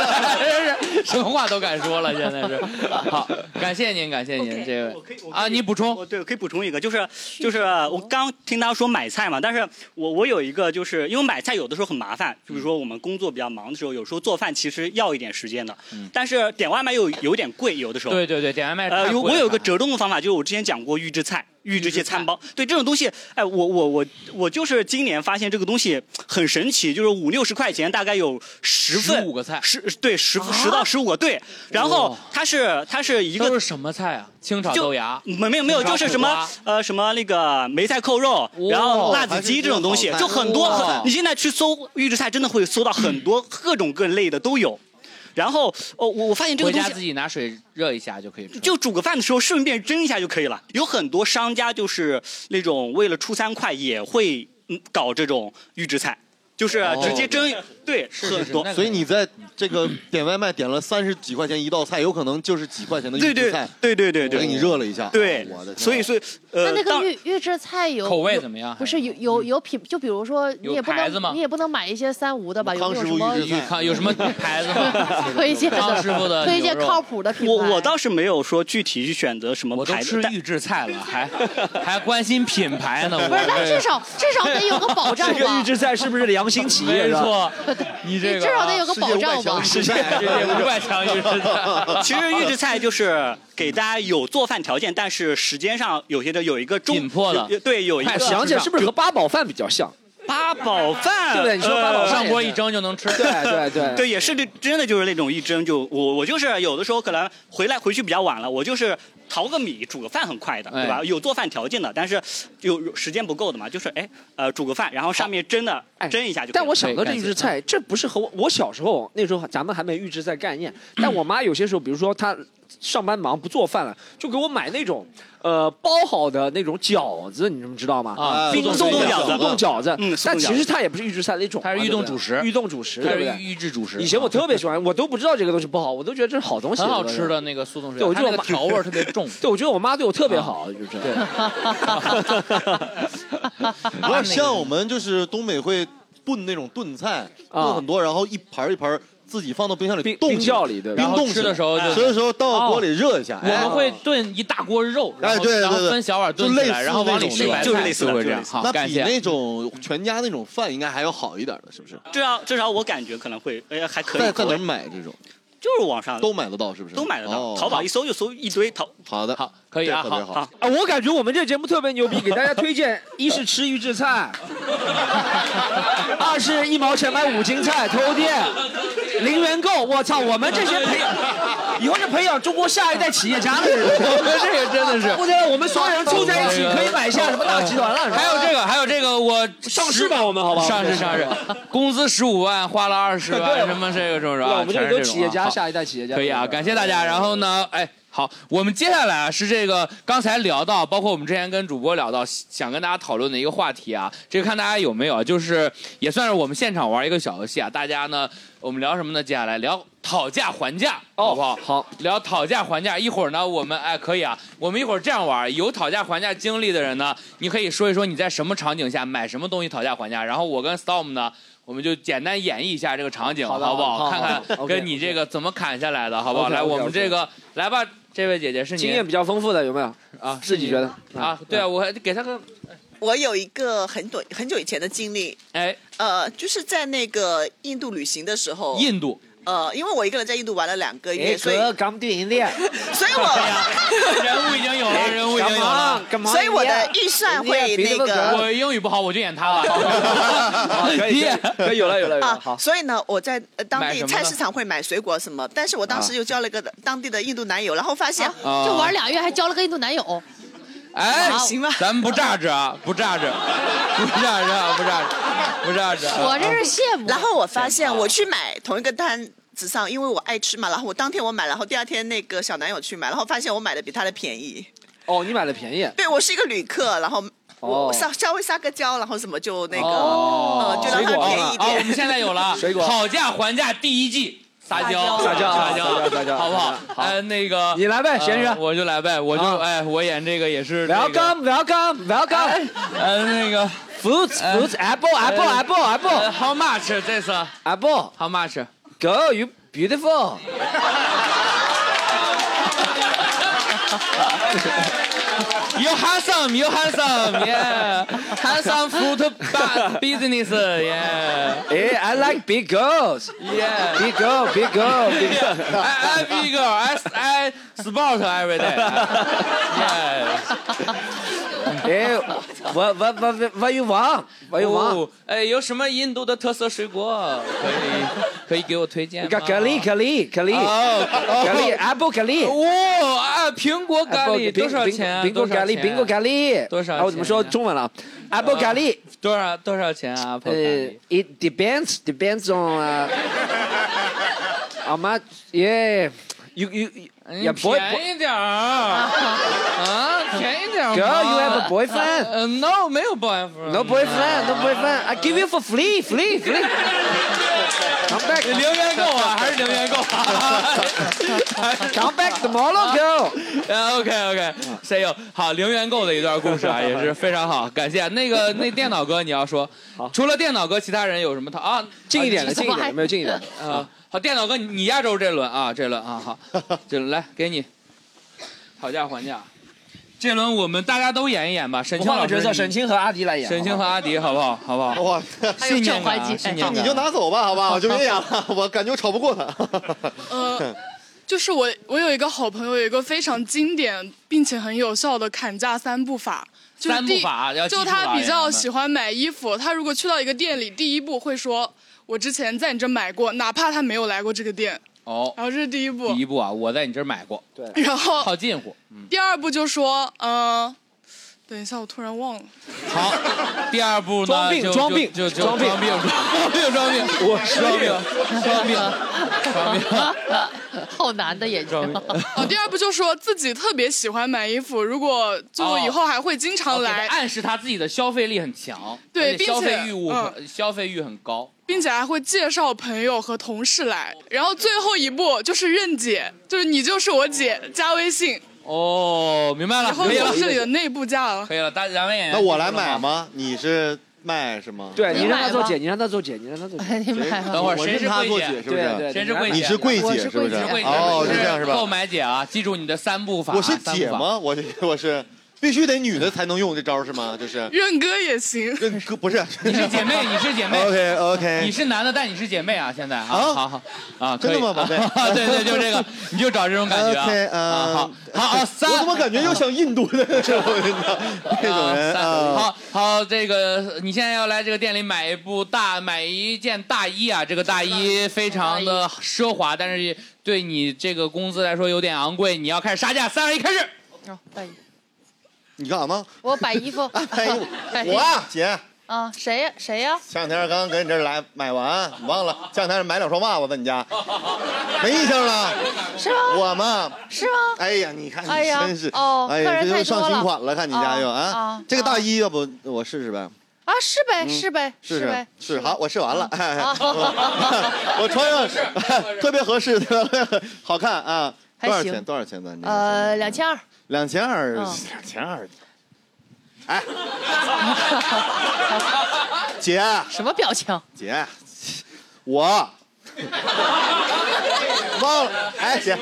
B: 真是什么话都敢说了，现在是。好，感谢您，感谢您，这位啊，你补充，
G: 对，我可以补充一个，就是就是我刚听他说买菜嘛，但是我我有一个，就是因为买菜有的时候很麻烦，就比如说我们工作比较忙的时候，有时候做饭其实要一点时间的，但是点外卖又有点贵，有的时候。
B: 嗯对对对，点外卖
G: 呃，
B: 哎太
G: 有
B: 贵
G: 我
B: 了
G: 有一个折中的方法，就是我之前讲过预制菜。预制些餐包。对这种东西，哎，我我我我就是今年发现这个东西很神奇，就是五六十块钱大概有十份，五
B: 个菜，
G: 十对十十到十五个对。然后它是它是一个
B: 都是什么 菜啊？清炒
G: 就
B: 豆芽，
G: 没没有没有，就是什么呃什么那个梅菜扣肉，然后辣子鸡这种东西
B: 还，是
G: 就很多。
B: 哇
G: 很你现在去搜预制菜，真的会搜到很多各种各类的都有。然后哦，我我发现这个
B: 回
G: 东
B: 家
G: 西
B: 自己拿水热一下就可以吃。
G: 就煮个饭的时候顺便蒸一下就可以了。有很多商家就是那种为了出餐快，也会嗯搞这种预制菜，就是
D: 哦
G: 直接蒸。对，很多。
D: 所以你在这个点外卖点了三十几块钱一道菜，有可能就是几块钱的
G: 对
D: 预
G: 对
D: 制菜，
G: 对对对对，
D: 我给你热了一下。
G: 对
D: 我的，天
G: 所以所以呃
L: 那那，
G: 当
L: 个预预制菜有
G: 口味
L: 有
G: 怎么样还
L: 不是有有有品，就比如说你
B: 有
L: 也不
B: 牌子吗
L: 能你也不能买一些三无的吧？有没有什么
B: 康有什么 牌子吗？
L: 推荐的
B: 康师傅的
L: 推荐
B: 牛肉
L: 靠谱的品牌？
G: 我我倒是没有说具体去选择什么牌子，
B: 吃预制菜了，还 还关心品牌呢。
L: 不是，但
B: 我
L: 至少至少得有个保 障吧？
B: 菜是不是良心企
C: 业
B: 没
C: 是吧
B: 错， 你这
L: 你
B: 个啊
L: 至少得有个保障
G: 哦
L: 吧？
B: 世界五百强预制 菜，
G: 其实 预制菜就是给大家有做饭条件，但是时间上有些的有一个中紧迫
C: 了
G: 对，有一个
C: 我哎想起来是不是和八宝饭比较像？
G: 八宝饭？
C: 对不对你说八宝饭
G: 呃
C: 上锅一
B: 蒸就能吃。
C: 对对对
G: 对，也是这真的就是那种一蒸就我我就是有的时候可能回来回去比较晚了，我就是淘个米煮个饭很快的，对吧？
C: 哎
G: 有做饭条件的，但是有时间不够的嘛，就是哎呃煮个饭，然后上面蒸的蒸一下就可以了。
C: 哎但我想到这预制
B: 嗯
C: 菜，这不是和我我小时候那时候咱们还没预制菜概念，但我妈有些时候，比如说她上班忙不做饭了，就给我买那种呃包好的那种饺子，你们知道吗？
B: 啊
C: 冰
B: 速冻饺子
C: 速冻饺子。
B: 嗯速冻
C: 但
B: 饺子
C: 其实它也不是预制菜的一种嘛，它
B: 是预冻主食
C: 预冻主食，
B: 它
C: 对
B: 是
C: 不对？
B: 预制主食啊
C: 以前我特别喜欢，我都不知道这个东西不好，我都觉得这是好东西，
B: 很好
C: 对不对
B: 吃的那个速冻水
C: 对，我
B: 饺，
C: 觉
B: 它
C: 得
B: 那
C: 我
B: 个
C: 妈
B: 调味儿特别重。啊
C: 对，我觉得我妈对我特别好，就是这 样。
D: 有点像我们就是东北会炖那种炖菜，
B: 啊
D: 炖很多，然后一盘一盘自己放到冰箱里
C: 冰
D: 冻
C: 冰窖里对吧
D: 冰
C: 然后
D: 冻
C: 吃
D: 起来
C: 的时候就
D: 吃的时候倒锅里热一下。
B: 哎哦我
D: 哎
B: 们会炖一大锅肉，然
D: 哎，
B: 后
D: 对对
B: 然后
D: 对，
B: 分小碗炖
D: 就
B: 起
D: 类
B: 来，
D: 似
B: 然后往
D: 那
B: 里
D: 种
B: 吃
D: 的
B: 白菜，会这样。好，
D: 那
B: 感
D: 比
B: 谢。
D: 那种全家那种饭应该还要好一点的，是不是？
G: 至少至少我感觉可能会呃还可以。
D: 在在哪儿买这种？
G: 就是网上
D: 都买得到，是不是？
G: 都买得到，
D: 哦
G: 淘宝一搜就搜一堆淘。
D: 好的，好，
B: 可以啊
D: 特别好。
C: 啊，我感觉我们这节目特别牛逼，给大家 推荐：一是吃预制菜，二是一毛钱买五斤菜偷店，零元购。我操，我们这些培以后是培养中国下一代企业 家的人，我们这个真的是，我觉得我们所有人凑在一起可以买下什么大集团了。
B: 还有这个，还有这个，我上
C: 市吧，我们好不好？
B: 上市上市，工资十五万，花了二十
C: 对
B: 万，什么这个是不是啊？
C: 我们
B: 全
C: 这
B: 是
C: 都
B: 这种
C: 企业
B: 啊
C: 家，
B: 好
C: 下一代企业家。
B: 可以啊，感谢大家。然后呢，哎，好，我们接下来啊是这个刚才聊到，包括我们之前跟主播聊到，想跟大家讨论的一个话题啊，这个看大家有没有啊，就是也算是我们现场玩一个小游戏啊。大家呢，我们聊什么呢？接下来聊讨价还价，好不好？
C: 哦好，
B: 聊讨价还价。一会儿呢，我们哎可以啊，我们一会儿这样玩，有讨价还价经历的人呢，你可以说一说你在什么场景下买什么东西讨价还价，然后我跟 Storm 呢。我们就简单演绎一下这个场景，
C: 好的
B: 不
C: 好的
B: 看
C: 好的
B: 看
C: OK，
B: 跟你这个怎么砍下来的，好不好？
C: OK，OK，
B: 来，我们
C: OK
B: 这个来吧，这位姐姐是你
C: 经验比较丰富的有没有？
B: 啊，
C: 自己觉得
B: 啊？对啊，我还给他个
J: 我有一个很久很久以前的经历，
B: 哎，
J: 呃，就是在那个印度旅行的时候，
B: 印度，
J: 呃，因为我一个人在印度玩了两个月，所以
C: 刚电影店，
J: 所以我
B: 人物已经有了，人物已经有了，
J: 所以我的预算会那个
B: 我英语不好，我就演他 了。
C: 可以，可以，有了，有了，有了。
J: 啊
C: 好，，
J: 所以呢，我在呃当
C: 买
J: 地
C: 什么
J: 菜
C: 呢
J: 市场会买水果什么，但是我当时
C: 啊
J: 又交了一个当地的印度男友，然后发现啊
B: 啊就玩
L: 俩月还交了个印度男友，
B: 哎，
J: 行吧，
B: 咱们不榨汁啊，不榨汁， 不榨汁啊，不榨汁，不榨汁啊。
J: 羡慕。然后我发现我去买同一个单子上，因为我爱吃嘛，然后我当天我买，然后第二天那个小男友去买，然后发现我买的比他的便宜。
C: 哦，你买的便宜。
J: 对我是一个旅客，然后
C: 哦
J: 我我稍稍微撒个娇，然后什么就那个，
B: 哦
J: 呃，就让他便宜一
B: 啊，
J: 点。
B: 我们现在有了
C: 水果
B: 讨价还价第一季。撒娇，
C: 撒娇啊
B: 撒
C: 撒娇撒娇
B: 好不好？
C: 好
B: 哎，那个
C: 你来呗啊
B: 呃
C: 咸鱼
B: 我就来呗，我就哎，我演这个也是这个
C: Welcome, welcome, welcome.
B: 呃，那个
C: fruits, fruits, apple, apple, apple, apple.
B: Uh, How much this uh?
C: apple?
B: How much?
C: Girl, you beautiful.
B: ，You handsome, you handsome, yeah, handsome fruit bu- business, yeah.
C: Hey, Eh, I like big girls.
B: Yeah.
C: Big girl, big girl, big girl.
B: I, I big girl, I, I sport every day. Yes.
C: 哎，我我我我我有王，我有王。
B: 哦哎，有什么印度的特色水果可以可以给我推荐吗？
C: 咖喱咖喱咖喱，
B: 哦哦
C: 咖喱 apple 咖喱。
B: 哇啊，苹果咖
C: Apple
B: 喱
C: 苹
B: 多少钱啊？
C: 苹苹果咖喱，苹果咖
B: 喱
C: 喱
B: 多少钱啊
C: 啊，我怎么说中文了？apple 咖喱
B: 多少多少钱啊？Apple 咖
C: 呃
B: 喱
C: ，it depends depends on uh, how much yeah you you your boy
B: 嗯 便宜点儿啊， 便宜点儿嘛。
C: girl you have a boyfriend
B: 呃？No，没有 boyfriend。
C: no boyfriend no boyfriend I give you for free free free come back
B: 你留言够啊，还是留言够啊？
C: come back tomorrow girl
B: 呃，OK OK，谁有好零元购的一段故事 啊，也是非常好，感谢那个那电脑哥你要说，除了电脑哥，其他人有什么套啊？
C: 近一点的
B: 啊
C: 近一点的有没有近一点 的
B: 啊？好，电脑哥你你压轴这轮啊，这轮 啊好，这轮来给你讨价还价，这轮我们大家都演一演吧，沈清
C: 换
B: 老
C: 个
B: 师
C: 角色，
B: 你
C: 沈清和阿迪来演。
B: 沈清和阿迪好不好？好不好？
D: 哇，
B: 信念感啊，信念感，
D: 你就拿走吧，好吧，我就别演 了，我感觉我吵不 过他。
V: 呃，就是我，我有一个好朋友，有一个非常经典并且很有效的砍价三步法。就是
B: 三步
V: 第
B: 法要记住
V: 就他
B: 啊
V: 比较
B: 人们
V: 喜欢买衣服，他如果去到一个店里，第一步会说：“我之前在你这买过，哪怕他没有来过这个店。”
B: 哦，
V: 然后这是第一步
B: 第。一步啊，我在你这儿买过，对
V: 然后
B: 套近乎，嗯，
V: 第二步就说：“嗯，等一下，我突然忘了。
B: 好，第二步呢，
V: 装病
B: 就
V: 装病
B: 就就
V: 装病
B: 装病，装病，装病，我装病，装病， 装病。
V: 好难的眼睛。 哦，第二步就说自己特别喜欢买衣服，如果就以后还会经常来，
B: 哦 OK，他暗哦示他自己的消费力很强，
V: 对
B: 而且消
V: 并且嗯
B: 费欲物很、消费欲很高。
V: 并且还会介绍朋友和同事来。然后最后一步就是认姐，就是你就是我姐，加微信，
B: 哦，明白了，
V: 然后
B: 可以
V: 有
B: 了，
V: 这里的内部价了。
B: 可以了，大两位演员，
D: 那我来买吗？你是卖是吗？
C: 对你让他做姐，你让他做姐，你让他做
B: 哎
C: 姐。
D: 谁
B: 等会儿
D: 我
B: 谁
D: 是
B: 是
D: 他
B: 柜
D: 做
B: 姐
D: 姐是不
B: 对
D: 是
B: 对谁是柜姐
D: 你是柜
B: 我
D: 姐
B: 是
D: 是不
B: 柜姐我是柜姐
D: 哦，是
B: 我是
D: 这样是吧？
B: 购买姐啊，记住你的三步法
D: 我是
B: 三步
D: 姐
B: 法
D: 吗？我这我是必须得女的才能用这招是吗？就是
V: 认哥也行，
D: 认哥不是，
B: 你是姐妹，你是姐妹。
D: OK OK，
B: 你是男的，但你是姐妹啊！现在啊，
D: 啊
B: 好好啊，可以
D: 真的吗宝贝
B: 对 对，就这个，你就找这种感觉啊。
D: OK，
B: 啊好
D: 呃，
B: 好好，三
D: 我怎么感觉又像印度 的 这种人呢？这种人啊，
B: 好好，这个你现在要来这个店里买一部大买一件大衣啊，这个大衣非常的奢华，但是对你这个工资来说有点昂贵，你要开始杀价，三二一，开始。
L: 哦，大姨，
D: 你干啥呢？
L: 我摆衣 服。 摆衣服
D: 我啊姐，
L: 啊，谁呀？谁呀？
D: 前两天刚搁你这儿来买完，忘了前两天买两双袜子在你家，没印象了，
L: 是吗？
D: 我嘛，
L: 是吗？
D: 哎呀，你看
L: 哎
D: 你
L: 呀
D: 真是，
L: 哦
D: 哎
L: 客
D: 呀，
L: 人
D: 这
L: 太
D: 又
L: 多
D: 上新
L: 了
D: 款了，看你家又
L: 啊
D: 啊
L: 啊，
D: 这个大衣要不我试试呗？
L: 啊，是呗，
D: 嗯
L: 是呗，
D: 试
L: 呗
D: 试。试好，我试完了，哎
L: 啊
D: 我我穿上 特别合适，特别合适好看啊！
L: 还
D: 多少
L: 行
D: 钱？多少钱咱这个？
L: 呃，两千二。
D: 两千二，
L: 嗯
D: 两千二。 哎， 姐，
L: 什么表情？
D: 姐，我忘了，哎姐，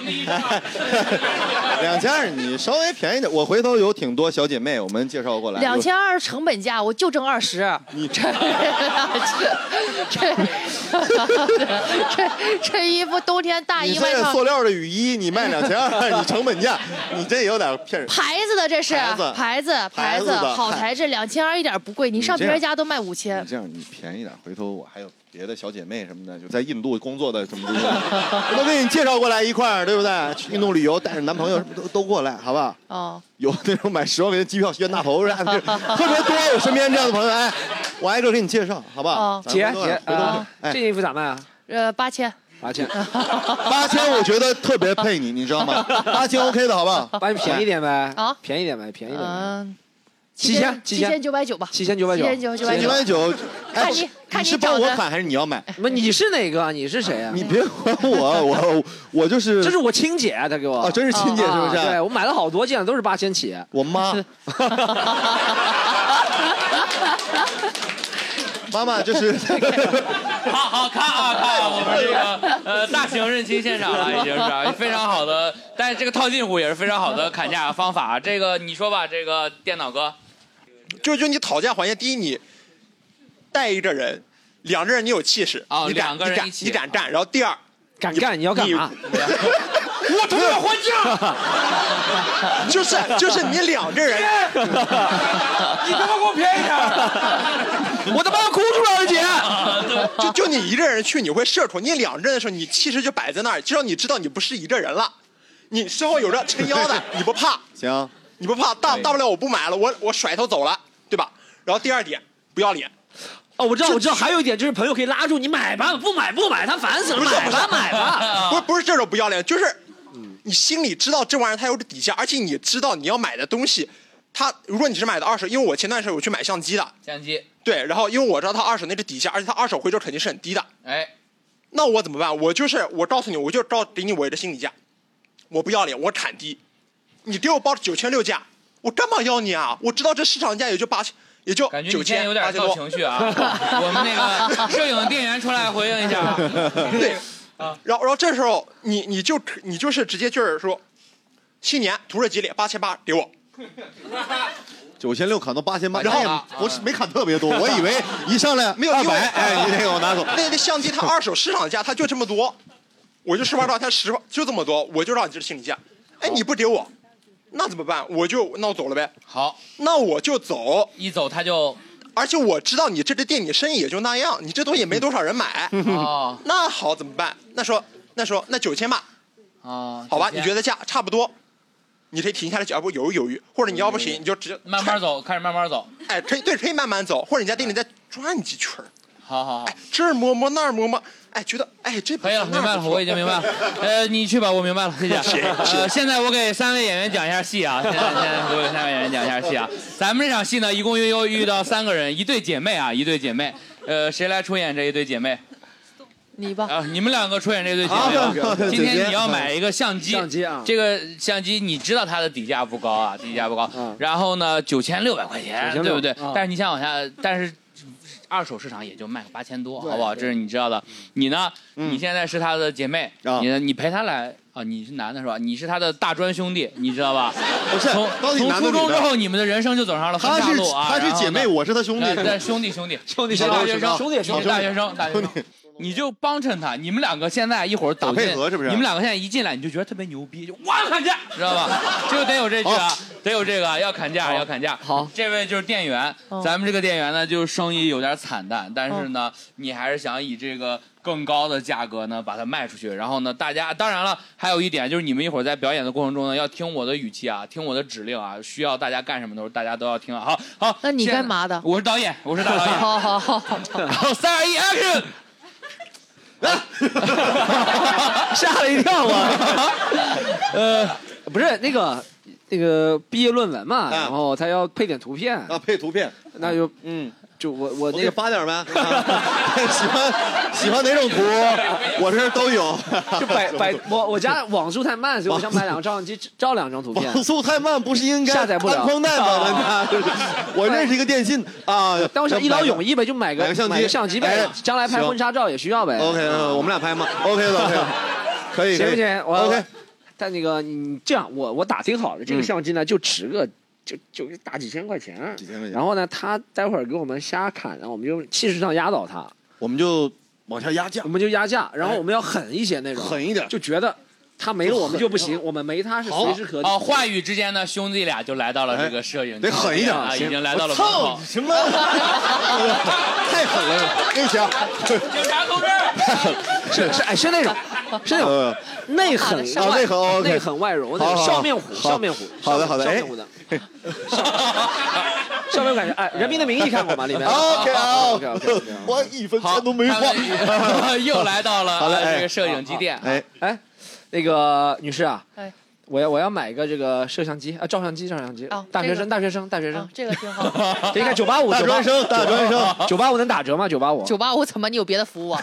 D: 两千二你稍微便宜点，我回头有挺多小姐妹，我们介绍过来。
L: 两千二成本价，我就挣二十。
D: 你
L: 这这这这衣服冬天大
D: 你
L: 衣
D: 这
L: 外
D: 个
L: 套
D: 塑料的雨衣，你卖两千二，你成本价，你这有点骗人。
L: 牌子的这是
D: 牌子
L: 牌子
D: 牌子
L: 子
D: 的
L: 好
D: 嗨
L: 材质，两千二一点不贵，你上
D: 这
L: 别人
D: 样
L: 家都卖五千
D: 你。这样你便宜点，回头我还有别的小姐妹什么的，就在印度工作的什么的，我都给你介绍过来一块儿，对不对？去印度旅游，带着男朋友什么都都过来，好不好？
L: 哦，
D: 有那种买十万块钱机票冤大头是吧？就是特别多，我身边这样的朋友，哎，我挨个给你介绍，好不好
L: 哦？
D: 咱
C: 姐
D: 回头
C: 姐
D: 回头
C: 啊
D: 哎
C: 这件衣服咋卖啊？
L: 呃，八千。
C: 八千，
D: 八千，我觉得特别配你，你知道吗？八千 OK 的好不好？
C: 八千便宜点呗，
L: 啊，
C: 便宜点呗，便宜点呗。
L: 嗯，
C: 七千，
L: 七
C: 千
L: 千九百九吧。
C: 七千九百九，
L: 7999
D: 九百九，哎
L: 看你看
D: 你
L: 你
D: 是
L: 找
D: 帮我
L: 的
D: 砍还是你要买？
C: 不，你是哪个？你是谁啊？
D: 你别管 我，我我就是，
C: 这是我亲姐，她给我
D: 啊真是亲姐是不是
C: 啊对我买了好多件，都是八千起。
D: 我妈，妈妈就是
B: 好 好看啊看啊，我们这个呃大型认亲现场了，已经是啊非常好的，但是这个套近乎也是非常好的砍价方法啊。这个你说吧，这个电脑哥，
O: 就就你讨价还价，第一你带一个人，两个人你有气势，
B: 啊
O: 你敢
B: 两个人
O: 你敢
B: 一起
O: 你敢站，然后第二
C: 敢干，你要干嘛？
O: 我同学婚
B: 价，
O: 就是就是你两个人，
B: 你他妈给我便宜
O: 点， 我他妈要哭出来了，姐。 就就你一个人去，你会社恐；你两个人的时候，你气势就摆在那儿，至少你知道你不是一个人了，你身后有着撑腰的，你不怕。
D: 行，
O: 你不怕大大不了我不买了，我我甩头走了，对吧？然后第二点，不要脸。
C: 哦，我知道，我知道，还有一点就是朋友可以拉住你买吧，不买不买，他烦死了，
O: 不是
C: 买
O: 不是
C: 吧买吧。
O: 不是不是这种不要脸，就是你心里知道这玩意儿它有底价，而且你知道你要买的东西，它如果你是买的二手，因为我前段时间我去买相机的，
B: 相机，
O: 对，然后因为我知道它二手那是底价，而且它二手回收肯定是很低的，
B: 哎，
O: 那我怎么办？我就是我告诉你，我就照给你我的心理价，我不要脸，我砍低，你给我报九千六价，我干嘛要你啊？我知道这市场价也就八千，也就
B: 感觉
O: 九
B: 你今天
O: 千，
B: 有点
O: 多
B: 闹情绪 啊！我们那个摄影店员出来回应一下。啊
O: 对，然后然后这时候你你就你就是直接就是说，新年土耳其里八千八给我，
D: 九千六砍到八千八，
O: 然后
D: 哎呀我是没砍特别多，我以为一上来
O: 没有
D: 二
O: 因为啊
D: 百，哎，你这个我拿走。
O: 那那相机它二手市场价它就这么多，我就十块让它十块就这么多，我就让你这是心理价。哎，你不给我，那怎么办？我就那我走了呗。
B: 好，
O: 那我就走。
B: 一走他就。
O: 而且我知道你这个店你生意也就那样，你这东西也没多少人买。
B: 哦，
O: 那好怎么办？那说那说那九千吧，
B: 啊，
O: 好吧，
B: 九千
O: 你觉得价差不多，你可以停下来脚步犹豫犹豫，或者你要不行你就直接
B: 嗯慢慢走，开始慢慢走。
O: 哎，可以对，可以慢慢走，或者你在店里再转几圈儿哎
B: 好好好，
O: 这儿摸摸那儿摸摸，哎，觉得哎这可以了，
B: 明白了，我已经明白了。呃，你去吧，我明白了，谢谢。
O: 谢谢
B: 呃，现在我给三位演员讲一下戏啊，现在现在我给三位演员讲一下戏啊。咱们这场戏呢，一共又遇到三个人，一对姐妹啊，一对姐妹。呃，谁来出演这一对姐妹？
L: 你吧。
B: 啊，你们两个出演这对姐
C: 啊
B: 妹啊
C: ，OK，OK，。
B: 今
C: 姐
B: 天
C: 姐
B: 你要买一个相机，
C: 相机啊
B: 这个相机你知道它的底价不高啊，底价不高。然后呢，九千六百块钱，
C: 9600
B: 对不对
C: 啊？
B: 但是你想往下，但是二手市场也就卖个八千多，
C: 对
B: 好不好？这是你知道的。
D: 嗯
B: 你呢？你现在是他的姐妹，你呢你陪他来啊？你是男的是吧？你是他的大专兄弟，你知 道吧？不
D: 是
B: 从
D: 到底
B: 从
D: 男的
B: 初中
D: 女
B: 之
D: 的
B: 后，你们的人生就走上了分
D: 他
B: 岔
D: 是
B: 路啊。
D: 他是
B: 然后呢
D: 姐妹我是他兄弟
B: 呃但兄弟兄弟
D: 兄弟
B: 你是
D: 兄弟
B: 大学生，
D: 兄弟
B: 你是
D: 兄弟
B: 大学生，大学生。你就帮衬他，你们两个现在一会儿走进
D: 打配合是不啊是
B: 你们两个现在一进来你就觉得特别牛逼，就哇砍价，知道吧？就得有这句啊
C: 好，
B: 得有这个，要砍价，要砍价。好，这位就是店员
C: 嗯，
B: 咱们这个店员呢，就是生意有点惨淡，但是呢，你还是想以这个更高的价格呢把它卖出去。然后呢，大家当然了，还有一点就是你们一会儿在表演的过程中呢，要听我的语气啊，听我的指令啊，需要大家干什么的时候，大家都要听啊。好，好，
L: 那你
B: 现在
L: 干嘛的
B: 我是导演，我是大导演。
L: 好好好好，
B: 好，三二一，action！
C: 吓了一跳我。 呃，不是那个那个毕业论文嘛，然后他要配点图片啊，
D: 啊配图片，
C: 那就嗯，就我我那
D: 给
C: 个
D: 发点呗，啊 喜欢喜欢哪种图，我这儿都有
C: 。就 百百我我家网速太慢，所以我想买两个照相机照两张图片。
D: 网速太慢不是应该
C: 下载不了
D: 安宽带吗？那 就是我认识一个电信啊，
C: 但我想一劳永逸呗，就买个
D: 买个相机
C: 买个相机呗
D: 哎，
C: 将来拍
D: 行
C: 婚纱照也需要呗。
D: OK，我们俩拍吗？OK 的，OK 的，可以，
C: 行
D: 可
C: 不
D: 以
C: 行？我
D: OK。
C: 但那个你这样，我我打听好了，这个
D: 嗯
C: 相机呢就值个就就打几千块钱，几千块钱。然后呢，他待会儿给我们瞎砍，然后我们就气势上压倒他，
D: 我们就往下压价，哎
C: 我们就压价，然后我们要狠一些那种，狠
D: 一点，
C: 就觉得他没了我们就不行，我们没他是
B: 好
C: 随时可
B: 啊，话语之间呢，兄弟俩就来到了这个摄影，
D: 得狠一点
B: 啊，已
D: 行
B: 经来到了
D: 我操
B: 门口
D: 你。什么？太狠了，对不起啊，
B: 警察同志，
C: 是是哎 是那种是那种内狠
B: 哦
D: 啊内狠
C: 外
D: OK
C: 内狠外柔
D: 好
C: 那
D: 好
C: 种
D: 好
C: 笑面虎
D: 好
C: 笑面虎，
D: 好的好的
C: 笑
D: 哎
C: 面虎的，笑面虎感觉哎，《人民的名义》看过吗？里面
D: OK 啊
C: OK OK，
D: 我一分钱都没
B: 花 又来到了呃
C: 好嘞哎
B: 这个摄影基地。
D: 哎
C: 哎，那个女士啊
L: 哎，
C: 我要我要买一个这个摄像机啊，照相机照相
B: 哦
C: 机，大学
L: 这
C: 生
L: 个
C: 大学生大学生，
L: 这个挺好。
C: 这应该九八五
D: 大专生大专生
C: 九八五能打折吗？九八五
L: 九八五怎么你有别的服务啊？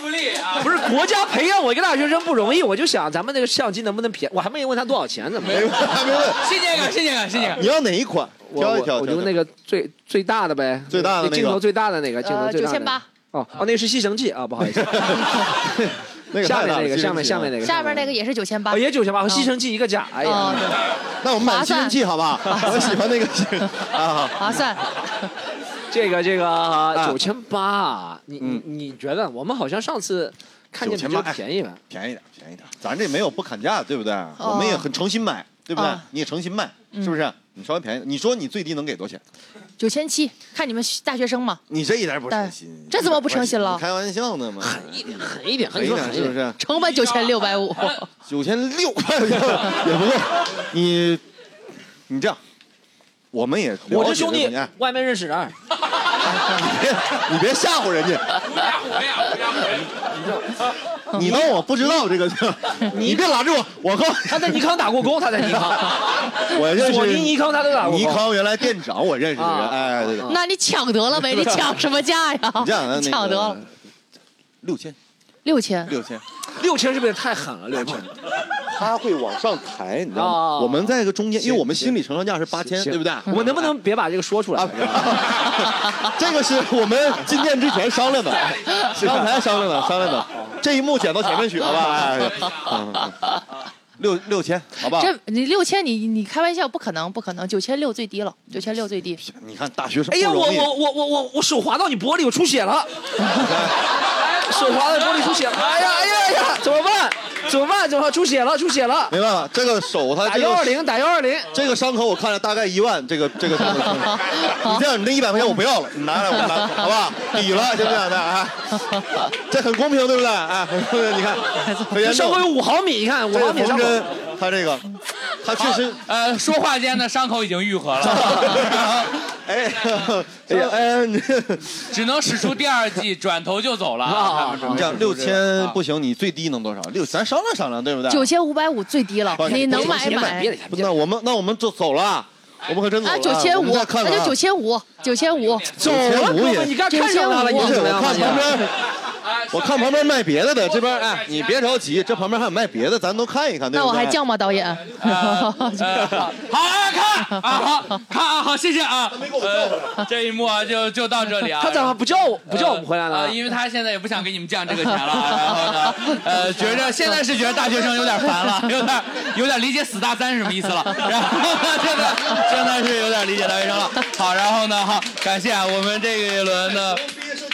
B: 不利啊！
C: 不是国家培养我一个大学生不容易，我就想咱们这个相机能不能便宜？我还没问他多少钱呢，
D: 没问还没问
B: 谢谢感谢谢感谢谢感
D: 你要哪一款？
C: 我
D: 挑一挑，
C: 我我
D: 挑一
C: 就
D: 挑
C: 那个最最大的呗，
D: 最大的那个
C: 镜头最大的那个镜头
L: 呃，
C: 最
L: 九
C: 大的
L: 千
C: 那
L: 八
C: 个。。哦哦，那个是吸尘器啊，不好意思。
D: 那个
C: 下
D: 太
C: 面
D: 大
C: 那
D: 了
C: 个，下面下面那个，
L: 下面那个也是九千八
C: 哦，。也九千八，吸尘器一个价，哎呀
L: 哦，对
D: 那我们买吸尘器好不好？
L: 划算
D: 我喜欢那个啊，
L: 划算。
C: 这个这个九千八，你
D: 嗯
C: 你你觉得？我们好像上次看见比较
D: 9800
C: 便宜吧？
D: 便宜点，便宜点，咱这没有不砍价，对不对？我们也很诚心买，对不对
L: 哦？
D: 你也诚心卖，是不是？你稍微便宜，你说你最低能给多少钱？
L: 九千七，看你们大学生嘛，
D: 你这一点也不诚
L: 但
D: 心，
L: 这怎么不诚心了
D: 你？开玩笑呢嘛，狠
C: 一点，狠一点
D: 狠一点，是不是？
L: 成本九千六百五，
D: 九千六块钱也不够，你你这样，我们也了解
C: 我这兄
D: 这
C: 弟
D: 个哎
C: 外面认识人儿，
D: 你别吓唬人家，你当我不知道这个？你别拦着我，我和
C: 他在尼康打过工，他在 尼康，
D: 我认识
C: 索尼尼康他都打啊过工
D: 尼康原来店长我认识的人，哎，对对。
L: 那你抢得了没？你抢什么价呀？
D: 你这样，那
L: 抢得了
D: 个六千，
L: 六千，
D: 六千，
C: 六千是不是也太狠了？六千，
D: 他会往上抬，你知道
C: 啊
D: 吗？我们在一个中间，因为我们心理承受价是八千，
C: 行
D: 对不对？
C: 我们能不能别把这个说出来？
D: 啊 这个是我们进店之前商量的，刚才商量的，商量的，这一幕剪到前面去，好 吧？哎，嗯嗯六六千，好吧？
L: 这你六千，你你开玩笑，不可能，不可能，九千六最低了，九千六最低。
D: 你看大学生
C: 哎呀，
D: 不
C: 我
D: 容易
C: 我我我我我手滑到你玻璃，我出血 了，手滑到玻璃出血了，哎呀哎呀哎呀，怎么办？怎么办？怎么办出血了？出血了！
D: 没办法，这个手他
C: 打120打120，
D: 这个伤口我看了大概一万，这个这 个，你这样你那一百块钱我不要了，你拿来我拿，好不好？抵了，行不行？啊，
B: 哦
D: 这很公平，对不对？哎， 你 看，很严重
C: 伤口有五毫米，你看五
D: 这
C: 毫
D: 个
C: 米伤
D: 缝
C: 口。
D: 针，他这个，他确实，
B: 呃，说话间呢，伤口已经愈合了，
D: 哎，哎呀，哎，你
B: 只能使出第二计，转头就走了。
D: 啊
B: 啊
C: 啊
D: 你这样六千不行，你最低能多少？六，咱商量商量，对不对？
L: 九千五百五最低了
D: 不，是
L: 你能
D: 不
L: 买
D: 行
L: 买。
D: 不那我们那我们就走了，我们可真走
L: 啊，
D: 了。
L: 九千五，
D: 我们再看看
L: 那
D: 啊
L: 就九千五，九千五，
D: 走了9500也你刚看上他了你是怎么样
L: 9500
D: 我看旁边我看
B: 啊
D: 旁边卖别的的，这边哎，你别着急，这旁边还有卖别的，咱都看一看，对
L: 那
D: 不对？
L: 我还犟吗，导 演？
B: 好啊，看啊，好看啊，好，谢谢啊。呃，这一幕啊，就就到这里啊。
C: 他怎么不叫我不叫我们回来
B: 呃
C: 呢？
B: 呃因为他现在也不想给你们降这个钱了啊，然后呢，呃，觉着现在是觉得大学生有点烦了，有点有点 理解死大三是什么意思了， 然后呢，现在现在是有点理解大学生了。好，然后呢，好，感谢啊我们这一轮的。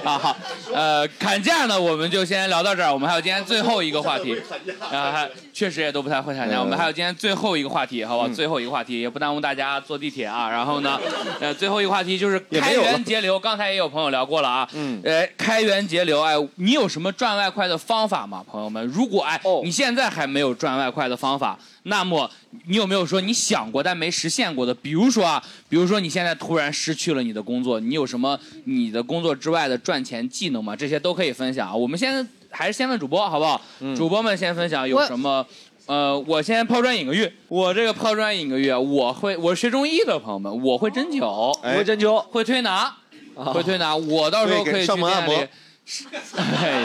B: 啊好，呃，砍价呢，我们就先聊到这儿。我们还有今天最后一个话题，啊，还确实也都不太会砍价。我们还有今天最后一个话题，好
D: 嗯
B: 吧？最后一个话题也不耽误大家坐地铁啊。然 后呢，呃，最后一个话题就是
D: 也
B: 开
D: 没有了
B: 源节流。刚才也有朋友聊过了啊，嗯，呃，开源节流，哎，你有什么赚外快的方法吗？朋友们，如果哎、
D: 哦
B: 你现在还没有赚外快的方法，那么你有没有说你想过但没实现过的？比如说啊，比如说你现在突然失去了你的工作，你有什么你的工作之外的赚钱技能吗？这些都可以分享啊。我们现在还是先问主播好不好？
D: 嗯
B: 主播们先分享有
L: 我
B: 什么？呃，我先抛砖引个玉。我这个抛砖引个玉啊，我会，我是学中医的朋友们，我会针灸，
D: 哎会针
B: 灸，会推拿，
C: 哦
B: 会推拿。我到时候
D: 对给
B: 可以去
D: 上门按
B: 店里
D: 摩。
B: 哎，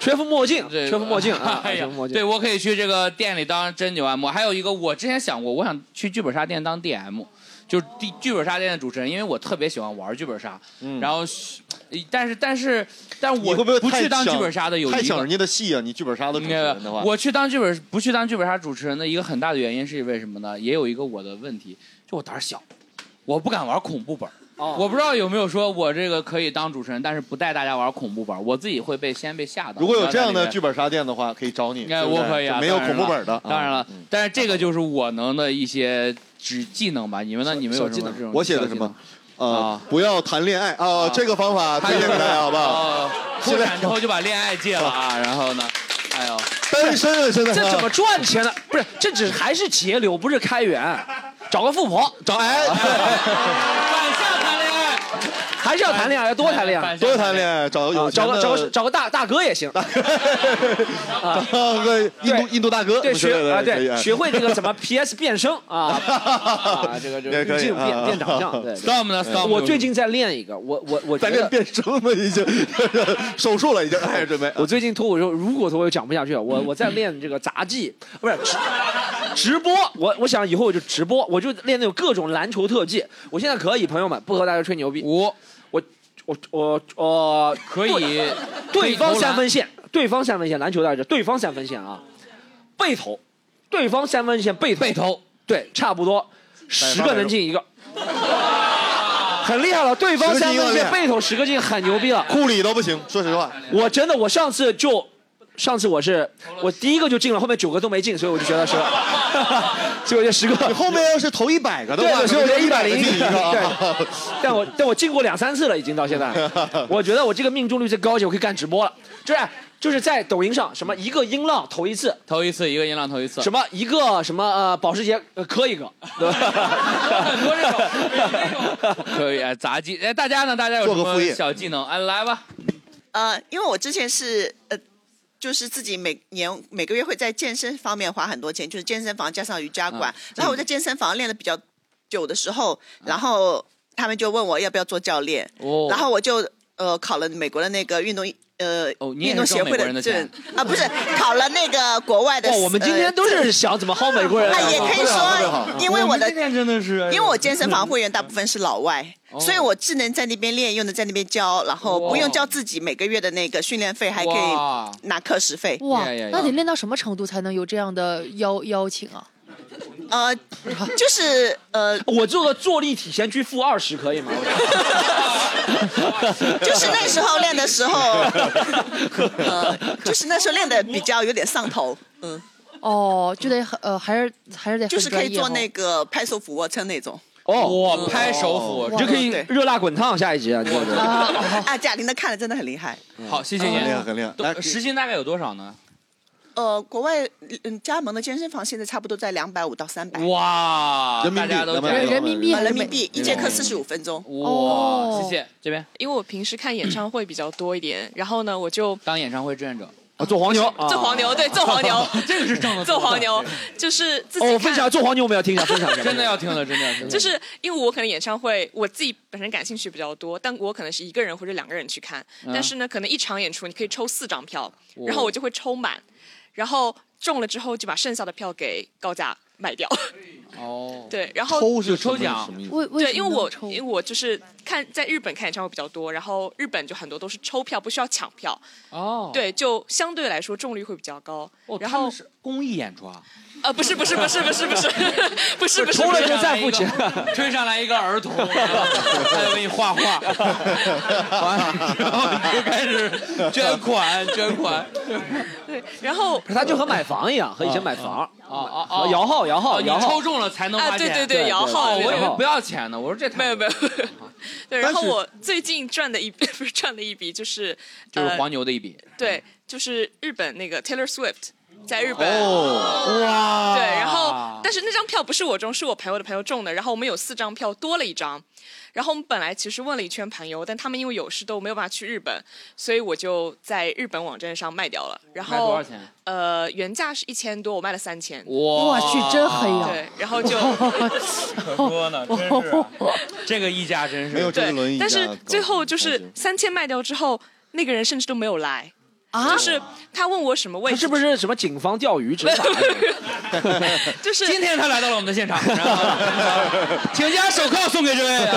C: 吹副墨镜，
B: 对
C: 吹副墨镜啊，
B: 哎
C: 吹
B: 呀
C: 副墨镜。
B: 对我可以去这个店里当针灸按摩。还有一个，我之前想过，我想去剧本杀店当 DM，就是地剧本杀店的主持人，因为我特别喜欢玩剧本杀。然后，呃但是但是但
D: 你
B: 我
D: 会不会
B: 不
D: 太
B: 去当剧
D: 抢
B: 本杀的有一
D: 太
B: 个嗯呃
D: 抢人家的戏啊？你剧本杀的主持人的话，
B: 我去当剧本不去当剧本杀主持人的一个很大的原因是为什么呢？也有一个我的问题，就我胆儿小，我不敢玩恐怖本儿。我不知道有没有说我这个可以当主持人，但是不带大家玩恐怖本儿，我自己会被先被吓到。
D: 如果有这样的剧
B: 本，
D: 本杀店的话，可以找你。
B: 应该
D: 对不
B: 我
D: 对
B: 可以啊，
D: 就没有
B: 当然
D: 恐怖
B: 了
D: 本的。嗯
B: 当然了，但是这个就是我能的一些只技能吧。你们呢？你们有什么这种？
D: 我写的什么？
B: 啊
D: 呃，不要谈恋爱啊，这个方法推
B: 还有
D: 荐给大家，好不好？
B: 哦？破产之后就把恋爱戒了啊，然后呢？哎呦，
D: 单身了现在
C: 这怎么赚钱呢？不是，这只还是节流，不是 开源。找个富婆，
D: 找哎，
C: 还是要谈恋爱，要多谈恋爱，
D: 哎多谈恋爱，找有
C: 啊找
D: 钱
C: 个
D: 的
C: 找个找个大大哥 也行。啊
D: 找个印度印度大哥，
C: 对，
D: 对
C: 学啊，
D: 可以
C: 对，
D: 哎
C: 学会这个怎么 PS 变声 啊，啊这个这个
D: 也可以
C: 滤镜变
D: 啊
C: 变长相。对
D: Storm 呢
C: 对
D: Storm
C: 我
D: 有
C: 最近在练一个，我我我
D: 咱
C: 觉
D: 这
C: 得
D: 变声了已经，手术了已经，哎，准备。
C: 我最近脱口秀，如果脱口秀讲不下去，我我在练这个杂技，不是直直播。我我想以后我就直播，我就练那种各种篮球特技。我现在可以，朋友们，不和大家吹牛逼。
B: 我
C: 我我我我
B: 可以
C: 对
B: 可以
C: 对方
B: 投篮
C: 三分线，对方三分线，篮球大家知道对方三分线啊，背投，对方三分线背投，背投，对，差不多十个能进一个。很厉害了，对方
D: 十个
C: 三
D: 进
C: 分
D: 一个练
C: 线背投十个进，很牛逼了。
D: 库里都不行，说实话，
C: 我真的，我上次就，上次我是我第一个就进了，后面九个都没进，所以我就觉得是， 所以我就十个。你后
D: 面要是投一百个的话
C: 对，所以我就
D: 可能就
C: 一百零
D: 100进
C: 一
D: 一个啊
C: 对，但我但我进过两三次了，已经 到现在，我觉得我这个命中率最高级，我可以干直播了，就是就是在抖音上什么一个音浪投一次，
B: 投一次一个音浪投一次，
C: 什么一个什么呃保时捷呃磕一 个，对吧？
B: 可以哎杂技哎，大家呢？大家有什
C: 做个
B: 么
C: 副业
B: 小技能？哎，来吧，
J: 呃，因为我之前是呃，就是自己每年每个月会在健身方面花很多钱，就是健身房加上瑜伽馆。
K: 啊
C: 嗯
J: 然后我在健身房练的比较久的时候，然后他们就问我要不要做教练，
K: 哦
J: 然后我就呃考了美国的那个运动。呃，
C: 哦你也
J: 运动
C: 是
J: 协
C: 挣
J: 会
C: 美国人的
J: 证
C: 钱
J: 啊，不是考了那个国外的。
C: 哇，我们今天都
J: 呃
C: 是想怎么薅美国人啊，
J: 哎，也可以说，因为我的
B: 真的是哎嗯
J: 因为我健身房会员大部分是老外，所以我只能在那边练，又能在那边教，然后不用交自己每个月的那个训练费，还可
B: 哇
J: 以拿课时费。
D: 哎
L: 哇，那得练到什么程度才能有这样的邀邀请啊？
J: 呃，就是呃，
C: 我做个坐立体前屈负二十可以吗？
J: 就是那时候练的时 候，呃，就是那时候练的比较有点上头，嗯，
L: 哦，就得很呃，还是还是得很
J: 就是可
L: 专
J: 以
L: 业
J: 做
L: 哦
J: 那个拍手俯卧撑那种。
C: 哦，
B: 哇拍手俯卧
C: 你就可以热辣滚烫下一集啊，这个。
J: 啊，贾玲的看了真的很厉害。
A: 嗯
B: 好，谢谢你，
J: 很厉
C: 害很厉害
B: 都
C: 来
B: 时薪大概有多少呢？
J: 呃，国外嗯加盟的健身房现在差不多在两百五到三百。
B: 哇，
D: 人民
B: 大
D: 币
B: 家都
D: 人民币人民
B: 加油
D: 币
J: 呃哎人民币一节课四十五分钟。
B: 哇，谢谢这边
X: 哦因为我平时看演唱会比较多 一点，然后呢，我就
B: 当演唱会志愿者，，
C: 啊，做黄牛，啊
X: 做黄牛，对，做黄牛
B: 这个是正的，
X: 做黄 牛就是自己
C: 哦，
X: 看
C: 分享做黄牛我们要 听一下，分享一下，
B: 真的要听了，真的要听了，
X: 就是因为我可能演唱会我自己本身感兴趣比较多，但我可能是一个人或者两个人去看，
B: 嗯
X: 但是呢，可能一场演出你可以抽四张票，
B: 哦
X: 然后我就会抽满，然后中了之后就把剩下的票给高价卖掉。
B: 哦，
X: 对，然后
B: 抽是什么抽奖什么意思为为
X: 对，
B: 什
X: 因
B: 么
X: 为
B: 要
X: 我因为我就是看在日本看演唱会比较多，然后日本就很多都是抽票，不需要抢票，
B: 哦，
X: 对，就相对来说中率会比较高。然
B: 他
X: 后
B: 们是公益演出啊，
X: 呃，不是不是不是 不是不是不是不是，
B: 抽了
X: 不是
B: 就再付 钱，推上来一个儿童，他就给你画 画，完了之后你就开始捐款捐款，
X: 对，然后
C: 他就和买房一样，和以前买房，啊
B: 哦哦
C: 摇号摇号
B: 哦你
C: 摇号
B: 抽中了才能花
X: 啊对
B: 钱，
X: 对对摇号
B: 哦我以
X: 摇
B: 为
X: 号
B: 不要钱呢，我说这没有
X: 没有，对，然
B: 但
X: 后
B: 是
X: 我最近赚的一笔 不是赚了一笔，就是
B: 就是
X: 呃
B: 黄牛的一笔，
X: 对，就是日本那个 Taylor Swift 在日本。
B: 哦哇
X: 对，然后但是那张票不是我中，是我朋友的朋友中的。然后我们有四张票，多了一张。然后我们本来其实问了一圈朋友，但他们因为有事都没有办法去日本，所以我就在日本网站上卖掉了。然后
B: 卖多少钱？
X: 呃，原价是一千多，我卖了三千。
B: 哇哇去真黑呀
X: 对，然后就
B: 可说呢，真是啊这个溢啊价真是 没有
X: 对，但是最后就是三千卖掉之后，那个人甚至都没有来。
C: 啊
X: 就是他问 我什么位
C: 他
X: 置，
C: 是不是什么警方钓鱼执法？
X: 就是
B: 今天他来到了我们的现场，然后请将手铐送给这 位。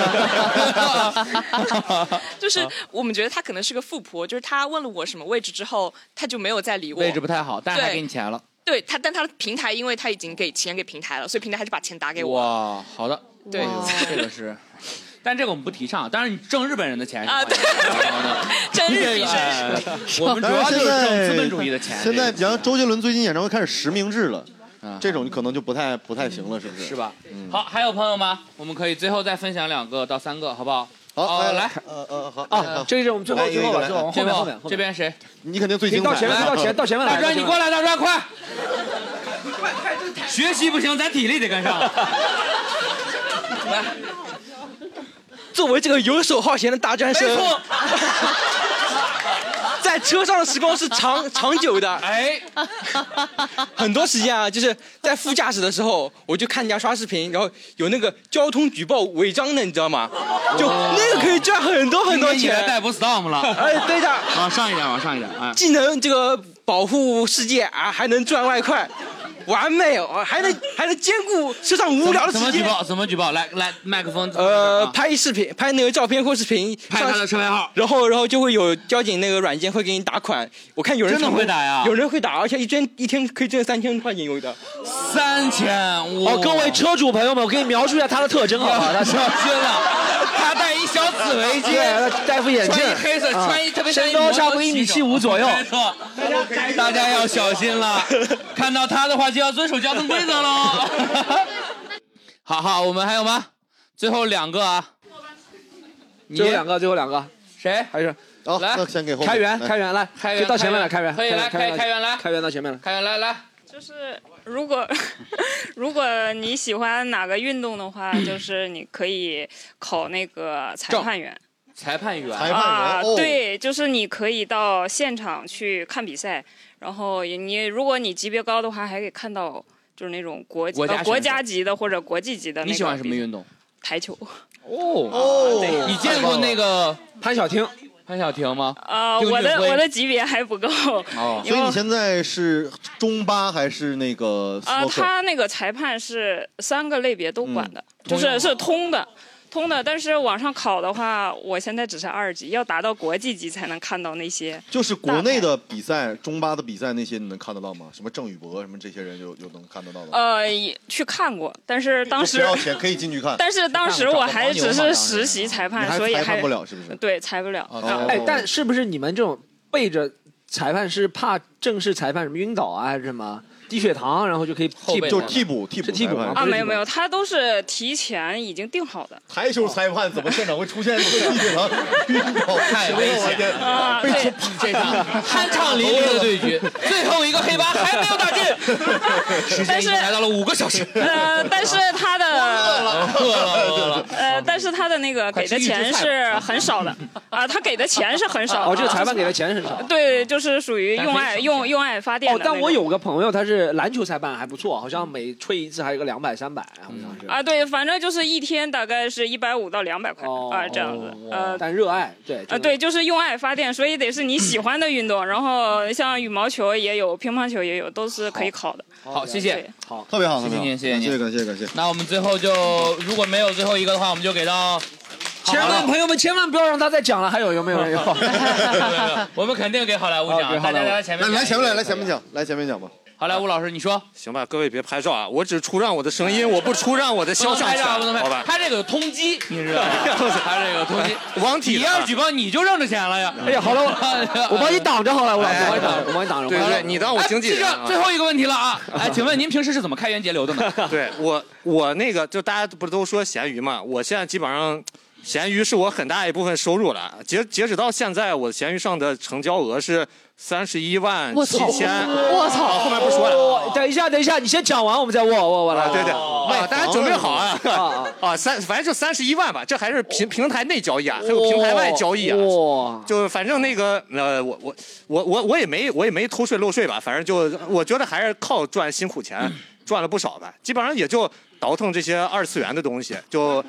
X: 就是 我们觉得她可能是个富婆，就是她问了我什么位置之后，她就没有再理我。
B: 位置不太好，但是还
X: 对
B: 给你钱了。
X: 对她，但她的平台，因为她已经给钱给平台了，所以平台还是把钱打给我。
B: 哇，好的，
X: 对哇
B: 这个是，但这个我们不提倡。当然，你挣日本人的钱是
X: 啊，对，真日比真日比。
B: 哎我们主要就是
D: 当然现
B: 挣
D: 在
B: 资本主义的钱。
D: 现在，比方周杰伦最近演唱会开始实名制了，这种你可能就不太不太行了，是不是？
B: 是吧？好，还有朋友吗？我们可以最后再分享两个到三个，好不好？
D: 好
B: 哦
D: 来
B: 来，
D: 呃呃好
B: 啊
C: 这个是我们最后最后吧，最后往后面后面
B: 这。这边谁？
D: 你肯定最精彩。
C: 到前面
D: 来
C: 到前到前面来
B: 大专，
C: 到前面
B: 你过来，大专，快！学习不行，咱体力得跟上。来，
P: 作为这个游手好闲的大专生，
B: 没错
P: 在车上的时光是 长长久的。
B: 哎，
P: 很多时间啊，就是在副驾驶的时候，我就看人家刷视频，然后有那个交通举报违章的，你知道吗？就那个可以赚很多很多
B: 今天你
P: 钱
B: 来。逮捕 storm 了。
P: 哎，对的，
B: 往上一点，往上一点，哎。
P: 既能这个保护世界啊，还能赚外快，完美哦，还能还能兼顾车上无聊的时
B: 怎么
P: 间。
B: 举报？怎么举报？来来，麦克风。
P: 呃，拍视频，拍那个照片或视频，
B: 啊拍他的车牌号，
P: 然后然后就会有交警那个软件会给你打款。我看有人
B: 真的
P: 成功
B: 会打呀
P: 有人会打，而且一天一天可以挣三千块钱有的。
B: 三千，
C: 哦，各位车主朋友们，我给你描述一下它的特征，好吧？它
B: 小心了，他戴一小
C: 呃
B: 紫围巾
C: 对，哎戴副眼镜，
B: 穿一黑色，
C: 啊
B: 穿一特别像
C: 身高差不多一米七五左右。
B: 没错，大家要小心了，看到他的话就要遵守交通规则喽。好好，我们还有吗？最后两个啊，
C: 最后两个，最后两个，
B: 谁？
C: 还是
B: 来
D: 那先给后面
C: 哦开源，
D: 来
C: 开源来，
B: 开源
C: 就到前面来，
B: 开
C: 开
B: 源可
C: 源，
B: 以来开开源
C: 源
B: 来
C: 开源到前面来。
B: 开源来来，
Q: 就是如果 如果你喜欢哪个运动的话，就是你可以考那个裁判员。
B: 裁判员，哦
Q: 啊，
D: 哦
Q: 对，就是你可以到现场去看比赛，然后也你如果你级别高的话，还可以看到就是那种国
B: 国家
Q: 呃
B: 选手
Q: 国家级的或者国际级的那个。
B: 你喜欢什么运动？
Q: 排球。
B: 哦
D: 啊
Q: 哦
B: 你见过那个
C: 潘晓婷？
B: 潘晓婷吗？
Q: 啊、
B: 丁俊晖
Q: 我的我的级别还不够。
D: 哦，所
Q: 因为
D: 以
Q: 我
D: 你现在是中巴还是那个
Q: 啊、
D: smoker？
Q: 他那个裁判是三个类别都管的，
D: 嗯
Q: 就
D: 通用
Q: 是是通的，通的。但是往上考的话，我现在只是二级，要达到国际级才能看到那些。
D: 就是国内的比赛，中巴的比赛那些你能看得到吗？什么郑宇博什么这些人有有能看得到吗？
Q: 呃，也去看过，但是当时
D: 不要钱可以进去看，
Q: 但是当时我还只是实习裁
C: 你
Q: 判，
C: 还
Q: 所以
C: 裁
Q: 还
C: 判不了是不是
Q: 对，裁不了。啊
C: 哎，但是不是你们这种背着裁判是怕正式裁判什么晕倒啊，还是什么低血糖，然后就可以替补？
D: 就是替补替补
C: 是替补吗
Q: 啊，没有没有，，他都是提前已经定好的。
D: 台球裁判怎么现场会出现这 个地铁狼晕倒？
B: 太危险
C: 哦
B: 了
D: 被
B: 对
D: 出
B: 这场酣畅淋漓的对 决，最后一个黑八还没有打进，时间已经来到了五个小时。
Q: 呃， 但是他的
B: 饿了饿了
Q: 呃，但是他的那个给的钱是很少的啊，他给的钱是很少的。
C: 哦，这个裁判给的钱很少。
Q: 对，就是属于用爱用用爱发电
C: 哦
Q: 的，那种。
C: 但我有个朋友，他是篮球裁判，还不错，好像每吹一次还有个两百、三百，好
B: 嗯
C: 像是。
Q: 啊，对，反正就是一天大概是一百五到两百块啊，这样
B: 哦
Q: 子。呃，
C: 哦但热爱对
Q: 啊，对，就是用爱发电，所以得是你喜欢的运动。然后像羽毛球也有，乒乓球也有，都是可以考的。
B: 好，谢
Q: 对
B: 谢，
C: 嗯好，
D: 特别好，
B: 谢
D: 特
B: 谢
D: 别好
B: 您，谢谢
D: 感谢
B: 您。
D: 感谢感谢。
B: 那我们最后就如果没有最后一个的话，我们就 给到
C: 千万朋友们千万不要让他再讲了，还有有没有？ 有。
B: 我们肯定给好莱坞
D: 哦
B: 奖，大家来前
D: 来
B: 面讲，
D: 来前面来来前面讲，来前面讲吧。
B: 好莱坞老师，你说
H: 行吧，各位别拍照啊！我只出让我的声音，我不出让我的肖像
B: 不能拍
H: 权，
B: 照不能拍
H: 好吧？
B: 他这个有通缉，你 知道吗？他这个有通缉，
H: 网体的
B: 你要是举报，你就挣着钱了呀。
H: 哎呀好了
C: 我帮你挡着好了，我老师
B: 哎
C: 我帮你挡着，我帮你挡着。
H: 对
C: 我帮
H: 对，你当我经纪人啊、
B: 哎最后一个问题了啊！ 哎，请问您平时是怎么开源节流的呢？
H: 对我，我那个就大家不都说闲鱼嘛？我现在基本上，闲鱼是我很大一部分收入了。截截止到现在，我闲鱼上的成交额是三十一万
C: 我
H: 啊七
C: 操！
H: 千。
C: 我操！
H: 后面不说了。
C: 了。等一下，等一下，你先讲完，我们再握握握来。
H: 对对，啊，大家准备好啊！
C: 啊
H: 啊，三反正就三十一万吧，这还是平平台内交易啊，还有平台外交易啊。
C: 哇！
H: 就反正那个呃，我我我我我也没我也没偷税漏税吧，反正就我觉得还是靠赚辛苦钱赚了不少吧，基本上也就倒腾这些二次元的东西，就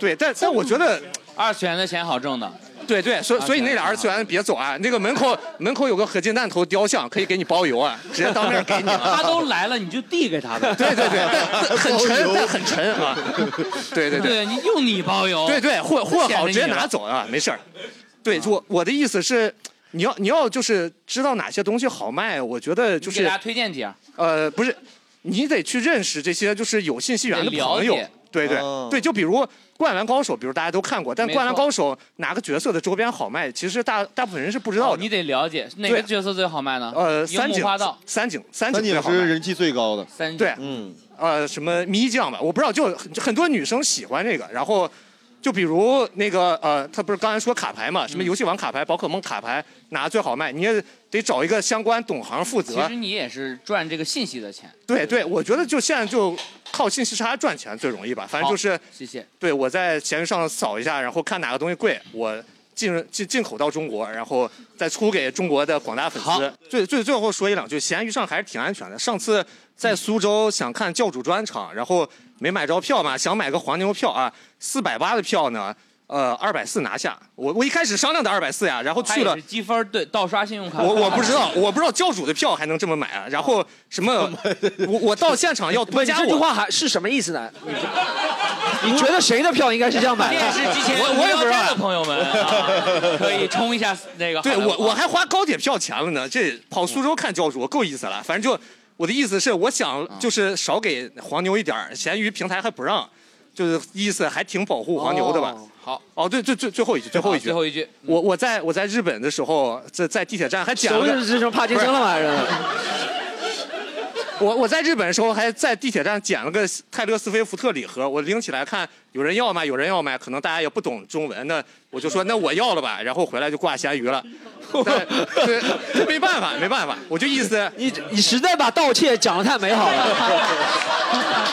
H: 对，但但我觉得
B: 二次元的钱好挣的。
H: 对对，所以所以那俩二次元别走啊，那个门口门口有个合金弹头雕像，可以给你包邮啊，直接当面给你 啊。
B: 他都来了，你就递给他呗。
H: 对对 对，但但很沉，但很沉啊。 对对
B: 对，你用你包邮。
H: 对对，货货好直接拿
B: 走。
H: 走啊，没事儿。对，就我我的意思是，你要你要就是知道哪些东西好卖，我觉得就
B: 你给
H: 是
B: 大家推荐几样。
H: 呃，不是，你得去认识这些就是有信息源的
B: 得了
H: 朋友
B: 解。
H: 对对、
B: 哦
H: 对，就比如《灌篮高手》，比如大家都看过，但
B: 没
H: 《
B: 错
H: 灌篮高手》哪个角色的周边好卖，其实大大部分人是不知道的。
B: 你得了解哪个
H: 对
B: 角色最好卖呢？
H: 呃，
B: 樱
H: 三
B: 木
H: 井
B: 花道。
H: 三井三井
D: 三
H: 最
D: 井
H: 好卖
D: 是人气最高的，
B: 三
H: 对，
D: 嗯，
H: 呃，什么咪酱吧，我不知道，就很很多女生喜欢这个。然后，就比如那个呃，他不是刚才说卡牌嘛，
B: 嗯
H: 什么游戏王卡牌、宝可梦卡牌，哪个最好卖？你也得找一个相关懂行负
B: 其
H: 责
B: 实。你也是赚这个信息的钱。
H: 对对，我觉得就现在就靠信息差赚钱最容易吧。反正就是
B: 好谢谢。
H: 对我在闲鱼上扫一下，然后看哪个东西贵，我进进进口到中国，然后再出给中国的广大粉丝。最最最后说一两句，闲鱼上还是挺安全的。上次
C: 嗯
H: 在苏州想看教主专场，然后没买着票嘛，想买个黄牛票啊，四百八的票呢。呃，二百四拿下，我我一开始商量的二百四呀，然后
B: 他
H: 去
B: 也
H: 了
B: 是，积分对盗刷信用卡。
H: 我我不知道，我不知道教主的票还能这么买啊，然后什 么，我我到现场要
C: 不，
H: 多
C: 你
H: 加
C: 这句
H: 我
C: 话还是什么意思呢？你你觉得谁的票应该是这样买的？
B: 电视机前
H: 我我也不知道
B: 无聊斋的朋友们 啊可以冲一下那个好莱
H: 对
B: 坞啊。
H: 我我还花高铁票钱了呢，这跑苏州看教主够意思了。反正就我的意思是，我想就是少给黄牛一点儿，闲鱼平台还不让。就是意思还挺保护黄牛的吧？
B: 哦好，
H: 哦，对，最最最后一句，最后一句，
B: 最后一句。
H: 我我在我在日本的时候，在在地铁站还讲了
C: 手
H: 个，
C: 指是说帕金森了吗
H: 不是我我在日本的时候还在地铁站捡了个泰勒斯威夫特礼盒，我拎起来看，有人要卖，有人要卖，可能大家也不懂中文，那我就说那我要了吧，然后回来就挂咸鱼了。但对，这没办法，没办法，我就意思
C: 你你实在把盗窃讲的太美好了。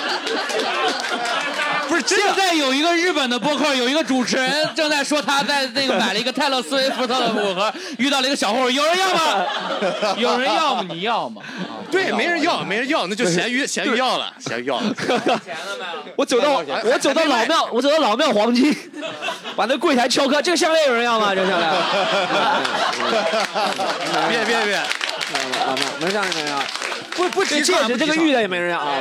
B: 不是，现在有一个日本的播客，有一个主持人正在说他在那个买了一个泰勒斯威夫特的五盒，遇到了一个小混混，有人要吗？ 有人要吗？你要吗？
H: 对，没人要，没人要，那就咸鱼，咸鱼要了，咸鱼要了。
C: 我走到我走到老庙，我走到老庙黄金，把那柜台敲开，这个项链有人要吗？这个项链。
H: 别别别，
C: 没项链没人要。
H: 不不
C: 这确实这个玉的也没人要啊，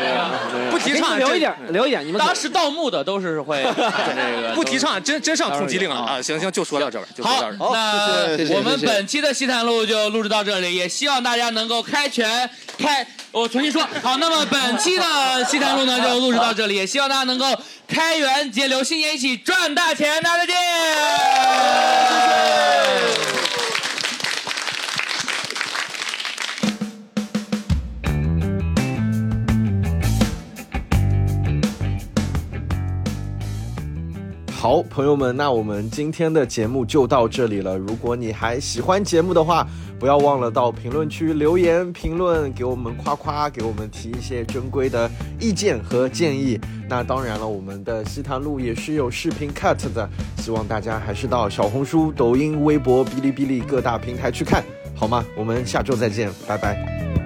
H: 不提倡，
C: 留一点，留一点，你们
B: 当时盗墓的都是 会这个
H: 不提倡，真真上通缉令啊！啊，行行，就说到这儿吧，就说到这，
B: 好
H: 儿。
B: 那我们本期的西谈录就录制到这里，也希望大家能够开拳开。我重新说，好，那么本期的西谈录呢就录制到这里，也希望大家能够开源节流，新年一起赚大钱，大家再见。
K: 好，朋友们，那我们今天的节目就到这里了。如果你还喜欢节目的话，不要忘了到评论区留言评论，给我们夸夸，给我们提一些珍贵的意见和建议。那当然了，我们的西谈路也是有视频 cut 的，希望大家还是到小红书、抖音、微博、哔哩哔哩各大平台去看，好吗？我们下周再见，拜拜。